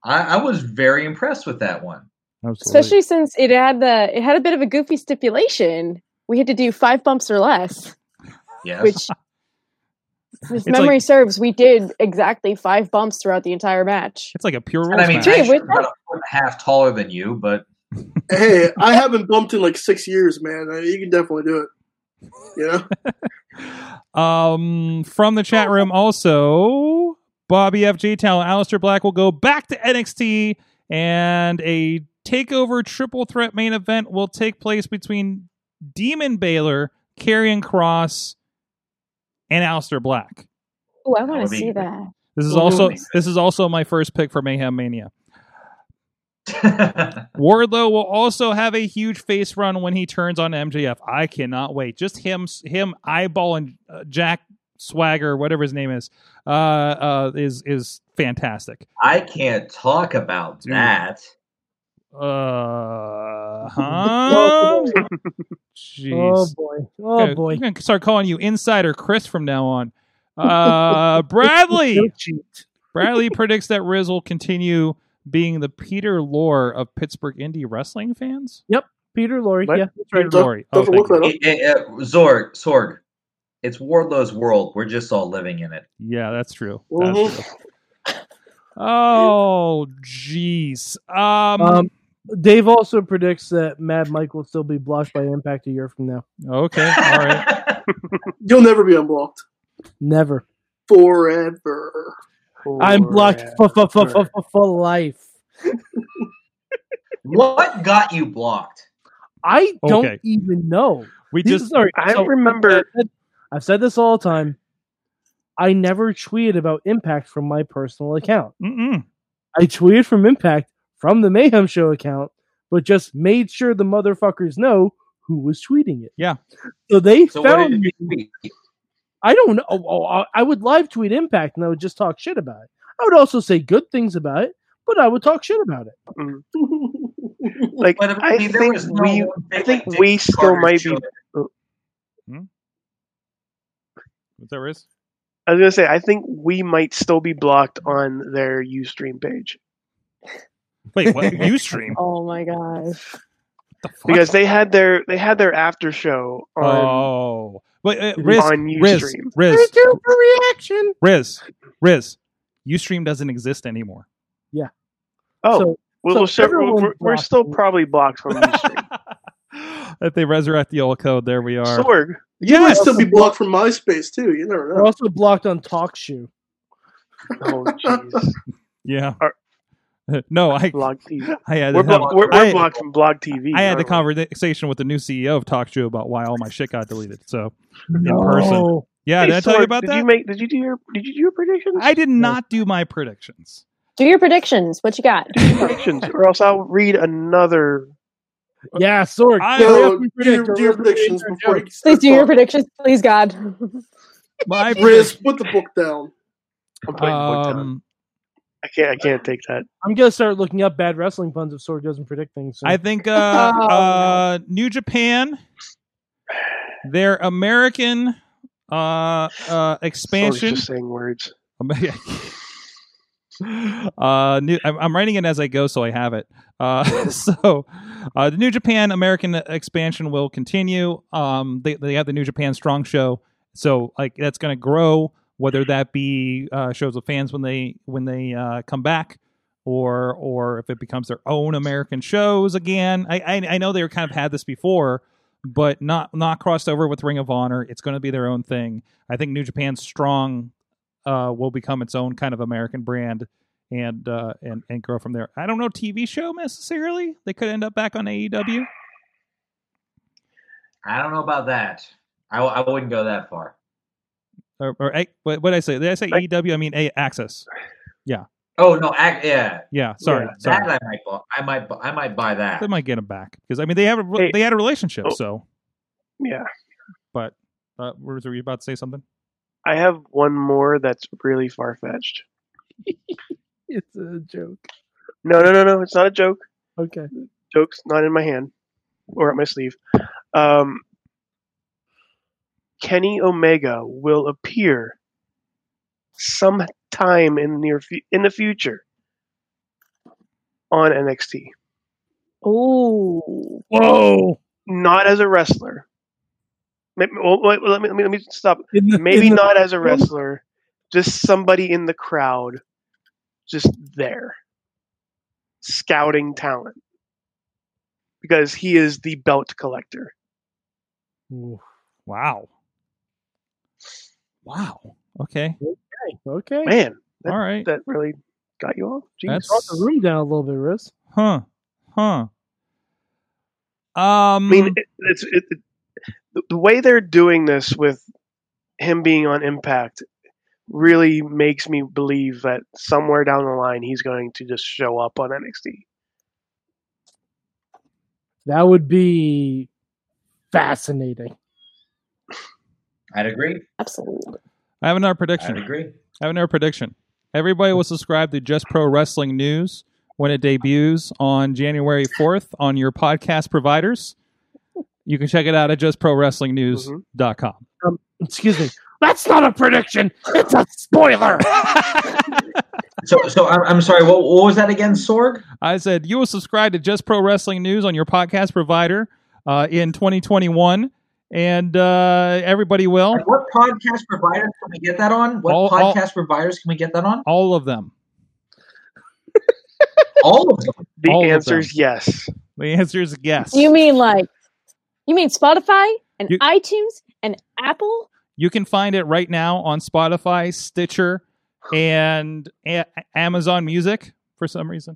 I, I was very impressed with that one. Especially since it had the it had a bit of a goofy stipulation. We had to do five bumps or less. Yes. *laughs* Which, if It's memory like- serves, we did exactly five bumps throughout the entire match. It's like a pure And I mean, Gee, I'm with about a foot and a half taller than you, but hey, I haven't bumped in like six years, man. I you can definitely do it. You know, Um, from the chat room, also Bobby FG Talent, Alistair Black will go back to NXT, and a takeover triple threat main event will take place between Demon Baylor, Karrion Cross, and Alistair Black. Oh, I want would to be see great. that. This is also this is also my first pick for Mayhem Mania. Wardlow will also have a huge face run when he turns on MJF. I cannot wait. Just him him eyeballing uh, Jack Swagger, whatever his name is, uh, uh, is is fantastic. I can't talk about that. Uh huh. Oh, Jeez. Oh, boy. Oh, Okay, boy. I'm gonna start calling you Insider Chris from now on. *laughs* Uh, Bradley. Don't cheat. *laughs* Bradley predicts that Riz will continue being the Peter Lore of Pittsburgh indie wrestling fans. Yep, Peter Lorre. Yeah, that's Peter right. Lorre. Oh, thank you. Eh, eh, eh, Zorg, Sorg, it's Wardlow's world. We're just all living in it. Yeah, that's true. That's true. Oh, jeez. Um, Um, Dave also predicts that Mad Mike will still be blocked by Impact a year from now. Okay, all right. *laughs* *laughs* you'll never be unblocked Never. forever. I'm blocked for, for, for, for, for, for life. What got you blocked? I don't Okay. even know. We This- just- sorry, I so- remember- I've said this all the time. I never tweeted about Impact from my personal account. Mm-mm. I tweeted from Impact from the Mayhem Show account, but just made sure the motherfuckers know who was tweeting it. Yeah. So they So what found did me. you tweet? I don't know. Oh, oh, I- I would live tweet Impact and I would just talk shit about it. I would also say good things about it, but I would talk shit about it. Mm. Like But, I I, mean, there think was no we, one I thing think like Dick we still Carter's might be. Oh, children. What's that, Riz? I was gonna say I think we might still be blocked on their UStream page Wait, *laughs* *laughs* what? Ustream? *laughs* Oh my gosh. because they had their they had their after show on. oh, wait, uh, Riz, on Riz, Ustream. Riz, reaction. *laughs* Riz, Riz. Ustream doesn't exist anymore. Yeah. Oh, So- well, so we'll se- we're, everyone's we're, we're blocked. still probably blocked *laughs* from UStream. If they resurrect the old code, there we are. Sorg. You might Yes. still be blocked from MySpace too. You never We're know. also blocked on TalkShoe. Oh *laughs* jeez. Yeah. *laughs* no, I Blog TV. I had We're, to have- blo- we're, I we're had- blocked from Blog TV. I had aren't the we? conversation with the new CEO of TalkShoe about why all my shit got deleted. So No. in person, yeah. Hey, did I tell you Sorg, about did that? You make, did you do your Did you do your predictions? I did not do my predictions. Do your predictions. What you got? *laughs* predictions, or else I'll read another. Yeah, Sorg. I- hurry up No, and do predict your- or do your we're gonna predictions read before your you jokes. Please do your predictions, please, God. My Riz, put the book down. I'm putting the book down. Um, I can't. I can't take that. I'm gonna start looking up bad wrestling puns if Sorg doesn't predict things. soon. I think uh, *laughs* Oh, uh, New Japan, their American uh, uh, Sorg's expansion. *laughs* just saying words. Am- Uh, new, I'm, I'm writing it as I go, so I have it. Uh, *laughs* so uh, the New Japan American expansion will continue. Um, they they have the New Japan Strong Show, so like that's going to grow. Whether that be uh, shows with fans when they when they uh, come back, or or if it becomes their own American shows again. I I, I know they were kind of had this before, but not not crossed over with Ring of Honor. It's going to be their own thing. I think New Japan Strong uh, will become its own kind of American brand and uh, and and grow from there. I don't know TV show necessarily. They could end up back on E AEW. I don't know about that. I, w- I wouldn't go that far. Or, or A- what what did I say? Did I say AEW? I mean A- Access. Yeah, Oh no, ac yeah, yeah. Sorry, Yeah, sorry. that I might, bu- I might, bu- I might buy that. They might get him back because I mean they have a, re- they had a relationship. Oh. So, Yeah. but uh, were were you about to say something? I have one more that's really far fetched. it's uh, a joke. No, no, no, no. It's not a joke. Okay. Joke's not in my hand or at my sleeve. Um, Kenny Omega will appear sometime in the near fu- in the future on NXT. Oh. Whoa. Not as a wrestler. Maybe, well, wait, let, me, let me let me stop. the- Maybe in the- not as a wrestler. Just somebody in the crowd, just there, scouting talent. Because he is the belt collector. Wow. Wow. Okay. Okay. Man, that, All right. that really got you off. Jeez. That's- Brought the room down a little bit, Riz. Huh. Huh. Um, I mean, it, it's it, it, the- the way they're doing this with him being on Impact really makes me believe that somewhere down the line he's going to just show up on NXT. That would be fascinating. I'd agree. Absolutely. I have another prediction. I'd agree. I have another prediction. Everybody will subscribe to Just Pro Wrestling News when it debuts on January 4th on your podcast providers. You can check it out at justprowrestlingnews.com. Um, excuse me. That's not a prediction. It's a spoiler. So, so I'm, I'm sorry. What, what was that again, Sorg? I said you will subscribe to Just Pro Wrestling News on your podcast provider uh, in 2021, and uh, everybody will. What podcast provider can we get that on? What All- all- podcast providers can we get that on? All of them. *laughs* All of them. The All of answer them. is yes. The answer is yes. You mean like you mean Spotify and You- iTunes and Apple? You can find it right now on Spotify, Stitcher, and a- Amazon Music for some reason.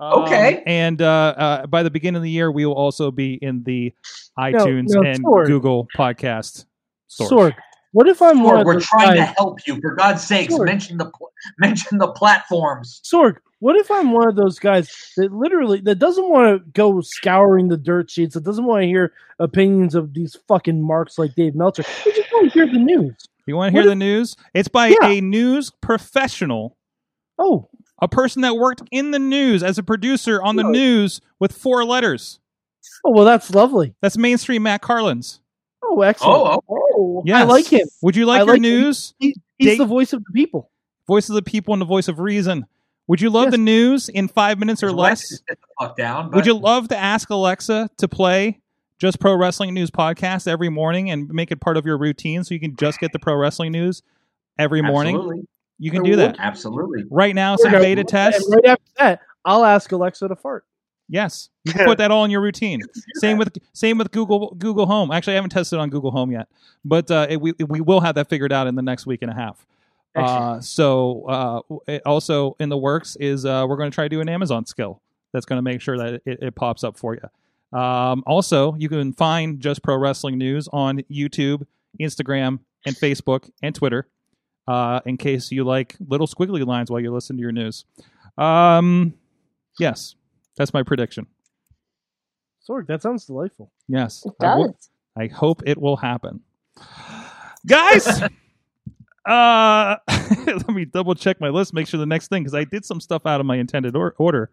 Um, Okay. And uh, uh, by the beginning of the year, we will also be in the iTunes no, and Sorg. Google podcast source. Sorg, what if I'm one Sorg, of we're those trying to guys? help you. For God's sakes, Sorg. mention the pl- mention the platforms. Sorg, what if I'm one of those guys that literally that doesn't want to go scouring the dirt sheets, that doesn't want to hear opinions of these fucking marks like Dave Meltzer. We just want to hear the news. You want to hear What the news? It's by Yeah. a news professional, Oh, a person that worked in the news as a producer on the news with four letters. oh well, that's lovely. That's mainstream Matt Carlins. Oh, excellent. Oh, oh, Yes. I like him. Would you I like your like him. news? He, he's Dave- the voice of the people. Voice of the people and the voice of reason. Would you love Yes. the news in five minutes or less? Alexis, Get the fuck down. Would but- you love to ask Alexa to play just pro wrestling news podcast every morning and make it part of your routine so you can just get the pro wrestling news every morning? Absolutely. You can I do that. Absolutely. Right now, some Okay. beta And tests. right after that, I'll ask Alexa to fart. Yes. You can put that all in *laughs* your routine. Same with same with Google Google Home. Actually, I haven't tested on Google Home yet, but uh, it, we we will have that figured out in the next week and a half. Uh, so uh, it also in the works is uh, we're going to try to do an Amazon skill that's going to make sure that it, it pops up for you. Um, also, you can find Just Pro Wrestling News on YouTube, Instagram, and Facebook and Twitter. Uh, in case you like little squiggly lines while you listen to your news. Um, yes, that's my prediction. Sorg, that sounds delightful. Yes. It I, does. wo- I hope it will happen. *laughs* Guys, uh *laughs* let me double check my list, make sure the next thing cuz I did some stuff out of my intended or- order.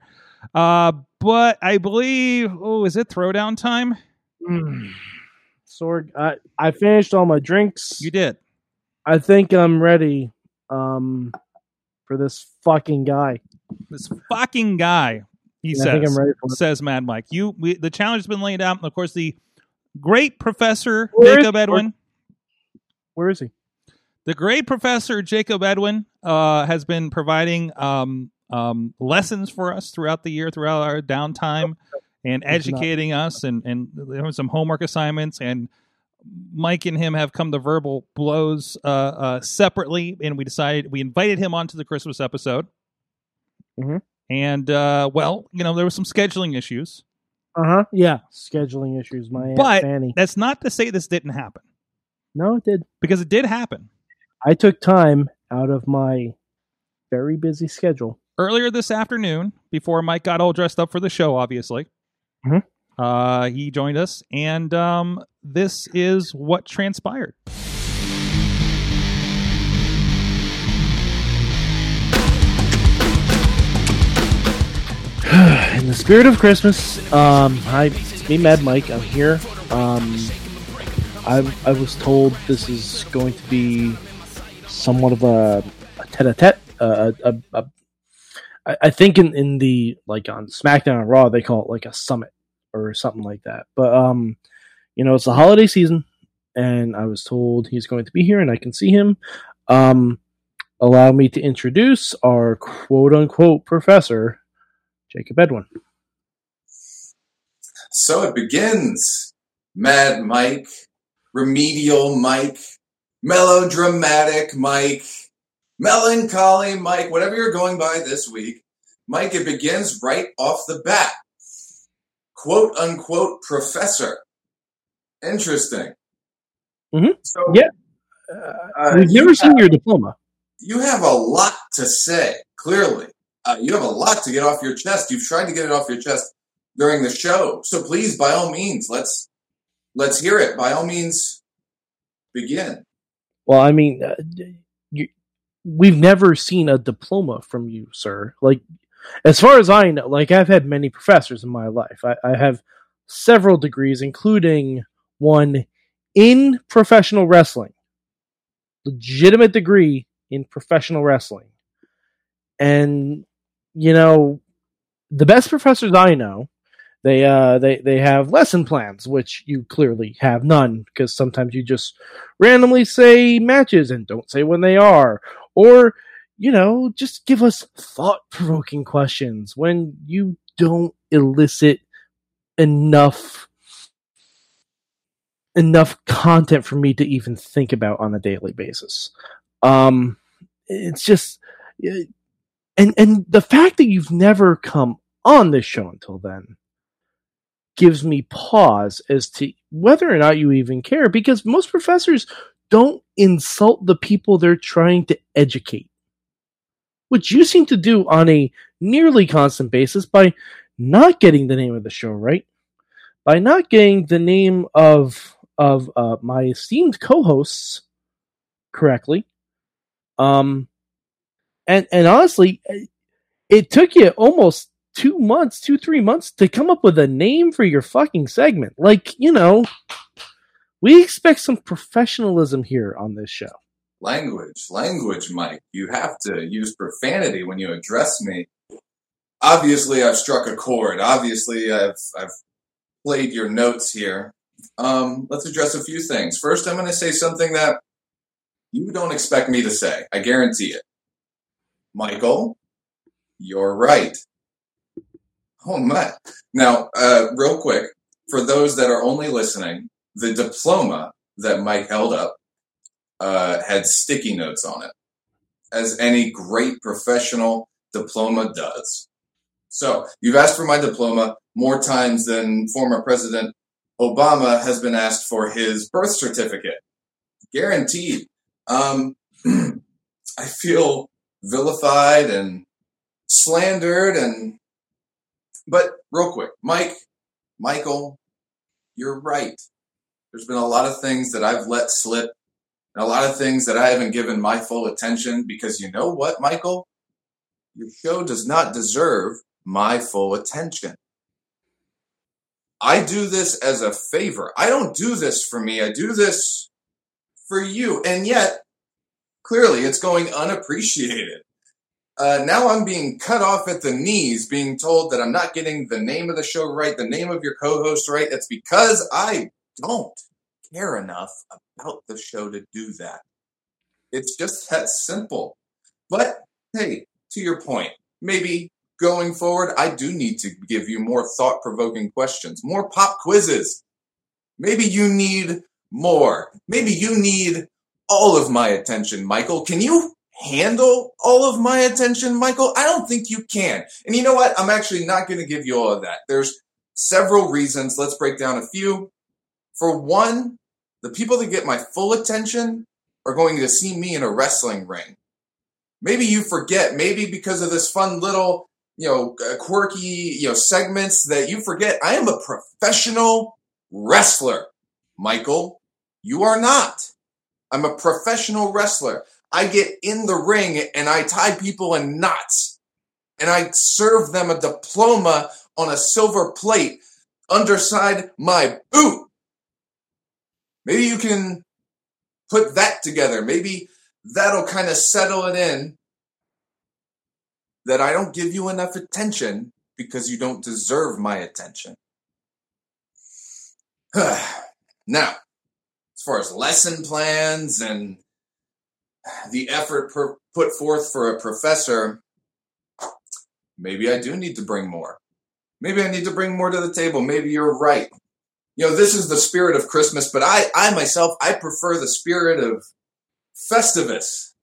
Uh but I believe oh, is it throwdown time? Mm. Sorg, I, I finished all my drinks. You did. I think I'm ready. Um, for this fucking guy. This fucking guy. He Yeah, I says, think I'm ready for it. says Mad Mike. You, we, the challenge has been laid out. And of course, the great professor Where is- Jacob Edwin. Where is he? The great professor Jacob Edwin uh, has been providing um, um, lessons for us throughout the year, throughout our downtime, and educating us and and there were some homework assignments. And Mike and him have come to verbal blows uh, uh, separately, and we decided we invited him onto the Christmas episode. Mm-hmm. And uh, well, you know there were some scheduling issues, Uh huh. Yeah, scheduling issues. My aunt but Fanny. that's not to say this didn't happen No, it did because it did happen. I took time out of my very busy schedule. earlier this afternoon, before Mike got all dressed up for the show, obviously, Mhm. uh, he joined us, and um, this is what transpired. In the spirit of Christmas, um, hi, it's me, Mad Mike. I'm here. Um, I, I was told this is going to be somewhat of a, a tete-a-tete. Uh, a, a, a, I, I think in, in the like on SmackDown and Raw they call it like a summit or something like that. But um, you know, it's the holiday season, and I was told he's going to be here, and I can see him. Um, allow me to introduce our quote-unquote professor, Jacob Edwin. So it begins. Mad Mike, remedial Mike, melodramatic Mike, melancholy Mike, whatever you're going by this week. Mike, it begins right off the bat. Quote unquote professor. Interesting. Mm-hmm. So yeah, uh, we've you never seen your diploma. you have a lot to say, clearly. Uh, you have a lot to get off your chest. You've tried to get it off your chest during the show. So please, by all means, let's let's hear it. By all means, begin. Well, I mean, uh, d- you, we've never seen a diploma from you, sir. Like, as far as I know, like I've had many professors in my life. I, I have several degrees, including one in professional wrestling, legitimate degree in professional wrestling, and you know, the best professors I know. They uh they, they have lesson plans, which you clearly have none, because sometimes you just randomly say matches and don't say when they are. Or, you know, just give us thought provoking questions when you don't elicit enough enough content for me to even think about on a daily basis. Um it's just it- and and the fact that you've never come on this show until then gives me pause as to whether or not you even care because most professors don't insult the people they're trying to educate, which you seem to do on a nearly constant basis by not getting the name of the show right, by not getting the name of of uh, my esteemed co-hosts correctly, um, and and honestly, it took you almost two months, two, three months to come up with a name for your fucking segment. Like, you know, we expect some professionalism here on this show. Language, language, Mike. You have to use profanity when you address me. Obviously, I've struck a chord. Obviously, I've I've played your notes here. Um, let's address a few things. First, I'm going to say something that you don't expect me to say. I guarantee it. Michael, you're right. Oh my! Now, uh, real quick, for those that are only listening, the diploma that Mike held up uh, had sticky notes on it, as any great professional diploma does. So you've asked for my diploma more times than former President Obama has been asked for his birth certificate. Guaranteed. Um, *clears throat* I feel vilified and slandered and but real quick mike michael you're right there's been a lot of things that i've let slip and a lot of things that I haven't given my full attention because you know what, Michael? Your show does not deserve my full attention. I do this as a favor. I don't do this for me. I do this for you. And yet, clearly, it's going unappreciated. Uh, now I'm being cut off at the knees, being told that I'm not getting the name of the show right, the name of your co host right. It's because I don't care enough about the show to do that. It's just that simple. But hey, to your point, maybe going forward, I do need to give you more thought provoking questions, more pop quizzes. Maybe you need more. Maybe you need all of my attention, Michael. Can you handle all of my attention, Michael? I don't think you can. And you know what? I'm actually not going to give you all of that. There's several reasons. Let's break down a few. For one, the people that get my full attention are going to see me in a wrestling ring maybe you forget maybe because of this fun little you know uh, quirky you know segments that you forget i am a professional wrestler michael you are not i'm a professional wrestler i get in the ring and i tie people in knots and i serve them a diploma on a silver plate underside my boot maybe you can put that together maybe that'll kind of settle it in that I don't give you enough attention because you don't deserve my attention. *sighs* now, as far as lesson plans and the effort per, put forth for a professor, maybe I do need to bring more. Maybe I need to bring more to the table. Maybe you're right. You know, this is the spirit of Christmas, but I, I myself, I prefer the spirit of Festivus.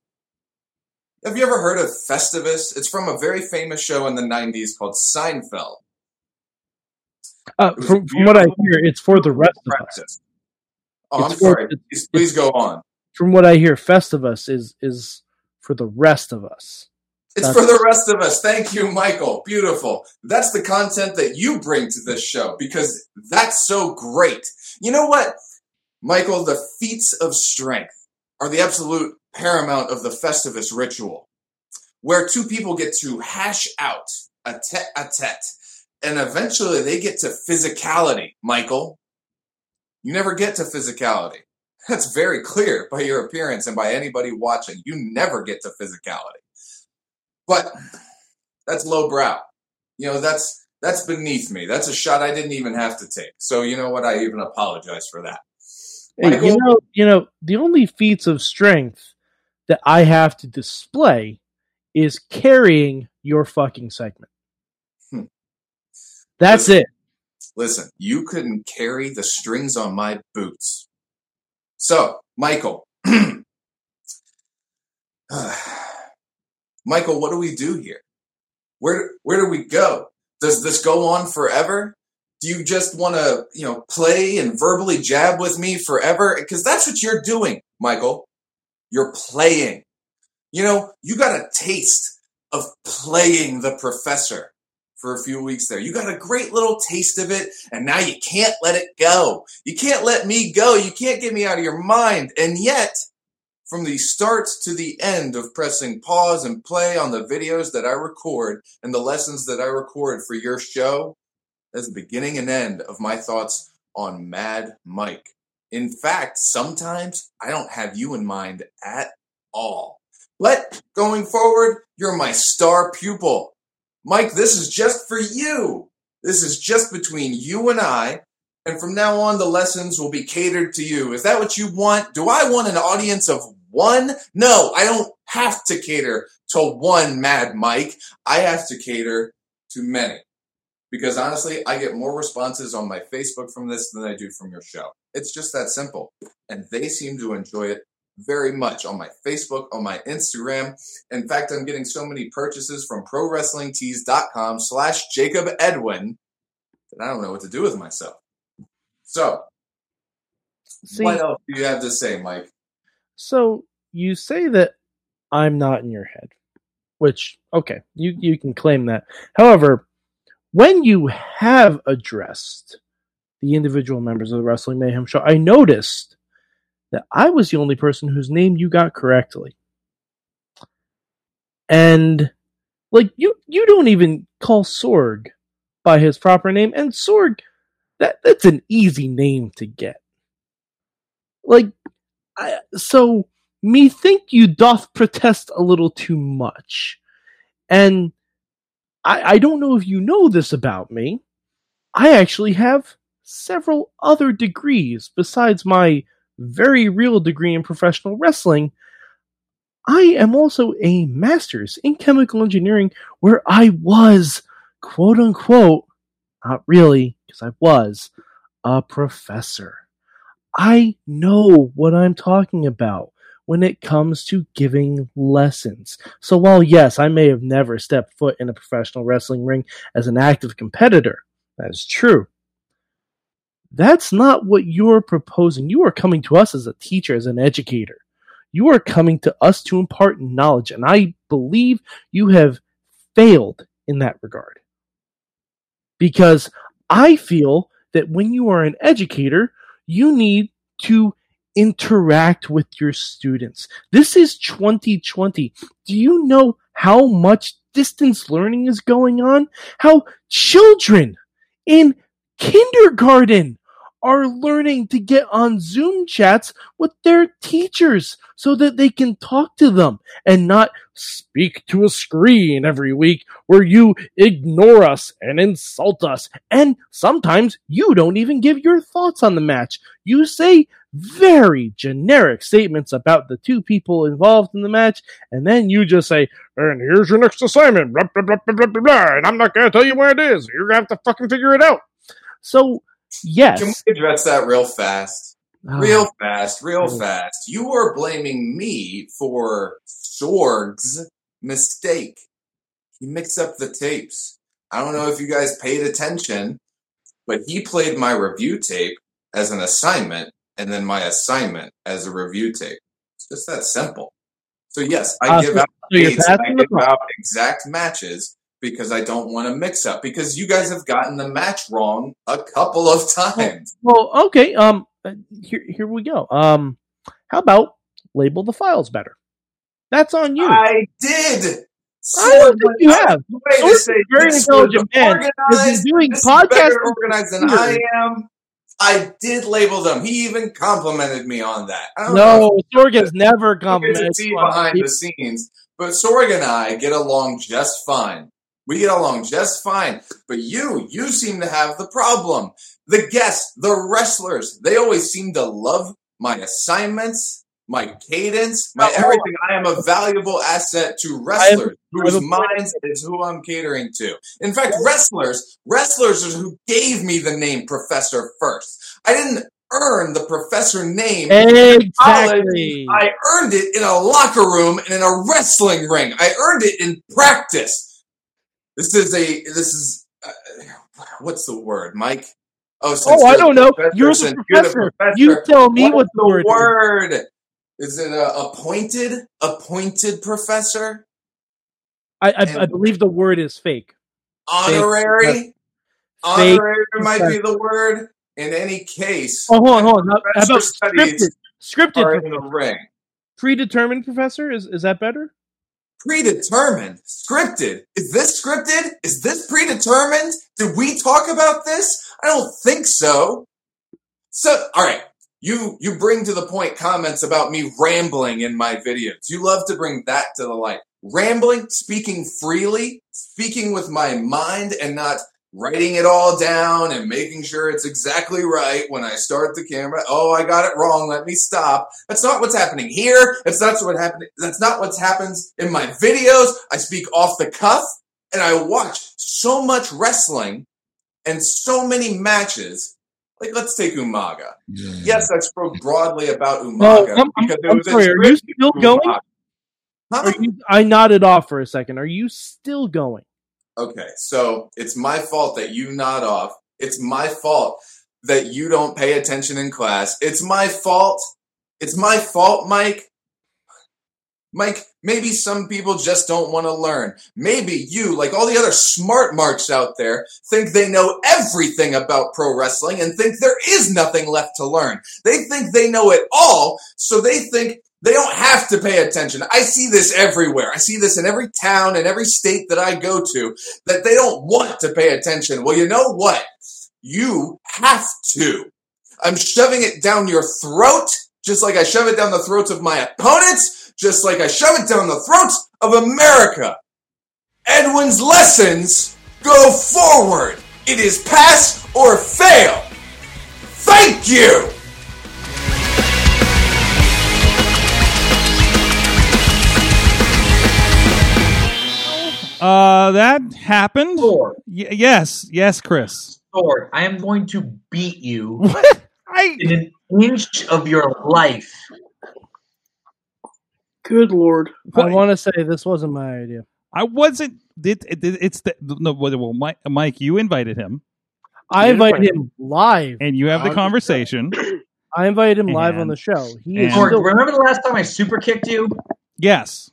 Have you ever heard of Festivus? It's from a very famous show in the 90s called Seinfeld. Uh, from, from what I hear, it's for the rest of us. Oh, It's I'm for- sorry. it's- Please, please go on. From what I hear, Festivus is is for the rest of us. It's for the rest of us. Thank you, Michael. Beautiful. That's the content that you bring to this show because that's so great. You know what, Michael? The feats of strength are the absolute paramount of the Festivus ritual, where two people get to hash out a tete a tete, and eventually they get to physicality, Michael. You never get to physicality. *laughs* That's very clear by your appearance and by anybody watching. You never get to physicality but that's lowbrow. You know, that's that's beneath me. That's a shot I didn't even have to take. So you know what? I even apologize for that. Hey, you know, you know, the only feats of strength that I have to display is carrying your fucking segment. Hmm. That's it. Listen, you couldn't carry the strings on my boots. So, Michael, *clears throat* Michael, what do we do here? Where where do we go? Does this go on forever? Do you just want to, you know, play and verbally jab with me forever? Because that's what you're doing, Michael. You're playing. You know, you got a taste of playing the professor for a few weeks there. You got a great little taste of it, and now you can't let it go. You can't let me go. You can't get me out of your mind. And yet, from the start to the end of pressing pause and play on the videos that I record and the lessons that I record for your show, that's the beginning and end of my thoughts on Mad Mike. In fact, sometimes I don't have you in mind at all. But going forward, you're my star pupil. Mike, this is just for you. This is just between you and I. And from now on, the lessons will be catered to you. Is that what you want? Do I want an audience of one? No, I don't have to cater to one Mad Mike. I have to cater to many. Because honestly, I get more responses on my Facebook from this than I do from your show. It's just that simple. And they seem to enjoy it very much on my Facebook, on my Instagram. In fact, I'm getting so many purchases from prowrestlingtees.com slash Jacob Edwin that I don't know what to do with myself. So, what else do you have to say, Mike? So you say that I'm not in your head, which okay, you you can claim that. However, when you have addressed the individual members of the Wrestling Mayhem show, I noticed that I was the only person whose name you got correctly. And like you you don't even call Sorg by his proper name and Sorg that that's an easy name to get. Like I, so me think you doth protest a little too much And I, I don't know if you know this about me. I actually have several other degrees besides my very real degree in professional wrestling. I am also a master's in chemical engineering where I was, quote unquote, not really, because I was, a professor. I know what I'm talking about when it comes to giving lessons. So while yes, I may have never stepped foot in a professional wrestling ring as an active competitor, that is true. That's not what you're proposing. You are coming to us as a teacher, as an educator. You are coming to us to impart knowledge, and I believe you have failed in that regard. Because I feel that when you are an educator, you need to interact with your students. This is 2020. Do you know how much distance learning is going on? How children in kindergarten are learning to get on Zoom chats with their teachers so that they can talk to them and not speak to a screen every week where you ignore us and insult us. And sometimes you don't even give your thoughts on the match. You say very generic statements about the two people involved in the match, and then you just say, and here's your next assignment, blah, blah, blah, blah, blah, blah, blah, and I'm not going to tell you what it is. You're going to have to fucking figure it out. So, yes. Can we address that real fast? Ah. Real fast, real fast. You are blaming me for Sorg's mistake. He mixed up the tapes. I don't know if you guys paid attention, but he played my review tape as an assignment and then my assignment as a review tape. It's just that simple. So, yes, I Ah, give so- out so you're dates and I passing the give out exact matches because I don't want to mix up because you guys have gotten the match wrong a couple of times. Well, okay. Um, uh, here, here we go. Um, how about label the files better? That's on you. I did. I don't Sorg think you went out have. of his Sorg way to is say a very this intelligent was man. He's organized, been doing this is podcasts better organized than for I years. am. I did label them. He even complimented me on that. I don't know. No, Sorg has never if you get to complimented see you on behind that. the scenes, but Sorg and I get along just fine. We get along just fine. But you, you seem to have the problem. The guests, the wrestlers, they always seem to love my assignments, my cadence, my everything. I am a valuable asset to wrestlers whose minds is who I'm catering to. In fact, wrestlers, wrestlers is who gave me the name Professor first. I didn't earn the professor name in college. Exactly. I earned it in a locker room and in a wrestling ring. I earned it in practice. This is a this is uh, what's the word, Mike? Oh, since Oh, I you're don't know. professor, You're the since professor. You tell me what's what the word is. word is. it a appointed appointed professor I, I, I believe the word is fake. honorary? Fake Honorary might be professor. the word. In any case, Oh, hold on, hold on. How- How professor about studies scripted? Scripted are in the professor. ring. Predetermined professor? Is, is that better? predetermined, scripted. Is this scripted? Is this predetermined? Did we talk about this? I don't think so. So, all right. You you bring to the point comments about me rambling in my videos. You love to bring that to the light. Rambling, speaking freely, speaking with my mind and not writing it all down and making sure it's exactly right when I start the camera. Oh, I got it wrong. Let me stop. That's not what's happening here. That's not what happened. That's not what happens in my videos. I speak off the cuff and I watch so much wrestling and so many matches. Like, let's take Umaga. Yes, I spoke broadly about No, Umaga I'm, I'm, because it I'm was sorry. Are a you script. still going? Are you, I nodded off for a second. Are you still going? Okay, so it's my fault that you nod off. It's my fault that you don't pay attention in class. It's my fault. It's my fault, Mike. Mike, maybe some people just don't want to learn. Maybe you, like all the other smart marks out there, think they know everything about pro wrestling and think there is nothing left to learn. They think they know it all, so they think they don't have to pay attention. I see this everywhere. I see this in every town and every state that I go to that they don't want to pay attention. Well, you know what? You have to. I'm shoving it down your throat, just like I shove it down the throats of my opponents, just like I shove it down the throats of America. Edwin's lessons go forward. It is pass or fail. Thank you. Uh, that happened. Y- yes, yes, Chris. Sword, I am going to *laughs* beat you in an inch of your life. Good lord! I want to say this wasn't my idea. I wasn't. It, it, it- it's the no. Well, well, Mike, Mike, you invited him. I invited him live, and you have the on- conversation. I invited him live on And- the show. He and- is Sword, still remember the last time I super kicked you? Yes.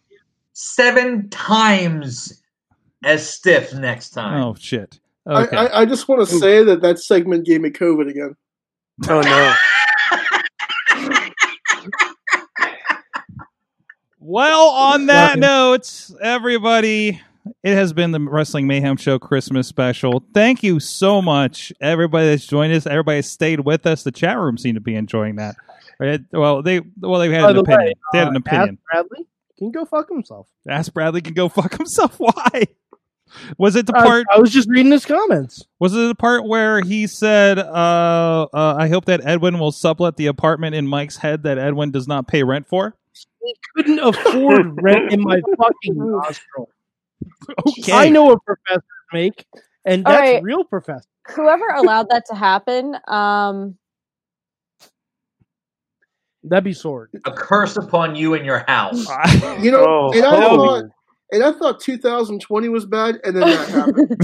Seven times as stiff next time. Oh shit. I, I, I just want Hmm. to say that that segment gave me COVID again. Oh no! Well, on that Right. note, everybody, it has been the Wrestling Mayhem Show Christmas special. Thank you so much, everybody that's joined us. Everybody that's stayed with us. The chat room seemed to be enjoying that. Right? Well, they well they had By an the way, opinion. they had an uh, opinion. Ask Bradley can go fuck himself. Ask Bradley can go *laughs* fuck himself. Why? Was it the I- part? I was just reading his comments. Was it the part where he said, uh, uh, "I hope that Edwin will sublet the apartment in Mike's head that Edwin does not pay rent for"? He couldn't afford rent in my fucking nostril. *laughs* Okay. I know what professors make, and All that's right. real professor. Whoever allowed that to happen, um, That'd be sword. A curse upon you and your *laughs* house. *laughs* *laughs* You know, and I oh. thought, and I thought 2020 was bad, and then *laughs* that happened.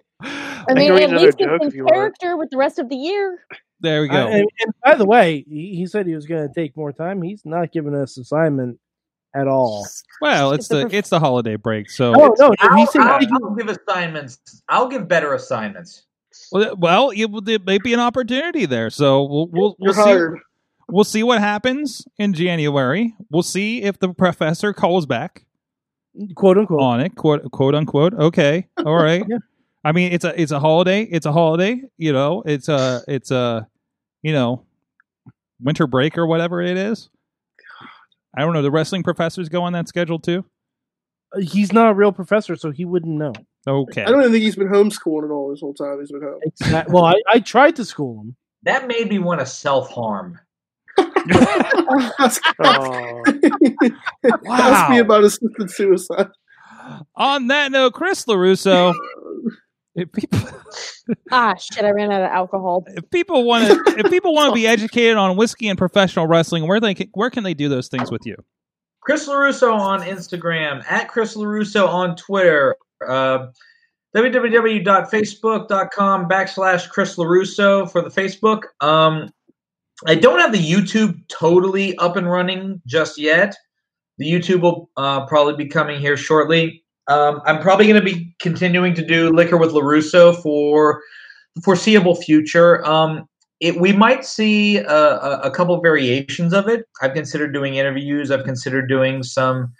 *laughs* I can mean, read at another least joke it's if you in want. character with the rest of the year. There we I- go. Uh, and, and by the way, he, he said he was going to take more time. He's not giving us assignment at all. Well, it's the it's the holiday break, so No, Oh, no, I'll, he said- I'll- I'll give assignments. I'll give better assignments. Well, well, it, will- there may be an opportunity there, so we'll we'll, we'll You're see. hired. We'll see what happens in January. We'll see if the professor calls back, quote unquote, on it, quote quote unquote. Okay, all right. I mean, it's a it's a holiday. It's a holiday. You know, it's a it's a you know winter break or whatever it is. I don't know. The wrestling professors go on that schedule too. Uh, He's not a real professor, so he wouldn't know. Okay. I don't even think he's been homeschooling all this whole time. He's been home. That- well, I, I tried to school him. That made me want to self harm. Oh, *laughs* Must be about assisted suicide. On that note, Chris Larusso. If people Ah, shit! I ran out of alcohol. if people want to if people want *laughs* to be educated on whiskey and professional wrestling, where they can, where can they do those things with you? *laughs* Chris LaRusso on Instagram, at Chris LaRusso on Twitter, uh, www.facebook.com backslash Chris LaRusso for the Facebook. Um, I don't have the YouTube totally up and running just yet. The YouTube will uh, probably be coming here shortly. Um, I'm probably going to be continuing to do Liquor with LaRusso for the foreseeable future. Um, it, we might see a, a, a couple variations of it. I've considered doing interviews. I've considered doing some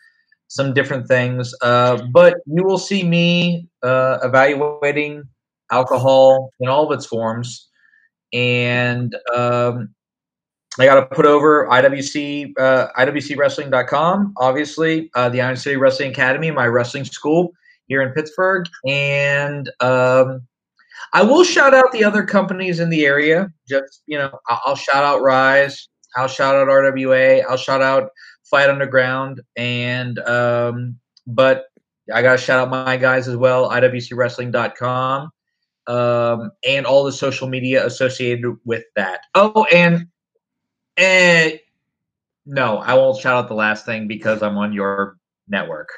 some different things. Uh, but you will see me uh, evaluating alcohol in all of its forms, and um, I got to put over IWC uh, IWCWrestling.com, obviously uh, the Iron City Wrestling Academy, my wrestling school here in Pittsburgh, and. Um, I will shout out the other companies in the area. Just you know, I- I'll shout out Rise. I'll shout out RWA. I'll shout out Fight Underground. And um, but I gotta shout out my guys as well. IWCWrestling.com um, and all the social media associated with that. Oh, and and no, I won't shout out the last thing because I'm on your network.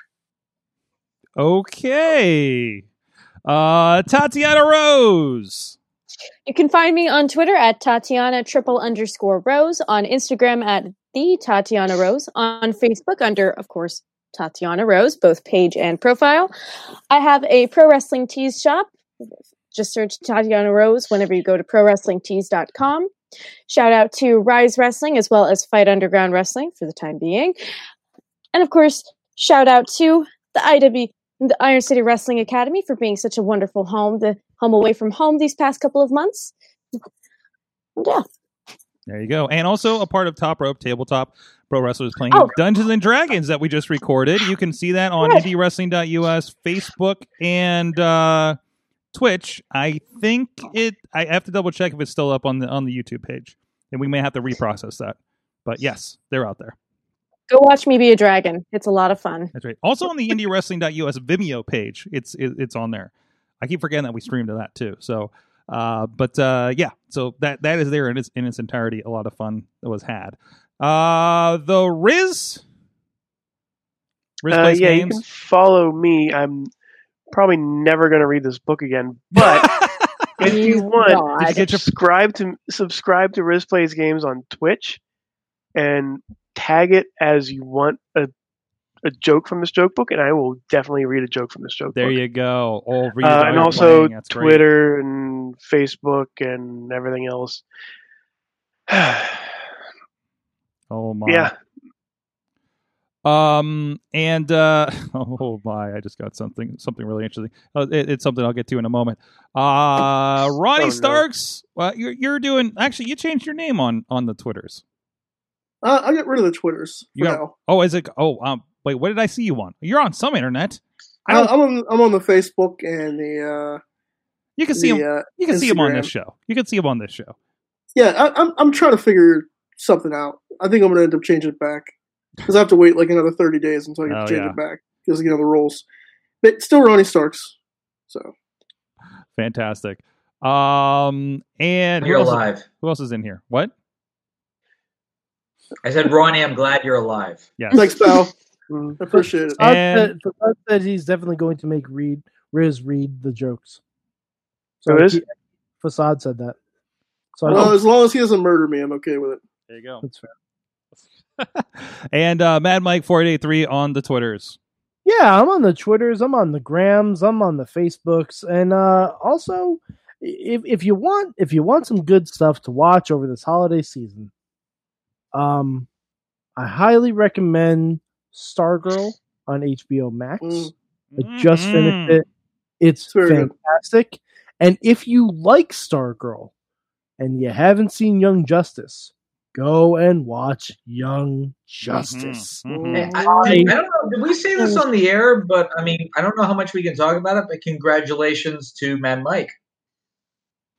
Okay. Uh Tatiana Rose. *laughs* You can find me on Twitter at Tatiana triple underscore Rose, on Instagram at the Tatiana Rose, on Facebook under, of course, Tatiana Rose, both page and profile. I have a pro wrestling tees shop. Just search Tatiana Rose whenever you go to prowrestlingtees.com. Shout out to Rise Wrestling as well as Fight Underground Wrestling for the time being. And of course, shout out to the IW the Iron City Wrestling Academy for being such a wonderful home, the home away from home these past couple of months. And yeah. There you go. And also a part of Top Rope Tabletop pro wrestlers playing Oh. Dungeons and Dragons that we just recorded. You can see that on Yes. indiewrestling.us, Facebook, and uh, Twitch. I think it. I have to double check if it's still up on the on the YouTube page, and we may have to reprocess that. But yes, they're out there. Go watch me be a dragon. It's a lot of fun. That's right. Also on the indiewrestling.us Vimeo page, it's it, it's on there. I keep forgetting that we stream to that too. So, uh, but uh, yeah, so that that is there in its in its entirety. A lot of fun that was had. Uh, the Riz, Riz Uh, plays yeah, you games. can follow me. I'm probably never going to read this book again, *laughs* but if you want, God. Did you get your- subscribe to subscribe to Riz Plays Games on Twitch, and tag it as you want a a joke from this joke book, and I will definitely read a joke from this joke There book. you go. All read Uh, while and you're also playing. That's great. Twitter and Facebook and everything else. Oh my. Yeah. Um and uh *laughs* oh my, I just got something something really interesting. Uh, it- it's something I'll get to in a moment. Uh Ronnie Starks, uh, you're you're doing actually you changed your name on on the Twitters. Uh, I got rid of the Twitters. You for got- now. oh is it oh um wait what did I see you on? You're on some internet. I I don't am on Uh, I'm on the Facebook and the. Uh, you can see the, him uh, you can see him on this Instagram. show. You can see him on this show. Yeah, I, I'm I'm trying to figure something out. I think I'm gonna end up changing it back because I have to wait like another 30 days until I can Oh, change yeah. it back because you know the rules. But still, Ronnie Starks. So Fantastic. Um and who You're else is- alive. who else is in here? What? I said, Ronnie, I'm glad you're alive. Yes. thanks, pal. I appreciate it. Scott And- said, Scott said he's definitely going to make read Riz read the jokes. Who I is? keep- Facade said that. So I Well, keep- as long as he doesn't murder me, I'm okay with it. There you go. that's fair. And uh Mad Mike 4883 on the Twitters. Yeah, I'm on the Twitters, I'm on the Grams, I'm on the Facebooks, and uh, also if if you want if you want some good stuff to watch over this holiday season, um, I highly recommend Stargirl on HBO Max. I just finished it. It's very good. fantastic. And if you like Stargirl and you haven't seen Young Justice, go and watch Young Mm-hmm. Justice. I, I don't know. Did we say this on the air? But I mean, I don't know how much we can talk about it. But congratulations to Mad Mike.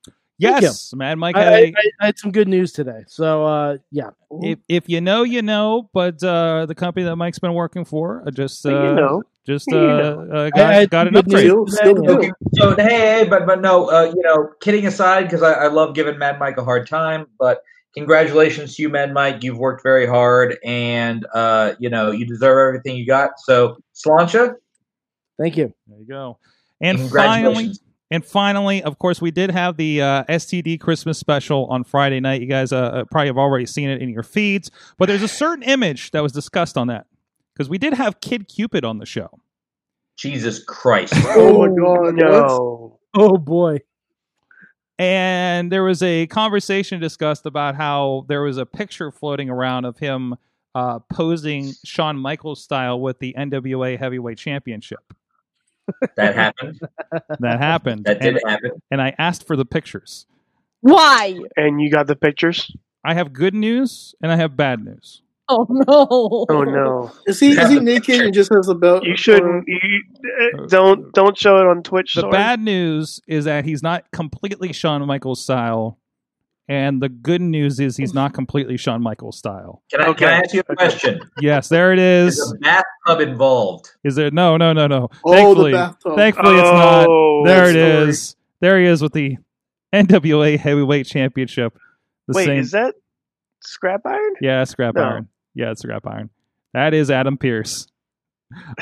Thank Yes, Mad Mike I, had I, a- I- I had some good news today. So uh, yeah, If, if you know, you know. But uh, the company that Mike's been working for uh, just uh, You know. just uh, You know. uh, I- I got, had got some an good upgrade. news Still- today. still Okay, so hey, hey, but but no, uh, you know, kidding aside, because I, I love giving Mad Mike a hard time. But congratulations to you, Mad Mike. You've worked very hard, and uh, you know, you deserve everything you got. So, Slancha, Thank you. There you go. And finally, Congratulations. and finally, of course, we did have the uh, STD Christmas special on Friday night. You guys uh, uh, probably have already seen it in your feeds, but there's a certain image that was discussed on that because we did have Kid Cupid on the show. Jesus Christ! Oh my god! no. Oh boy. And there was a conversation discussed about how there was a picture floating around of him uh, posing Shawn Michaels style with the NWA Heavyweight Championship. That happened. That happened. That did And- happen. And I asked for the pictures. Why? And you got the pictures? I have good news and I have bad news. *laughs* Oh no. Oh no! Is he is he naked and just has a belt? You shouldn't. You uh, don't don't show it on Twitch. The sorry. bad news is that he's not completely Shawn Michaels style, and the good news is he's not completely Shawn Michaels *laughs* style. Can I can I ask you a question? Yes, there it is. Is a bathtub involved? Is there? No, no, no, no. Oh, the thankfully, bathtub. thankfully, it's not. Oh, There good it story. is. There he is with the NWA Heavyweight Championship. The Wait, same. is that scrap iron? yeah, scrap No. iron. Yeah, it's scrap iron. That is *laughs* Adam Pierce.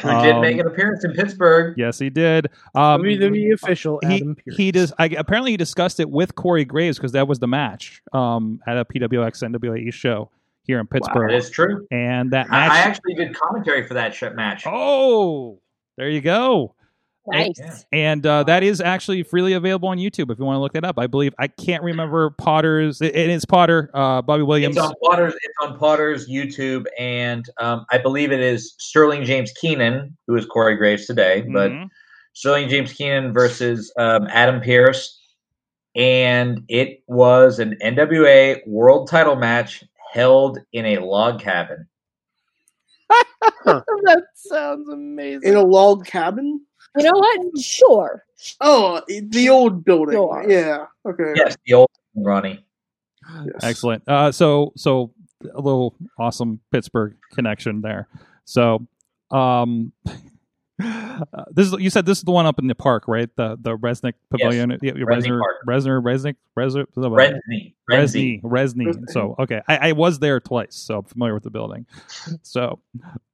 Who did Um, make an appearance in Pittsburgh? Yes, he did. Um, WWE E official he, Adam Pearce. He does. I, apparently, he discussed it with Corey Graves because that was the match um, at a PWX NWA show here in Pittsburgh. That is true. And that I, match. I actually did commentary for that shit match. Oh, there you go. Nice. And, and, uh, that is actually freely available on YouTube if you want to look that up. I believe I can't remember Potter's. It, it is Potter, uh, Bobby Williams. It's on Potter's. It's on Potter's YouTube, and um, I believe it is Sterling James Keenan, who is Corey Graves today, but Mm-hmm. Mhm. Sterling James Keenan versus um, Adam Pierce, and it was an NWA World Title match held in a log cabin. *laughs* that sounds amazing. in a log cabin. You know what? Sure. Oh, the old building. Sure. Yeah. Okay. Yes, the old Ronnie. Excellent. Uh, so so a little awesome Pittsburgh connection there. So um, *laughs* uh, this is you said this is the one up in the park, right? The the Resnick Pavilion. Yeah, yeah, Resnick Resner, Park. Resner, Resnick, Resner, Resny. Resny, Resny. Resny. So okay, I, I was there twice, so I'm familiar with the building. So,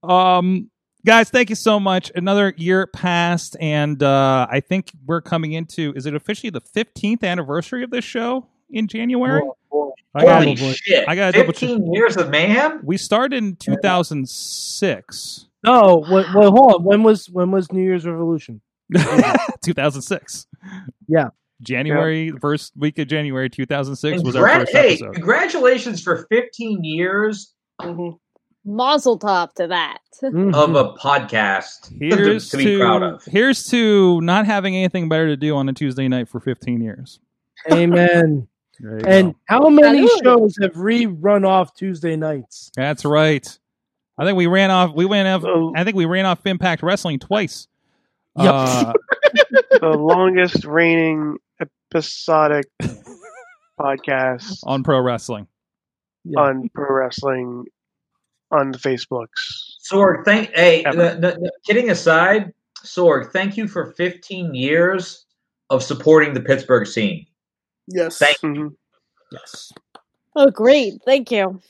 um, guys, thank you so much. Another year passed, and uh, I think we're coming into is it officially the 15th anniversary of this show in January? Holy shit! I got double check. fifteen years of mayhem. We started in *laughs* 2006. No, wait, wait, hold on. When was when was New Year's Revolution? 2006. Yeah. January, first week of January 2006 was our Congra- first hey, episode. congratulations for fifteen years Mazel tov to that. of a podcast Here's to be proud of. Here's to not having anything better to do on a Tuesday night for 15 years. Amen. *laughs* There you And go. how many Salud. shows have rerun off Tuesday nights? that's right. I think we ran off. We went Oh. off. I think we ran off Impact Wrestling twice. Yep. Uh, *laughs* the longest reigning episodic podcast on pro wrestling. on pro wrestling on the Facebooks. Sorg, thank. Hey, Ever. the, the, the- kidding aside, Sorg, thank you for fifteen years of supporting the Pittsburgh scene. Yes. Thank you. Yes. *laughs* Oh, great. Thank you.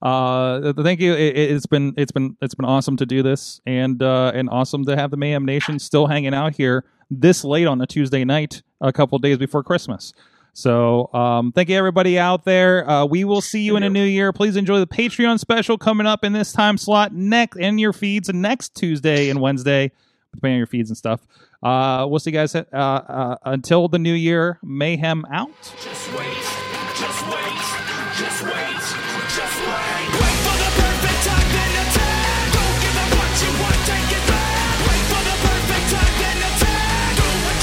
Uh, th- thank you. It, it- it's been it's been it's been awesome to do this, and uh, and awesome to have the Mayhem Nation still hanging out here this late on a Tuesday night, a couple days before Christmas. So, um, thank you everybody out there. Uh, we will see you in a new year. Please enjoy the Patreon special coming up in this time slot next in your feeds next Tuesday and Wednesday, depending on your feeds and stuff. Uh, we'll see you guys uh, uh, until the new year. Mayhem out. Just wait, just wait, just wait, just wait. Wait for the perfect time, then attack. Don't give up what you want, take it back. Wait for the perfect time, then attack. Do what